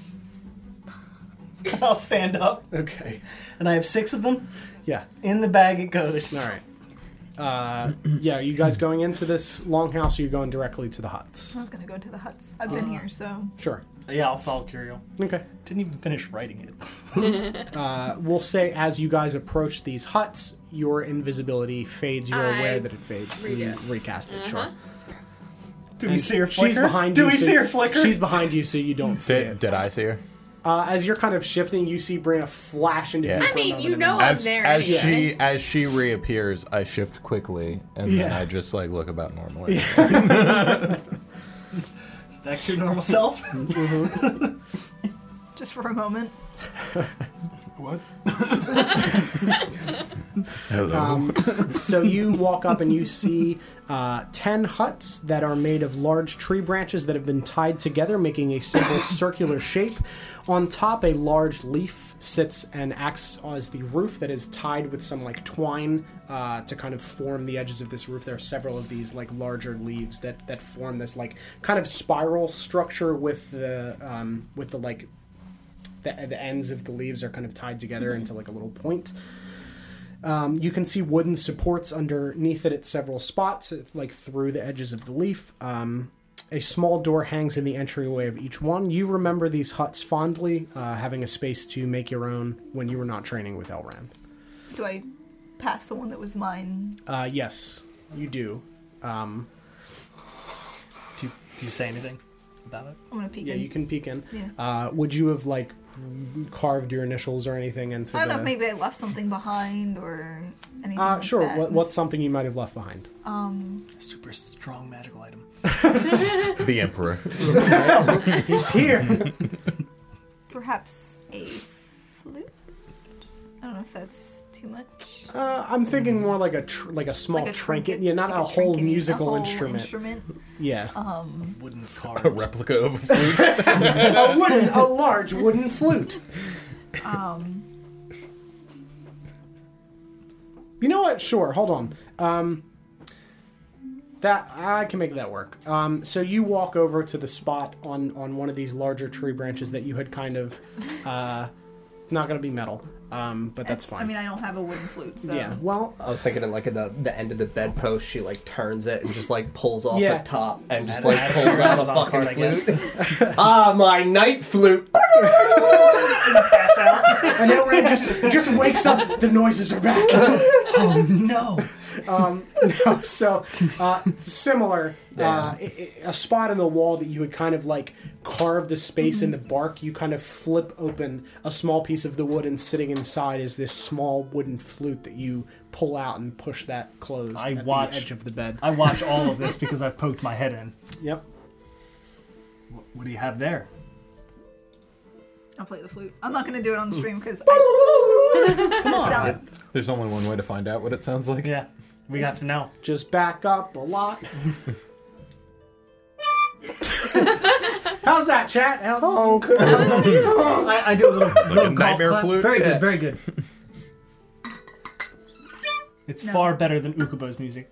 I'll stand up.
Okay.
And I have six of them.
Yeah.
In the bag it goes.
All right. Uh, yeah, are you guys going into this longhouse or you going directly to the huts?
I was gonna go to the huts. I've been here, so.
Sure.
Yeah, I'll follow Curio.
Okay.
Didn't even finish writing it.
Uh, we'll say as you guys approach these huts, your invisibility fades. You're
I
aware that it fades.
read
you
it.
recast it, sure.
Do we see her flicker?
She's behind
Do
you.
we
so-
see her flicker?
She's behind you, so you don't see
Did,
it.
did I see her?
Uh, as you're kind of shifting, you see Brina flash into
Yeah.
view
I
for a
mean,
moment
you
and
know
then-
I'm
As,
Oh, there
as
anyway.
she as she reappears, I shift quickly and then
Yeah.
I just like look about normally.
Back to your normal self.
Just for a moment.
What?
Hello.
Um, so you walk up and you see uh, 10 huts that are made of large tree branches that have been tied together, making a simple circular shape. On top, a large leaf sits and acts as the roof that is tied with some like twine uh, to kind of form the edges of this roof. There are several of these like larger leaves that that form this like kind of spiral structure with the um, with the like the, the ends of the leaves are kind of tied together into like a little point. Um, you can see wooden supports underneath it at several spots, like through the edges of the leaf. Um, a small door hangs in the entryway of each one. You remember these huts fondly, uh, having a space to make your own when you were not training with Elrond.
Do I pass the one that was mine?
Uh, yes, you do.
do, you, do you say anything? about it?
I'm gonna peek
Yeah,
in.
you can peek in.
Yeah.
Uh, would you have like carved your initials or anything into
I don't know if
the?
maybe I left something behind or anything.
uh,
like
sure.
that.
What, what's something you might have left behind?
Um,
Super strong magical item.
The Emperor.
He's here.
perhaps a flute. I don't know if that's too much.
uh, I'm thinking more like a tr- like a small
Like a
trinket. Yeah, not
like
a, whole
trinket, Oh,
musical
a whole
instrument.
instrument.
Yeah,
Um,
Wooden carved.
A replica of a flute.
a wooden, a large wooden flute.
um,
You know what? Sure. Hold on. Um, that I can make that work. Um, so you walk over to the spot on on one of these larger tree branches that you had kind of, uh, not gonna be metal. Um, but that's
it's-
fine.
I mean, I don't have a wooden flute, so
yeah. Well,
I was thinking, in like at the, the end of the bedpost, she like turns it and just like pulls off
Yeah.
the top and just
that
like
an
pulls
attitude?
out a
It's on the
fucking
card, I guess.
flute. ah, my night flute.
Pass out.
and then when it just just wakes up, the noises are back.
oh no.
No, so uh, similar, uh, i- i- a spot in the wall that you would kind of like carve the space in the bark. You kind of flip open a small piece of the wood, and sitting inside is this small wooden flute that you pull out and push that closed
I
at the
watched-
edge of the bed.
I watch all of this because I've poked my head in.
Yep.
What, what do you have there?
I'll play the flute. I'm not gonna do it on the stream because I
Come on.
sound.
There's only one way to find out what it sounds like.
Yeah, we have to know.
Just back up a lot. How's that, chat? Hello.
I, I do a little, little golf
nightmare
clap.
flute?
Very
Yeah.
good, very good. It's
No.
far better than Ukubo's music.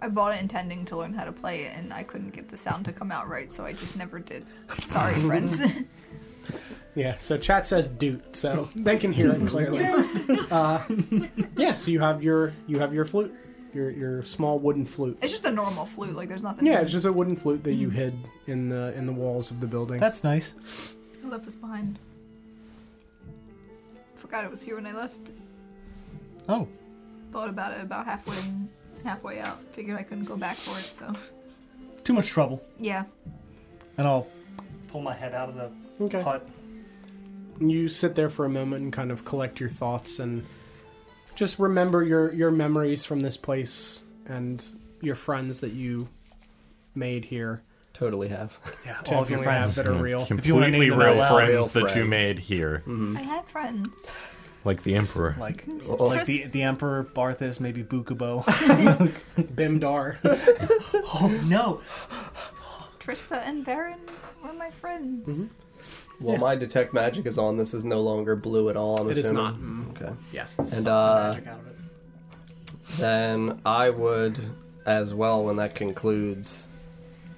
I bought it intending to learn how to play it, and I couldn't get the sound to come out right, so I just never did. Sorry, friends.
Yeah, so chat says doot, so they can hear it clearly. uh, yeah, so you have your you have your flute, your your small wooden flute.
it's just a normal flute. Like there's nothing.
Yeah, it's just a wooden flute that you hid in the in the walls of the building.
That's nice.
I left this behind. Forgot it was here when I left.
Oh,
Thought about it about halfway in, halfway out. Figured I couldn't go back for it, so
too much trouble.
yeah.
And I'll pull my head out of the
Okay.
hut.
You sit there for a moment and kind of collect your thoughts and just remember your your memories from this place and your friends that you made here.
Totally have.
Yeah, all of your
Definitely have
friends.
that are real.
If you wanna
Completely
name them
real
out loud,
friends
real
that you
friends.
made here,
Mm-hmm.
I had friends.
like the Emperor.
Like,
Oh.
like the the Emperor, Barthas, maybe Bukubo.
Bimdar.
oh no!
Trista and Baron were my friends.
Mm-hmm.
Well, my detect magic is on. This is no longer blue at all. I'm
It is
assuming.
not.
Okay.
Yeah.
And
Suck the
uh,
magic mm, out of it.
then I would, as well, when that concludes,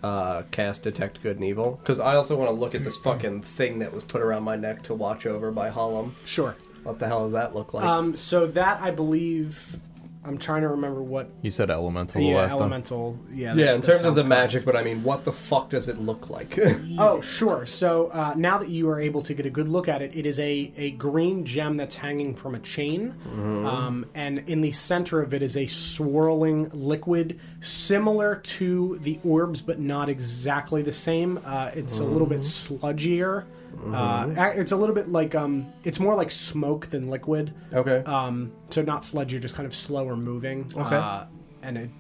uh, cast detect good and evil because I also want to look at this fucking thing that was put around my neck to watch over by Hollum.
Sure.
What the hell does that look like?
Um so that I believe I'm trying to remember what
You said elemental the
yeah,
last time.
elemental. Yeah.
yeah,
that-
in
that
terms of
sounds
the
correct.
magic, but I mean, what the fuck does it look like?
Oh, sure. So uh, now that you are able to get a good look at it, it is a, a green gem that's hanging from a chain.
Mm-hmm.
Um, and in the center of it is a swirling liquid similar to the orbs, but not exactly the same. Uh, it's a little bit
Mm-hmm.
sludgier. Uh, ac- it's a little bit like um, it's more like smoke than liquid.
okay.
Um, so not sludgy, just kind of slower moving.
Okay.
Uh, and it,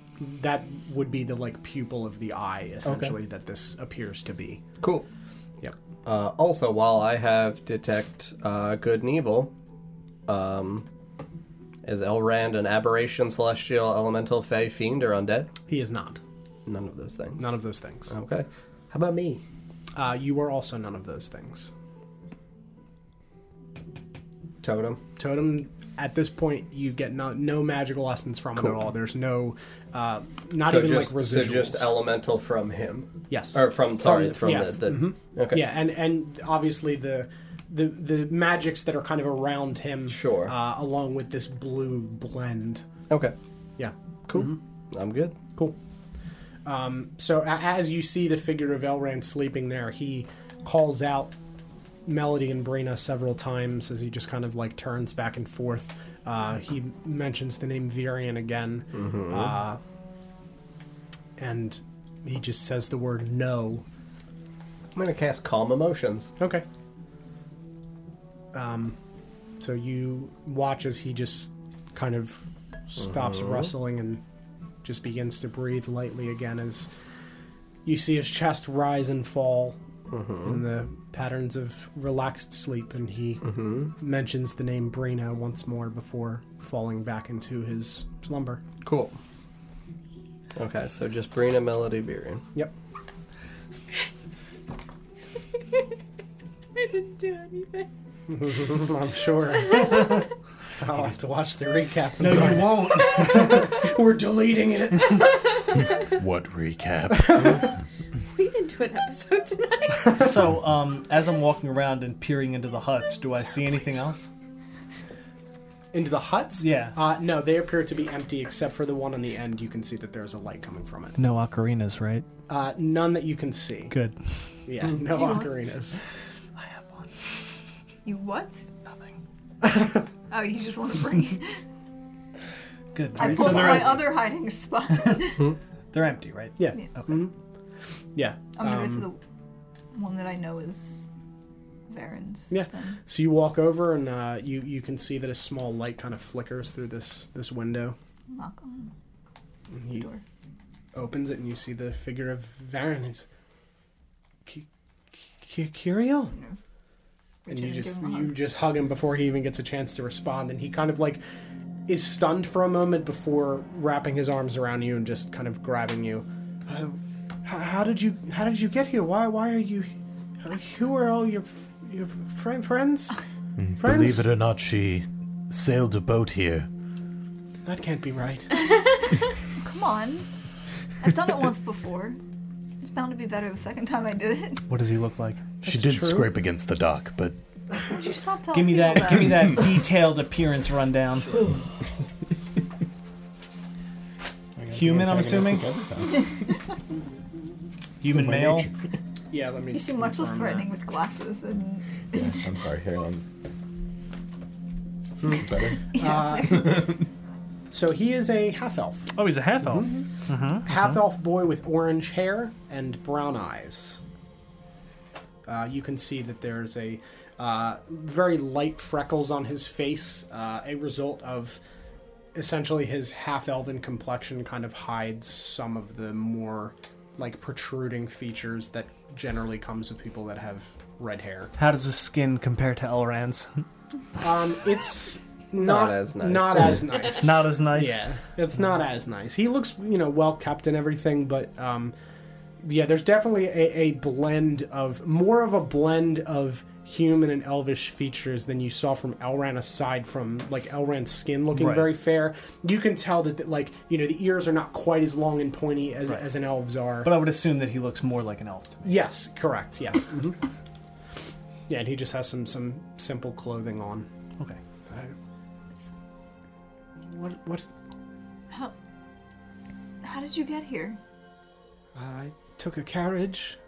that would be the like pupil of the eye, essentially, that this appears to be.
cool.
Yep.
Uh, also, while I have detect uh, good and evil, um, is Elrand an aberration, celestial, elemental, fey, fiend, or undead?
He is not.
None of those things.
None of those things.
Okay. How about me? Oh.
Uh, you are also none of those things.
Totem.
Totem, at this point, you get no, no magical lessons from it at
Cool.
all. There's no, uh, not even
just,
like
so
residuals.
just elemental from him,
yes.
or from sorry,
the-
from,
yeah, Mm-hmm.
the, the okay.
yeah, and and obviously the. The, the magics that are kind of around him,
Sure.
uh, along with this blue blend,
Okay.
yeah, Mm-hmm. cool.
I'm good.
Cool. Um, so a- as you see the figure of Elrond sleeping there, he calls out Melody and Brina several times as he just kind of like turns back and forth. Uh, he mentions the name Virian again, uh, and he just says the word no.
I'm gonna cast Calm Emotions.
Okay. Um, so you watch as he just kind of stops rustling and just begins to breathe lightly again as you see his chest rise and fall in the patterns of relaxed sleep and he mentions the name Brina once more before falling back into his slumber.
Cool. Okay, so just Brina, Melody, Birian.
Yep.
I didn't do anything.
I'm sure. I'll have to watch the recap.
No, you won't.
We're deleting it.
What recap?
We didn't do an episode tonight.
so, um, as I'm walking around and peering into the huts, do I see anything else?
Into the huts?
Yeah.
Uh, no, they appear to be empty except for the one on the end. You can see that there's a light coming from it.
No ocarinas, right?
Uh, none that you can see.
Good.
Yeah, no
Do you want-
ocarinas.
I have one.
You what?
Nothing.
Oh, you just want to bring it.
Good.
I
right,
pulled out
So they're,
my
em-
other hiding spot.
they're empty, right?
Yeah. Mm-hmm.
Yeah.
Okay.
Yeah.
I'm gonna
um,
go to the one that I know is Varen's.
Yeah.
then.
So you walk over and uh, you you can see that a small light kind of flickers through this this window.
Knock on
And
the
he
door.
opens it and you see the figure of Varen. He's "Ki- Ki- Kiriel. And you
Return,
just
give him a
you
hug.
just hug him before he even gets a chance to respond, and he kind of like is stunned for a moment before wrapping his arms around you and just kind of grabbing you. Uh, how, how did you How did you get here? Why Why are you? uh, Who are all your your friend, friends? Friends?
Mm-hmm. Believe it or not, she sailed a boat here.
That can't be right.
Come on. I've done it once before. It's bound to be better the second time I did it.
What does he look like?
she did scrape against the dock, but
Would you stop telling
Give me
people
that. Give me that detailed appearance rundown. Human, I'm assuming. Human male.
Yeah, let me.
You seem much less
confirm that.
threatening with glasses and
I'm sorry. Here, I'm. Better.
So he is a half elf,
Oh, he's a half elf.
half elf boy with orange hair and brown eyes. Uh, you can see that there's a uh, very light freckles on his face, uh, a result of essentially his half elven complexion kind of hides some of the more like protruding features that generally comes with people that have red hair.
How does his skin compare to Elrand's?
Um, it's not,
Not as nice.
Not as nice.
Not as nice.
Yeah, it's not as nice. He looks, you know, well kept and everything, but um, yeah, there's definitely a, a blend of more of a blend of human and elvish features than you saw from Elran. Aside from like Elran's skin looking
Right.
very fair, you can tell that, that like you know the ears are not quite as long and pointy as, as an elf's are.
But I would assume that he looks more like an elf to me.
yes, correct. Yes. hmm Yeah, and he just has some some simple clothing on.
Okay.
What? What?
how, how did you get here?
I took a carriage.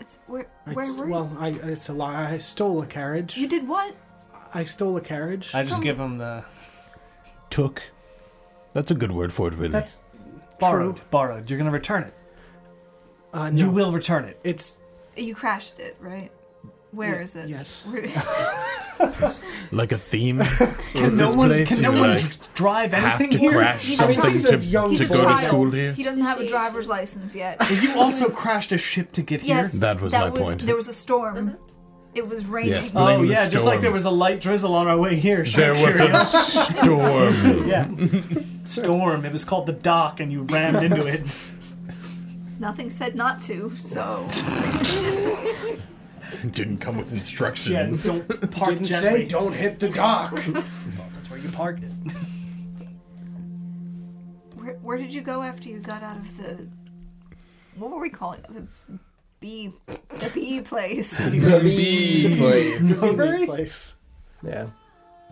It's where
I
where
s-
were
well, I, it's a lie. I stole a carriage.
you? You did what?
I stole a carriage.
I just give him the
took. That's a good word for it, really.
That's
borrowed.
True.
Borrowed. You're gonna return it.
uh, no.
You will return it.
It's
You crashed it, right? Where is it?
yes.
Where-
like a theme. Can
no one, can no
you
one
like,
drive
have
anything
to
here?
crash
he's a
something
child.
to,
young
He's
to
a
go
child.
to school here?
He doesn't have a driver's license yet.
You also crashed a ship to get here.
yes,
That was
that
my
was,
point.
There was a storm. It was raining.
Yes,
Oh,
blame
Oh
the
yeah, just like
storm.
there was a light drizzle on our way here.
There was a storm.
yeah. Storm. It was called the dock, and you rammed into it.
Nothing said not to, so
Didn't come with
Yeah,
instructions.
don't park
Didn't say
gently.
don't hit the dock.
That's where you parked it.
where, where did you go after you got out of the? What were we calling it? the bee the bee place?
Great place.
Yeah.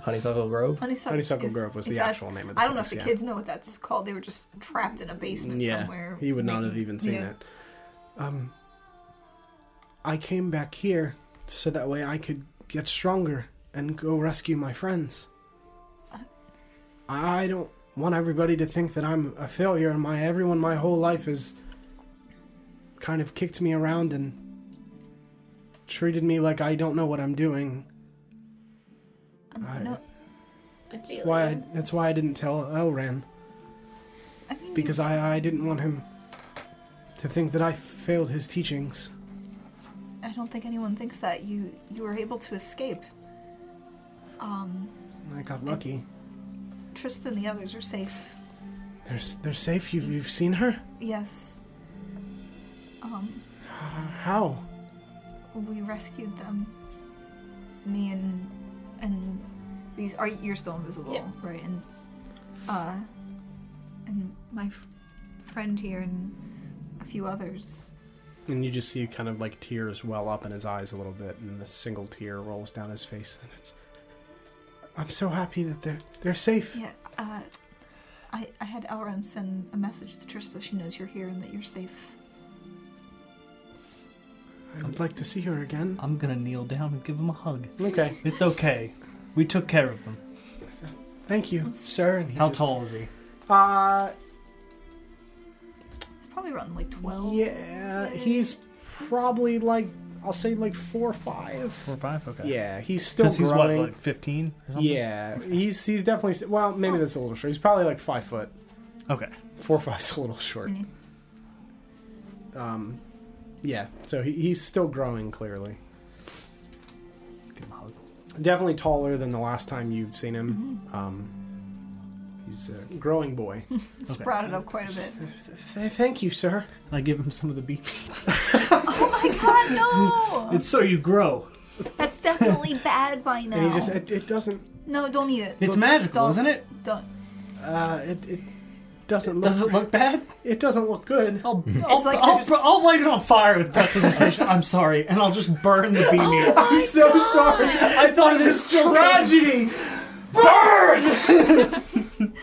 Honeysuckle Grove.
Honeysuckle,
Honeysuckle Grove was the
it's act-
actual name of the
I don't know if
place,
the
yeah.
kids know what that's called. They were just trapped in a basement
Yeah,
somewhere.
he would not
making-
have even seen
yeah.
that.
Um, I came back here so that way I could get stronger and go rescue my friends. I don't want everybody to think that I'm a failure. My everyone, my whole life has kind of kicked me around and treated me like I don't know what I'm doing. I-
No,
I
That's
feel
why
you.
I, that's why I didn't tell Elran
I mean,
because I, I didn't want him to think that I failed his teachings.
I don't think anyone thinks that you you were able to escape. Um,
I got lucky.
Tristan and the others are safe.
They're s- they're safe. You've you've seen her.
Yes. Um,
How?
we rescued them. Me and and these are you're still invisible,
Yeah.
right? And uh, and my f- friend here and a few others.
And you just see kind of like tears well up in his eyes a little bit, and a single tear rolls down his face. And it's,
I'm so happy that they're they're safe.
Yeah. Uh, I I had Elram send a message to Trista. She knows you're here and that you're safe.
I would like to see her again.
I'm gonna kneel down and give him a hug.
okay.
It's okay. We took care of them.
Thank you, sir. And he
How
just-
tall is he?
Uh,
It's probably around like twelve.
yeah, he's probably like I'll say like four or five.
Four or five? Okay.
Yeah, he's still
Because he's what,
growing.
like 15 or something?
yeah, he's he's definitely st- well, maybe that's a little short. He's probably like five foot.
Okay.
Four or five's a little short.
Mm.
Um, yeah, so he, he's still growing clearly.
Give him a hug.
definitely taller than the last time you've seen him. Um, he's a growing boy.
Sprouted up quite a bit.
Th- thank you, sir.
I give him some of the beef.
God Ah, no!
It's so you grow.
That's definitely bad by now.
And he just it, it doesn't
no, don't eat it.
It's magical,
don't-
isn't it?
Don't.
uh, it, it doesn't look
Does it look bad?
it doesnn look good.
I'll, I'll,
like
I'll,
there's-
I'll light it on fire with precipitation. I'm sorry, and I'll just burn the beam here.
I'm so sorry. I thought of this tragedy.
and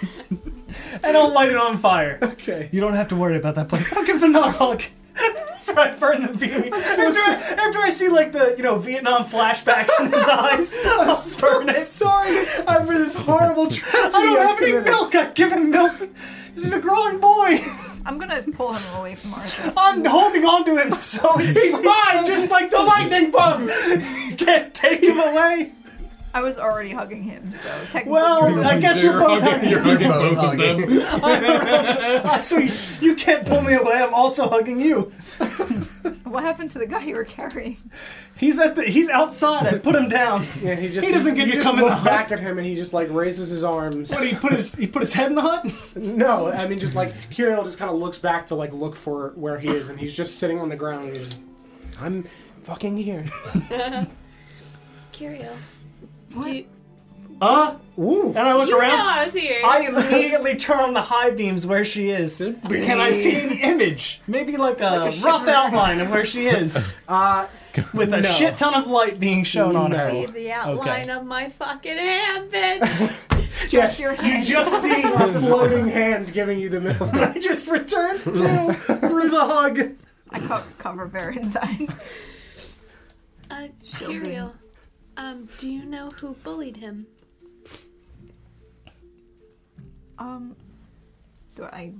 I'll light it on fire.
Okay.
You don't have to worry about that place. I'll give him another hug. After I burn the beam. after, I, after I see like the you know Vietnam flashbacks in his eyes, I'll burn it.
Sorry I'm for this horrible tragedy.
I don't
I've
have any
committed.
milk. I've given milk. This is a growing boy.
I'm gonna pull him away from Arthas.
I'm holding on to him, so he's mine, just like the lightning bugs. Can't take him away.
I was already hugging him, so technically.
Well, I guess you're both hugging.
You're hugging both of them.
Ah, so you, you can't pull me away. I'm also hugging you.
what happened to the guy you were carrying?
He's at the. He's outside. I put him down.
Yeah, he just
He doesn't get
you
to
just
come in
look
the hut.
back at him and he just like raises his arms.
But he put his. He put his head in the hut.
No, I mean just like Kirill just kind of looks back to like look for where he is and he's just sitting on the ground and he's just
I'm fucking here.
Curio.
What?
Do you,
Uh.
ooh.
And I look
you know
around.
I was here.
I immediately turn on the high beams where she is. Can I see an image? Maybe like a, rough outline of where she is,
Uh,
with a
No.
shit ton of light being shown on her.
see the outline
Okay.
of my fucking hand, bitch.
Just your hand.
just see a floating hand giving you the middle.
I just returned to through the hug.
I co- cover Baron's eyes.
Uh, Curio, um, do you know who bullied him?
Um. Do I?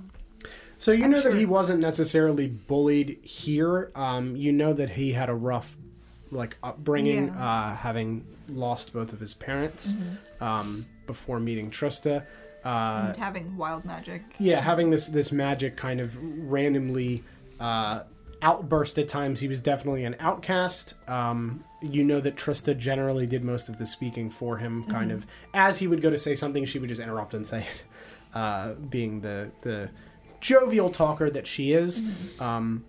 So you
I'm
know
sure-
that he wasn't necessarily bullied here. Um, you know that he had a rough, like upbringing,
Yeah. Mm-hmm.
uh, having lost both of his parents um, before meeting Trista. Uh,
having wild magic.
yeah, having this this magic kind of randomly uh, outburst at times. He was definitely an outcast. Um, you know that Trista generally did most of the speaking for him, kind of as he would go to say something, she would just interrupt and say it, uh, being the the jovial talker that she is. Um,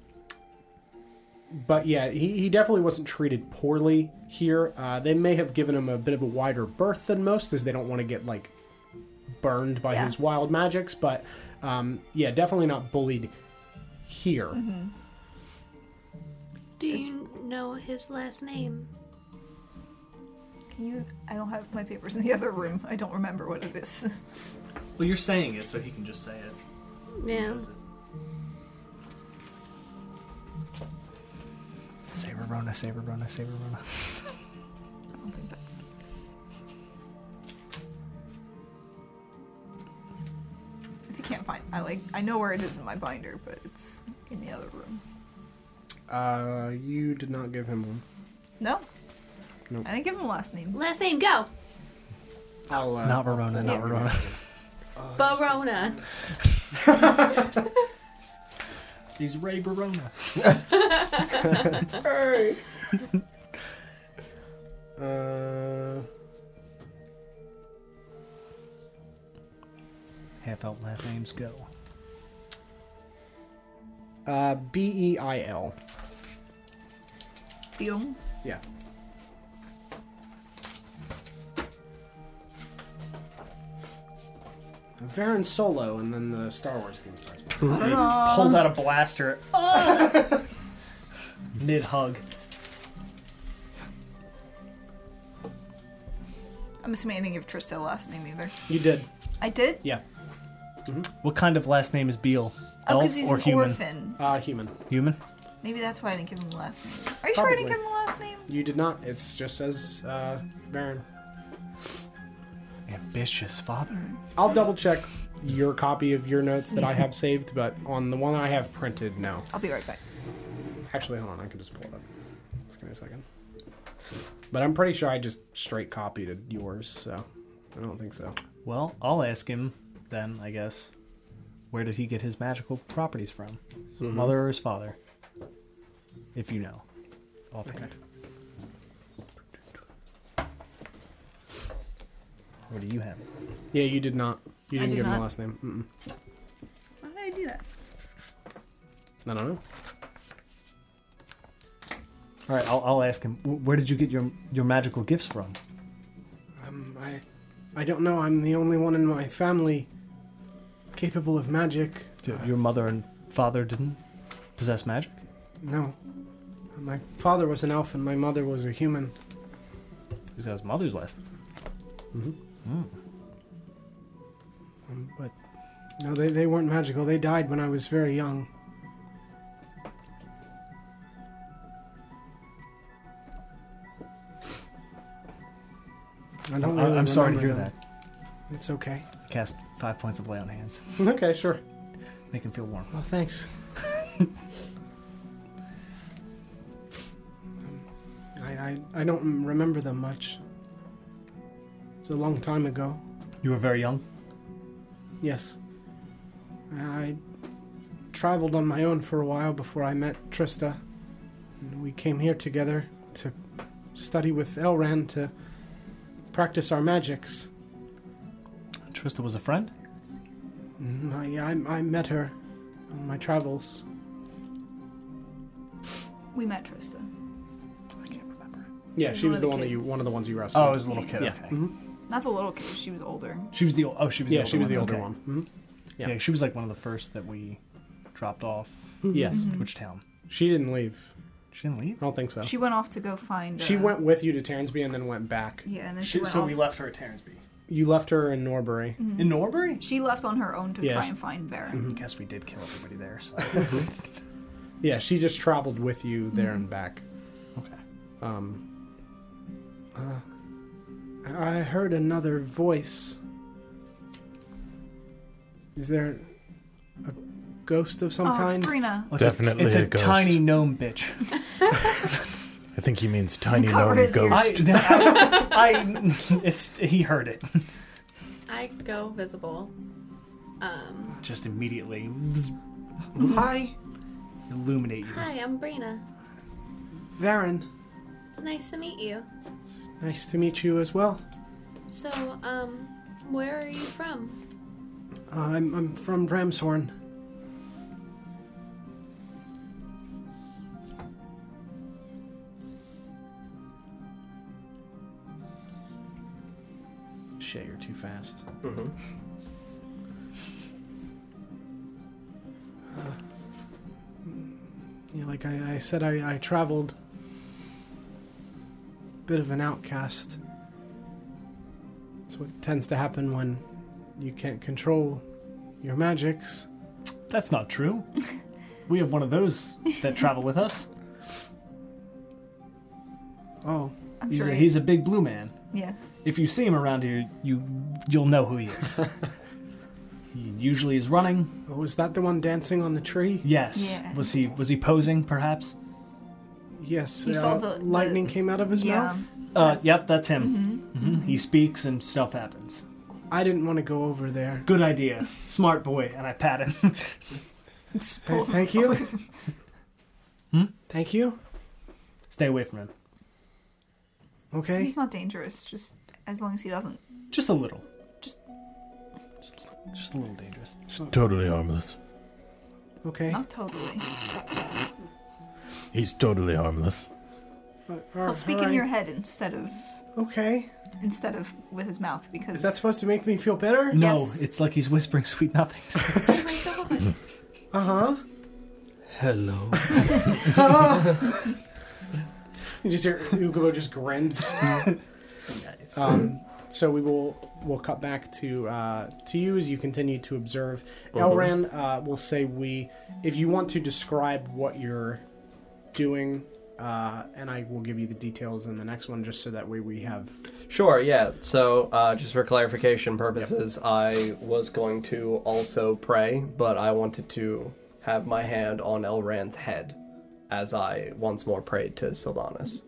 but yeah, he, he definitely wasn't treated poorly here. Uh, they may have given him a bit of a wider berth than most, as they don't want to get like burned by
Yeah.
his wild magics. But um, yeah, definitely not bullied here.
Do you know his last name?
Can you? I don't have my papers in the other room. I don't remember what it is.
Well, you're saying it, so he can just say it.
Yeah.
Say Rona, say Rona, say Rona.
I don't think that's. can't find. I like. I know where it is in my binder, but it's in the other room.
Uh, you did not give him one.
No.
Nope.
I didn't give him a last name.
Last name, go.
I'll, uh,
Not Verona, not Verona.
Barona.
He's Ray Barona.
Uh,
Half out last names go.
uh, B E I L.
Beal.
Yeah. Varen Solo, and then the Star Wars theme starts.
Pulls out a blaster. Mid hug.
I'm assuming I didn't give Trista a last name either.
You did.
I did.
Yeah. What kind of last name is Beal?
Oh,
Elf
because he's
or
an
human?
orphan.
Uh, human.
Human.
Maybe that's why I didn't give him a last name. Are you sure I didn't
Probably.
give him a last name?
You did not. It's just says uh, Varen.
Ambitious father.
I'll double check your copy of your notes that I have saved, but on the one I have printed, no.
I'll be right back.
Actually, hold on. I can just pull it up. Just give me a second. But I'm pretty sure I just straight copied yours, so I don't think so.
Well, I'll ask him then, I guess. Where did he get his magical properties from? His Mother or his father? If you know. Offhand. Where do you have it?
Yeah, you did not. You
I
didn't
did
give him a
not.
last name. Mm-mm.
Why did I do that?
I don't know.
All right, I'll, I'll ask him. "Wh- Where did you get your your magical gifts from?
Um, I, I don't know. I'm the only one in my family capable of magic.
Your-
Uh,
Your mother and father didn't possess magic.
No, my father was an elf and my mother was a human.
He's got his mother's last.
Um, but no, they, they weren't magical. They died when I was very young. I don't
I-
really
I'm sorry to hear
remember them.
that.
It's okay.
Cast five points of lay on hands.
Okay, sure.
Make him feel warm.
Well, thanks. I, I, I don't remember them much. It's a long time ago.
You were very young.
Yes. I traveled on my own for a while before I met Trista. And we came here together to study with Elran to practice our magics.
Trista was a friend.
Mm, I, I, I met her on my travels.
We met Trista.
I can't remember.
Yeah, she was the one that you,
kids.
one of the ones you wrestled.
Oh, I was a little kid.
Yeah.
Okay.
Not the little kid. She was older.
She was the ol- oh she was
yeah,
the older
she was the
one,
older
okay.
one.
Mm-hmm.
Mhm.
Yeah.
Yeah.
she was like one of the first that we dropped off.
Yes,
Which town?
she didn't leave.
She didn't leave.
I don't think so. Mm-hmm. She,
She went off to go find. uh,
went with you to Tarnsby and then went back.
Yeah, and then she, went off.
left her at Tarnsby
You left her in Norbury.
in Norbury.
She left on her own to
Yeah.
try and find Varen.
I guess we did kill everybody there. So
Yeah, she just traveled with you there and back.
okay.
Um,
Uh, I I heard another voice. Is there a ghost of some
Oh,
kind?
Brina.
What's a-
Definitely
it's a,
a ghost.
tiny gnome bitch.
I think he means tiny
Cover
gnome
his
ghost.
ears.
I, I, it's he heard it
I go visible. Um,
just immediately
Hi,
illuminate you.
hi, I'm Brina.
Varen.
It's nice to meet you.
Nice to meet you as well.
So, um, where are you from?
Uh, I'm, I'm from Ramshorn.
shit, you're too fast.
Uh, Yeah, like I, I said, I, I traveled. Bit of an outcast. That's what tends to happen when you can't control your magics.
That's not true. We have one of those that travel with us.
Oh,
I'm
He's
sure.
a,
he-
he's a big blue man.
yes.
If you see him around here, you you'll know who he is. usually is running.
Oh, was that the one dancing on the tree?
Yes.
Yeah.
Was he was he posing perhaps?
Yes.
You
uh,
saw the- the-
lightning came out of his mouth.
Uh, yep, that's
Mm-hmm.
him. hmm He speaks and stuff happens.
Mm-hmm. I didn't want to go over there.
Good idea, smart boy. And I pat him.
Hey, thank you. Thank you.
Stay away from him,
Okay.
He's not dangerous, just as long as he doesn't.
just a little.
Just-
just, just a little dangerous.
It's totally harmless.
Okay.
Not totally.
He's totally harmless.
He'll speak in your head instead of
Okay.
instead of with his mouth because
Is that supposed to make me feel better?
No,
Yes.
it's like he's whispering sweet nothings.
Oh my god.
Uh huh.
Hello.
You just hear Ugubo just grins. um, so we will we'll cut back to uh, to you as you continue to observe. Elran uh, will say we if you want to describe what you're doing, uh, and I will give you the details in the next one just so that way we have
Sure, yeah. So, uh, just for clarification purposes, I was going to also pray, but I wanted to have my hand on Elran's head as I once more prayed to Sylvanas.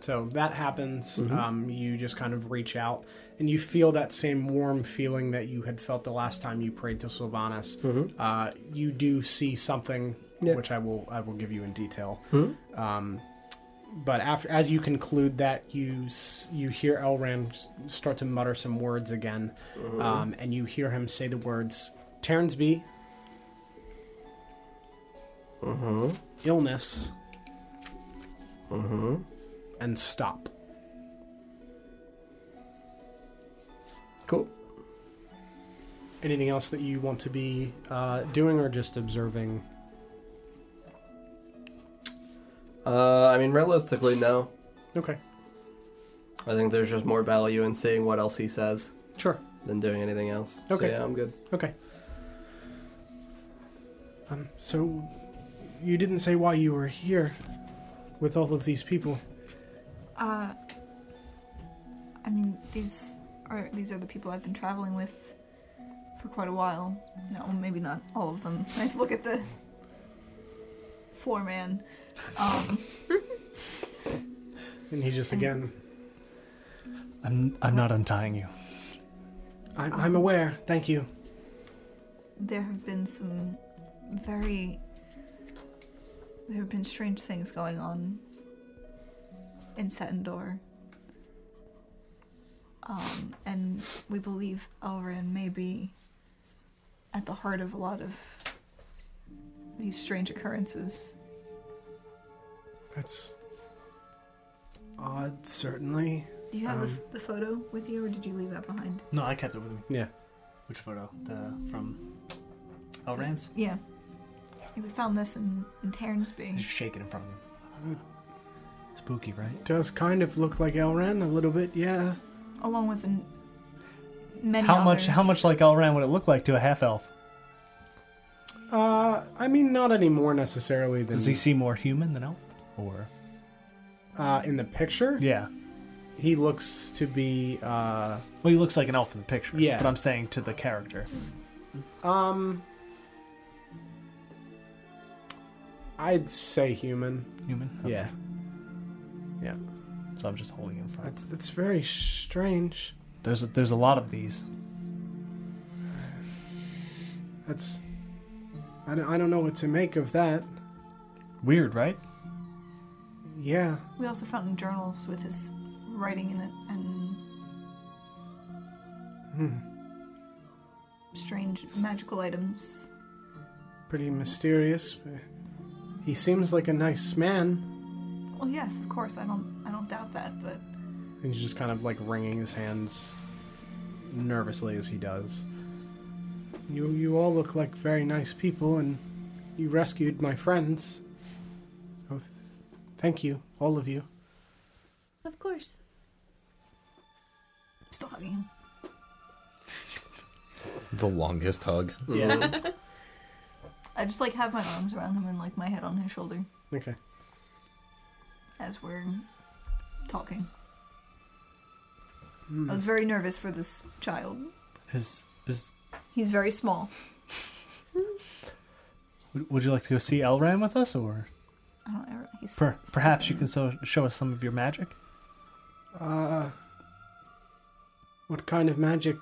So that happens. Um, you just kind of reach out and you feel that same warm feeling that you had felt the last time you prayed to Sylvanas. Uh, you do see something,
Yeah.
which I will I will give you in detail. Um, but after, as you conclude that, you s- you hear Elran s- start to mutter some words again, um, and you hear him say the words Terransby,
Mm-hmm.
illness,
Mm-hmm.
and stop.
Cool.
Anything else that you want to be uh, doing or just observing?
Uh, I mean, realistically, no.
Okay,
I think there's just more value in seeing what else he says
sure.
than doing anything else. So,
Okay.
yeah, I'm good.
Okay.
Um, so, you didn't say why you were here with all of these people.
Uh, I mean, these are these are the people I've been traveling with for quite a while. No, maybe not all of them. I look at the floor man. Um,
And he just again,
I'm I'm not untying you.
I'm, I'm aware. Thank you.
there have been some very there have been strange things going on in Setendor. Um, and we believe Elrin may be at the heart of a lot of these strange occurrences.
That's odd, certainly.
Do you have
Um,
the, f- the photo with you, or did you leave that behind?
No, I kept it with me.
Yeah.
Which photo? The from Elrance?
Yeah. We found this in, in
He's
Terransby.
just shaking in front of him. Spooky, right?
Does kind of look like Elran a little bit, yeah.
along with an, many
how much? How
others.
much like Elrond would it look like to a half elf?
uh, I mean, not any more necessarily than
Does he seem more human than elf? Or
uh, in the picture.
yeah.
He looks to be. Uh,
Well, he looks like an elf in the picture.
Yeah.
But I'm saying to the character.
um, I'd say human.
Human? Okay.
Yeah.
So I'm just holding in front.
That's, that's very strange.
There's a, there's a lot of these.
That's. I don't, I don't know what to make of that.
Weird, right?
Yeah.
We also found journals with his writing in it and
Hmm.
strange magical items.
Pretty mysterious. He seems like a nice man.
Well, yes, of course. I don't. I don't doubt that. But
And he's just kind of like wringing his hands nervously as he does.
You, you all look like very nice people, and you rescued my friends. Oh, th- thank you, all of you.
Of course.
I'm still hugging him.
The longest hug.
Yeah.
I just like have my arms around him and like my head on his shoulder
Okay.
as we're
Hmm.
Hmm. talking. I was very nervous for this child.
His Is
He's very small.
would- would you like to go see Elran with us, or
I don't ever. He's
per, perhaps you can so, show us some of your magic?
Uh, what kind of magic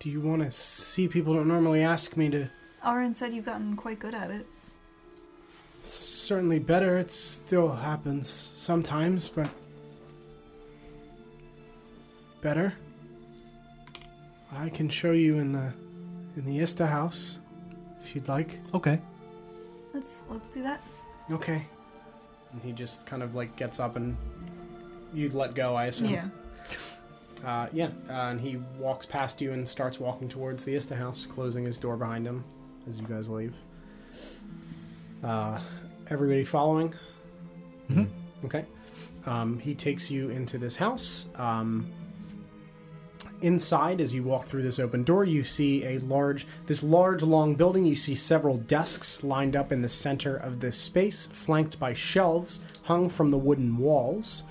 do you want to see? People don't normally ask me to.
Aaron said you've gotten quite good at it.
Certainly better. It still happens sometimes, but better. I can show you in the in the Ista house if you'd like.
Okay.
Let's let's do that.
Okay.
And he just kind of like gets up and you'd let go, I assume.
Yeah.
Uh, yeah, uh, and he walks past you and starts walking towards the Ista house, closing his door behind him as you guys leave. Uh, everybody following?
Mhm.
Okay. Um, he takes you into this house. Um, inside, as you walk through this open door, you see a large, this large, long building. You see several desks lined up in the center of this space, flanked by shelves hung from the wooden walls.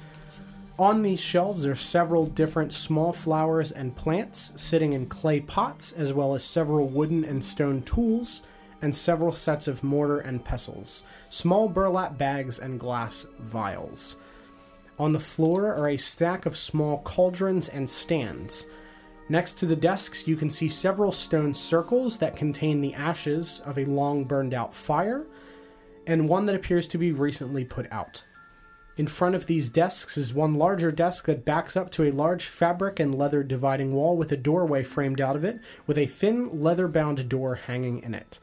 On these shelves are several different small flowers and plants sitting in clay pots, as well as several wooden and stone tools, and several sets of mortar and pestles, small burlap bags, and glass vials. On the floor are a stack of small cauldrons and stands. Next to the desks, you can see several stone circles that contain the ashes of a long burned out fire, and one that appears to be recently put out. In front of these desks is one larger desk that backs up to a large fabric and leather dividing wall with a doorway framed out of it, with a thin leather bound door hanging in it.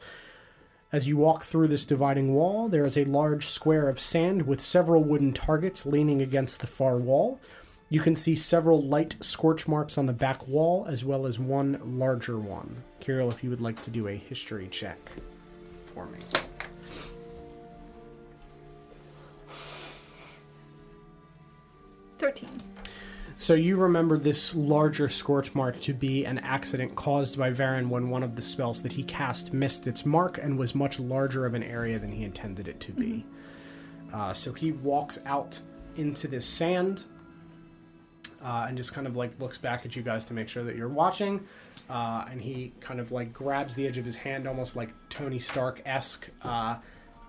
As you walk through this dividing wall, there is a large square of sand with several wooden targets leaning against the far wall. You can see several light scorch marks on the back wall, as well as one larger one. Kirill, if you would like to do a history check for me.
Thirteen.
So you remember this larger scorch mark to be an accident caused by Varen when one of the spells that he cast missed its mark and was much larger of an area than he intended it to be. Uh, so he walks out into this sand uh, and just kind of like looks back at you guys to make sure that you're watching. Uh, and he kind of like grabs the edge of his hand, almost like Tony Stark esque, uh,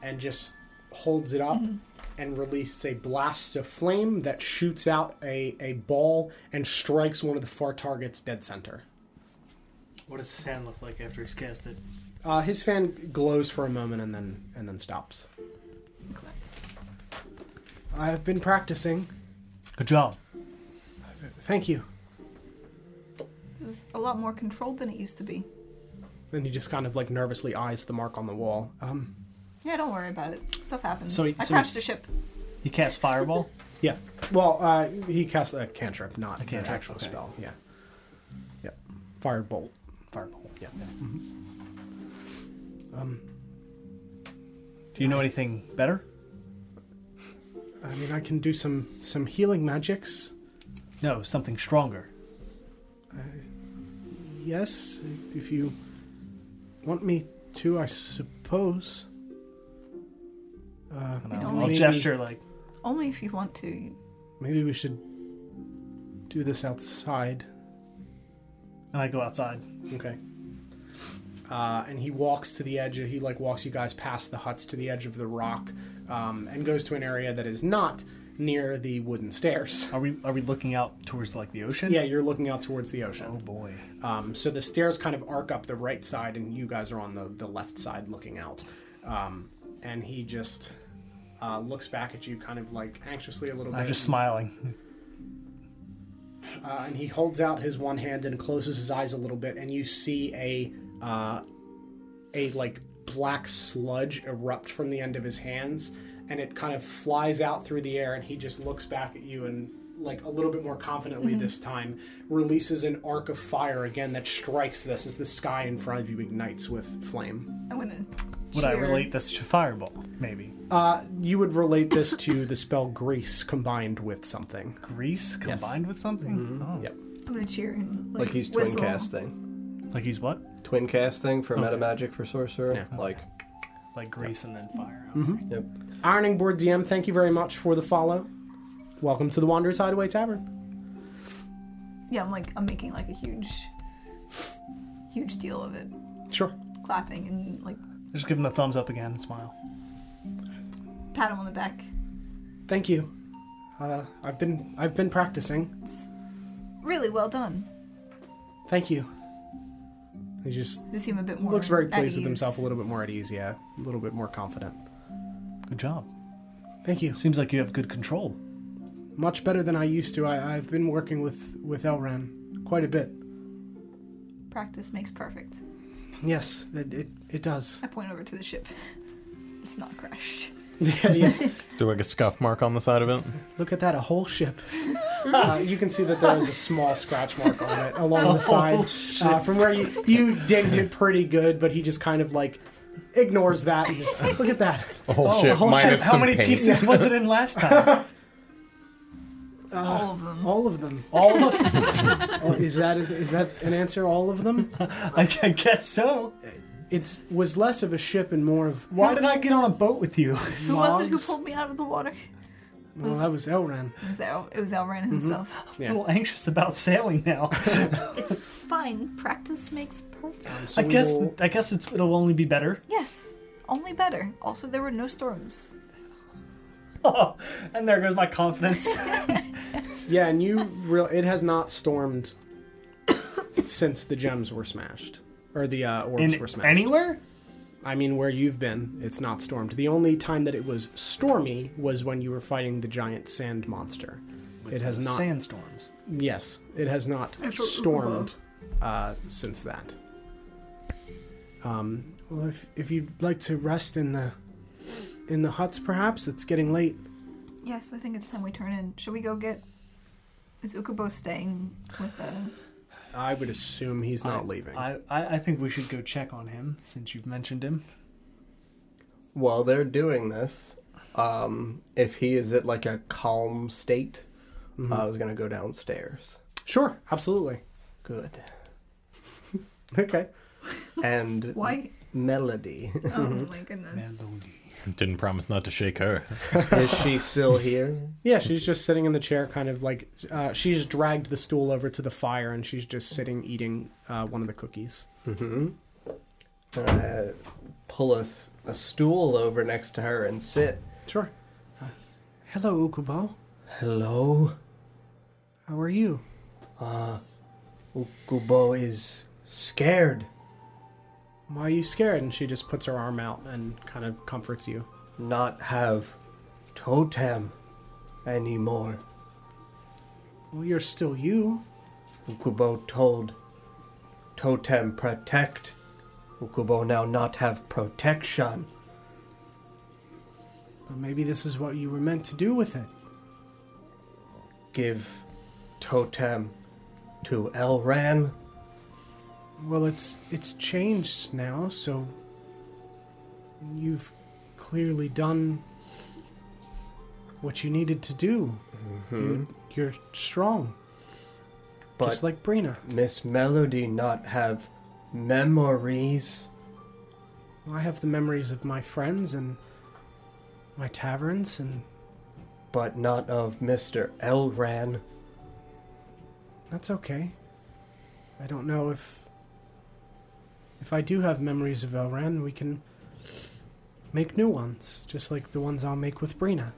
and just holds it up and releases a blast of flame that shoots out a, a ball and strikes one of the far targets dead center.
What does the sand look like after he's cast it?
Uh, his fan glows for a moment and then and then stops.
I've been practicing.
Good job.
Thank you.
This is a lot more controlled than it used to be.
And he just kind of like nervously eyes the mark on the wall.
Um,
Yeah, don't worry about it. Stuff happens.
So-
I
so-
crashed a ship.
You cast fireball.
Yeah. Well, uh, he cast a cantrip, not a
cantrip,
actual
okay.
spell. Yeah. Yep. Firebolt. Firebolt. Yeah.
Do you know anything better?
I mean, I can do some some healing magics.
No, something stronger.
Yes, if you want me to, I suppose. Uh,
And I'll,
know,
I'll
maybe-
gesture like
Only if you want to. You-
maybe we should do this outside.
and I go outside.
Okay. Uh, and he walks to the edge. He like walks you guys past the huts to the edge of the rock, um, and goes to an area that is not near the wooden stairs.
Are we are we looking out towards like the ocean?
Yeah, you're looking out towards the
Oh
ocean.
boy.
Um, so the stairs kind of arc up the right side, and you guys are on the, the left side looking out. Um, and he just uh, looks back at you, kind of like anxiously a little bit.
I'm just smiling.
uh, and he holds out his one hand and closes his eyes a little bit, and you see a uh, a like black sludge erupt from the end of his hands, and it kind of flies out through the air, and he just looks back at you and like a little bit more confidently this time releases an arc of fire again that strikes this as the sky in front of you ignites with flame.
I'm gonna.
Would I
cheer.
relate this to fireball? Maybe
Uh, you would relate this to the spell grease combined with something.
grease combined with something. Oh.
Yep.
I'm gonna cheer and like,
Like he's twin
whistle.
cast thing.
Like he's what?
Twin cast thing for meta magic for sorcerer. Like
Like grease and then fire.
yep.
Ironing Board DM, thank you very much for the follow. Welcome to the Wanderer's Hideaway Tavern.
Yeah, I'm like I'm making like a huge huge deal of it.
Sure.
Clapping and like
Just give him a thumbs up again and smile.
pat him on the back.
Thank you. Uh, I've been I've been practicing.
Really well done.
Thank you. He just
They seem a bit more.
Looks very
at
pleased with
ease.
himself, a little bit more at ease, yeah. A little bit more confident.
Good job.
thank you.
Seems like you have good control.
Much better than I used to. I, I've been working with with Elran quite a bit.
Practice makes perfect.
Yes, it it, it does.
I point over to the ship. It's not crashed.
Yeah, yeah.
Is there like a scuff mark on the side of it?
Look at that, a whole ship.
Uh, you can see that there is a small scratch mark on it along the side. Uh, from where you, you digged it pretty good, but he just kind of like ignores that and just, look at that.
A whole
Oh,
ship
a whole ship.
minus
How
some
many
paint.
pieces was it in last time?
All of them.
All of them.
All of.
Oh, is that is that an answer? All of them?
I I guess so.
It was less of a ship and more of
Why did I get on a boat with you?
Who was it who
logs.
pulled me out of the water?
well, that was Elran.
It was El- it was Elran himself.
I'm a little anxious about sailing now.
It's fine. Practice makes perfect.
So
I
we
guess
will-
I guess it's, it'll only be better.
Yes, only better. Also, there were no storms.
Oh, and there goes my confidence.
Yeah, and you real it has not stormed since the gems were smashed. Or the uh, orbs were
In
smashed.
anywhere?
I mean, where you've been, it's not stormed. The only time that it was stormy was when you were fighting the giant sand monster. It has not.
Sandstorms.
Yes, it has not stormed uh, since that. Um,
Well, if if you'd like to rest in the in the huts, perhaps it's getting late.
Yes, I think it's time we turn in. Should we go get? Is Ukubo staying with uh, the?
I would assume he's not
I-
leaving.
I, I I think we should go check on him since you've mentioned him.
While they're doing this, um, if he is at like a calm state,
Mm-hmm.
I was gonna go downstairs.
Mm-hmm. sure, absolutely.
Good.
Okay.
And
Why?
Melody,
Oh my goodness.
Didn't promise not to shake her.
is she still here?
Yeah, she's just sitting in the chair, kind of like uh, she's dragged the stool over to the fire, and she's just sitting eating uh, one of the cookies.
Mm-hmm.
Uh, pull a, a stool over next to her and sit.
Sure.
Hello, Ukubo.
Hello,
How are you?
Uh, Ukubo is scared.
Why are you scared? And she just puts her arm out and kind of comforts you.
Not have totem anymore.
Well, you're still you.
Ukubo told Totem protect. Ukubo now not have protection.
But maybe this is what you were meant to do with it.
Give Totem to Elran.
Well, it's it's changed now, so you've clearly done what you needed to do. You, you're strong,
But
Mm-hmm. just like Brina.
Miss Melody not have memories.
Well, I have the memories of my friends and my taverns, and
but not of Mr. Elran.
that's okay. I don't know if if I do have memories of Elran, we can make new ones, just like the ones I'll make with Brina.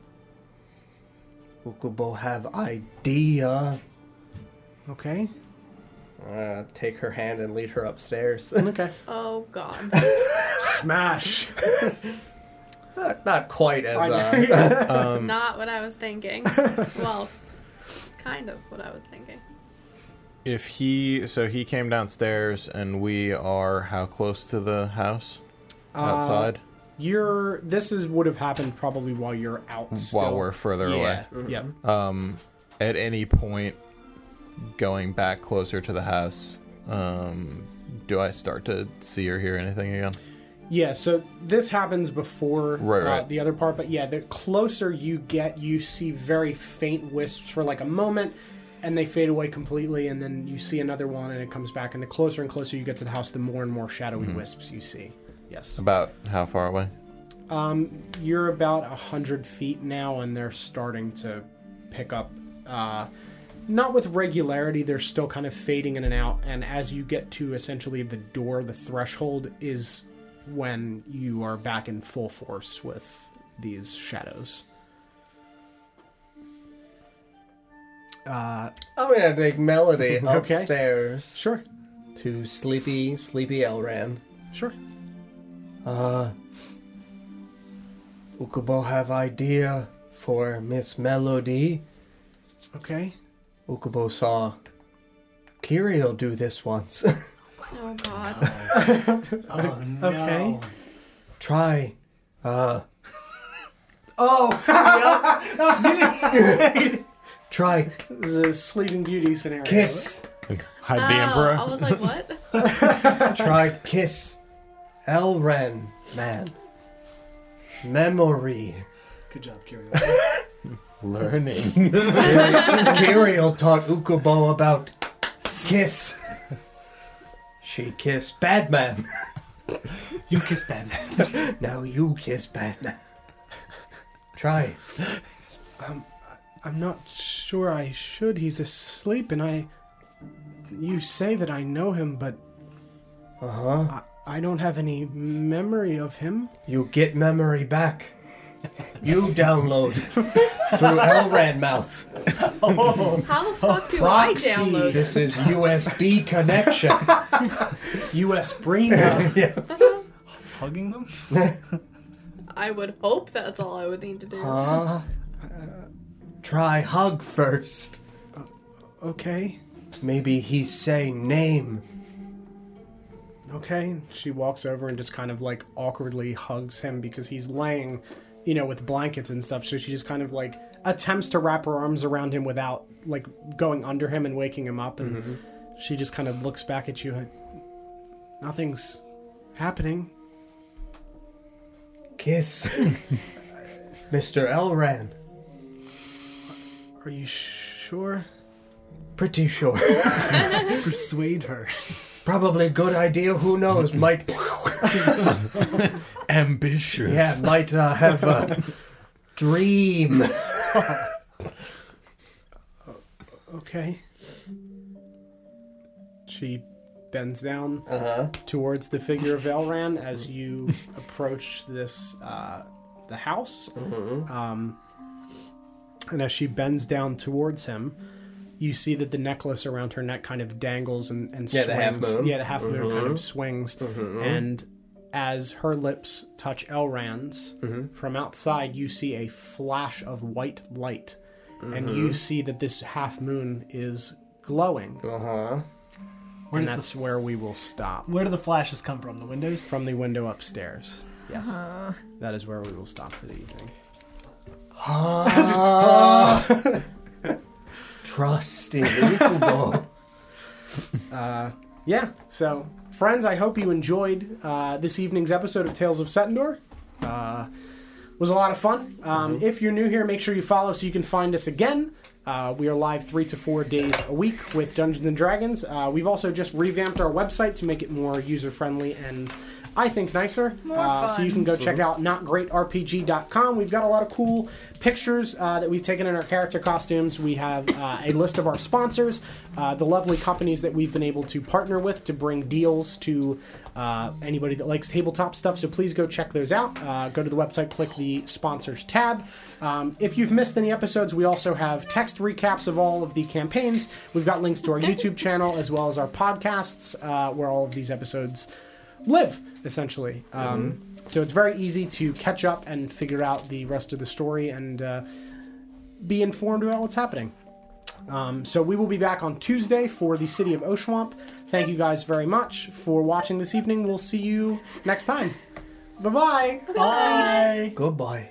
Ukubo have idea.
Okay?
Uh, take her hand and lead her upstairs.
Okay.
Oh god.
Smash!
not, not quite as
I
uh,
Um,
Not what I was thinking. well, kind of what I was thinking.
If he, so he came downstairs, and we are how close to the house? Outside,
Uh, You're. This is would have happened probably while you're out. Still. Mm-hmm.
while we're further away.
Yeah. Yep.
Um, at any point, going back closer to the house,
uh,
um, do I start to see or hear anything again?
Yeah, so this happens before
Right,
uh,
right.
the other part, but yeah, the closer you get, you see very faint wisps for like a moment, and they fade away completely, and then you see another one, and it comes back. And the closer and closer you get to the house, the more and more shadowy
Mm-hmm.
wisps you see. Yes.
About how far away?
Um, you're about a hundred feet now, and they're starting to pick up. Uh, not with regularity. They're still kind of fading in and out. And as you get to essentially the door, the threshold is when you are back in full force with these shadows.
I'm gonna take Melody
Okay.
upstairs
Uh, Sure,
to sleepy, sleepy Elran.
sure.
Uh, Ukubo have idea for Miss Melody.
Okay.
Ukubo saw Kirio do this once.
Oh god.
Oh, Okay.
Try. Uh,
Oh!
try
This is a Sleeping Beauty scenario.
kiss.
Hide
Oh,
the emperor.
I was like, what?
try kiss. Elren, man. Memory.
Good job, Curio.
Learning.
Kiriel taught Ukubo about kiss. She kissed Batman.
You kiss Batman.
Now you kiss Batman. Try.
I'm not sure I should. He's asleep, and I. You say that I know him, but
Uh huh.
I, I don't have any memory of him.
You get memory back. You download through Elran mouth.
How the fuck do
Proxy.
I download
This is USB connection.
U.S. brain. dump.
Hugging them?
I would hope that's all I would need to do.
Huh? Try hug first.
Okay.
Maybe he say name.
Okay.
she walks over and just kind of like awkwardly hugs him because he's laying, you know, with blankets and stuff. So she just kind of like attempts to wrap her arms around him without like going under him and waking him up. And she just kind of looks back at you. like, Nothing's happening.
Kiss. Mr. Elran.
Are you sure?
Pretty sure.
Persuade her.
Probably good idea. Who knows? Might
Ambitious.
yeah, might uh, have a dream.
Okay.
She bends down
Uh huh.
towards the figure of Elran as you approach this uh, the house.
Mm-hmm.
Um, and as she bends down towards him, you see that the necklace around her neck kind of dangles and, and
Yeah,
swings.
the half moon.
Yeah, the half moon kind
Mhm.
of swings. And as her lips touch Elran's,
Mm-hmm.
from outside you see a flash of white light. And
Mm-hmm.
you see that this half moon is glowing.
Uh huh.
Where,
and
does
that's
the,
where we will stop
where do the flashes come from? The windows?
from the window upstairs. Yes. That is where we will stop for the evening.
Trust in Ukubo.
Yeah. So, friends, I hope you enjoyed uh, this evening's episode of Tales of Setendor. Uh, was a lot of fun. Um, If you're new here, make sure you follow so you can find us again. Uh, we are live three to four days a week with Dungeons and Dragons. Uh, we've also just revamped our website to make it more user friendly and. I think nicer.
More
Uh, So you
fun.
can go check out notgreatrpg.com. We've got a lot of cool pictures uh, that we've taken in our character costumes. We have uh, a list of our sponsors, uh, the lovely companies that we've been able to partner with to bring deals to uh, anybody that likes tabletop stuff. So please go check those out. Uh, go to the website, click the sponsors tab. Um, if you've missed any episodes, we also have text recaps of all of the campaigns. We've got links to our YouTube channel as well as our podcasts uh, where all of these episodes live essentially um, so it's very easy to catch up and figure out the rest of the story and uh, be informed about what's happening um, so we will be back on tuesday for the city of oshwamp thank you guys very much for watching this evening we'll see you next time Bye-bye.
Bye!
Goodbye.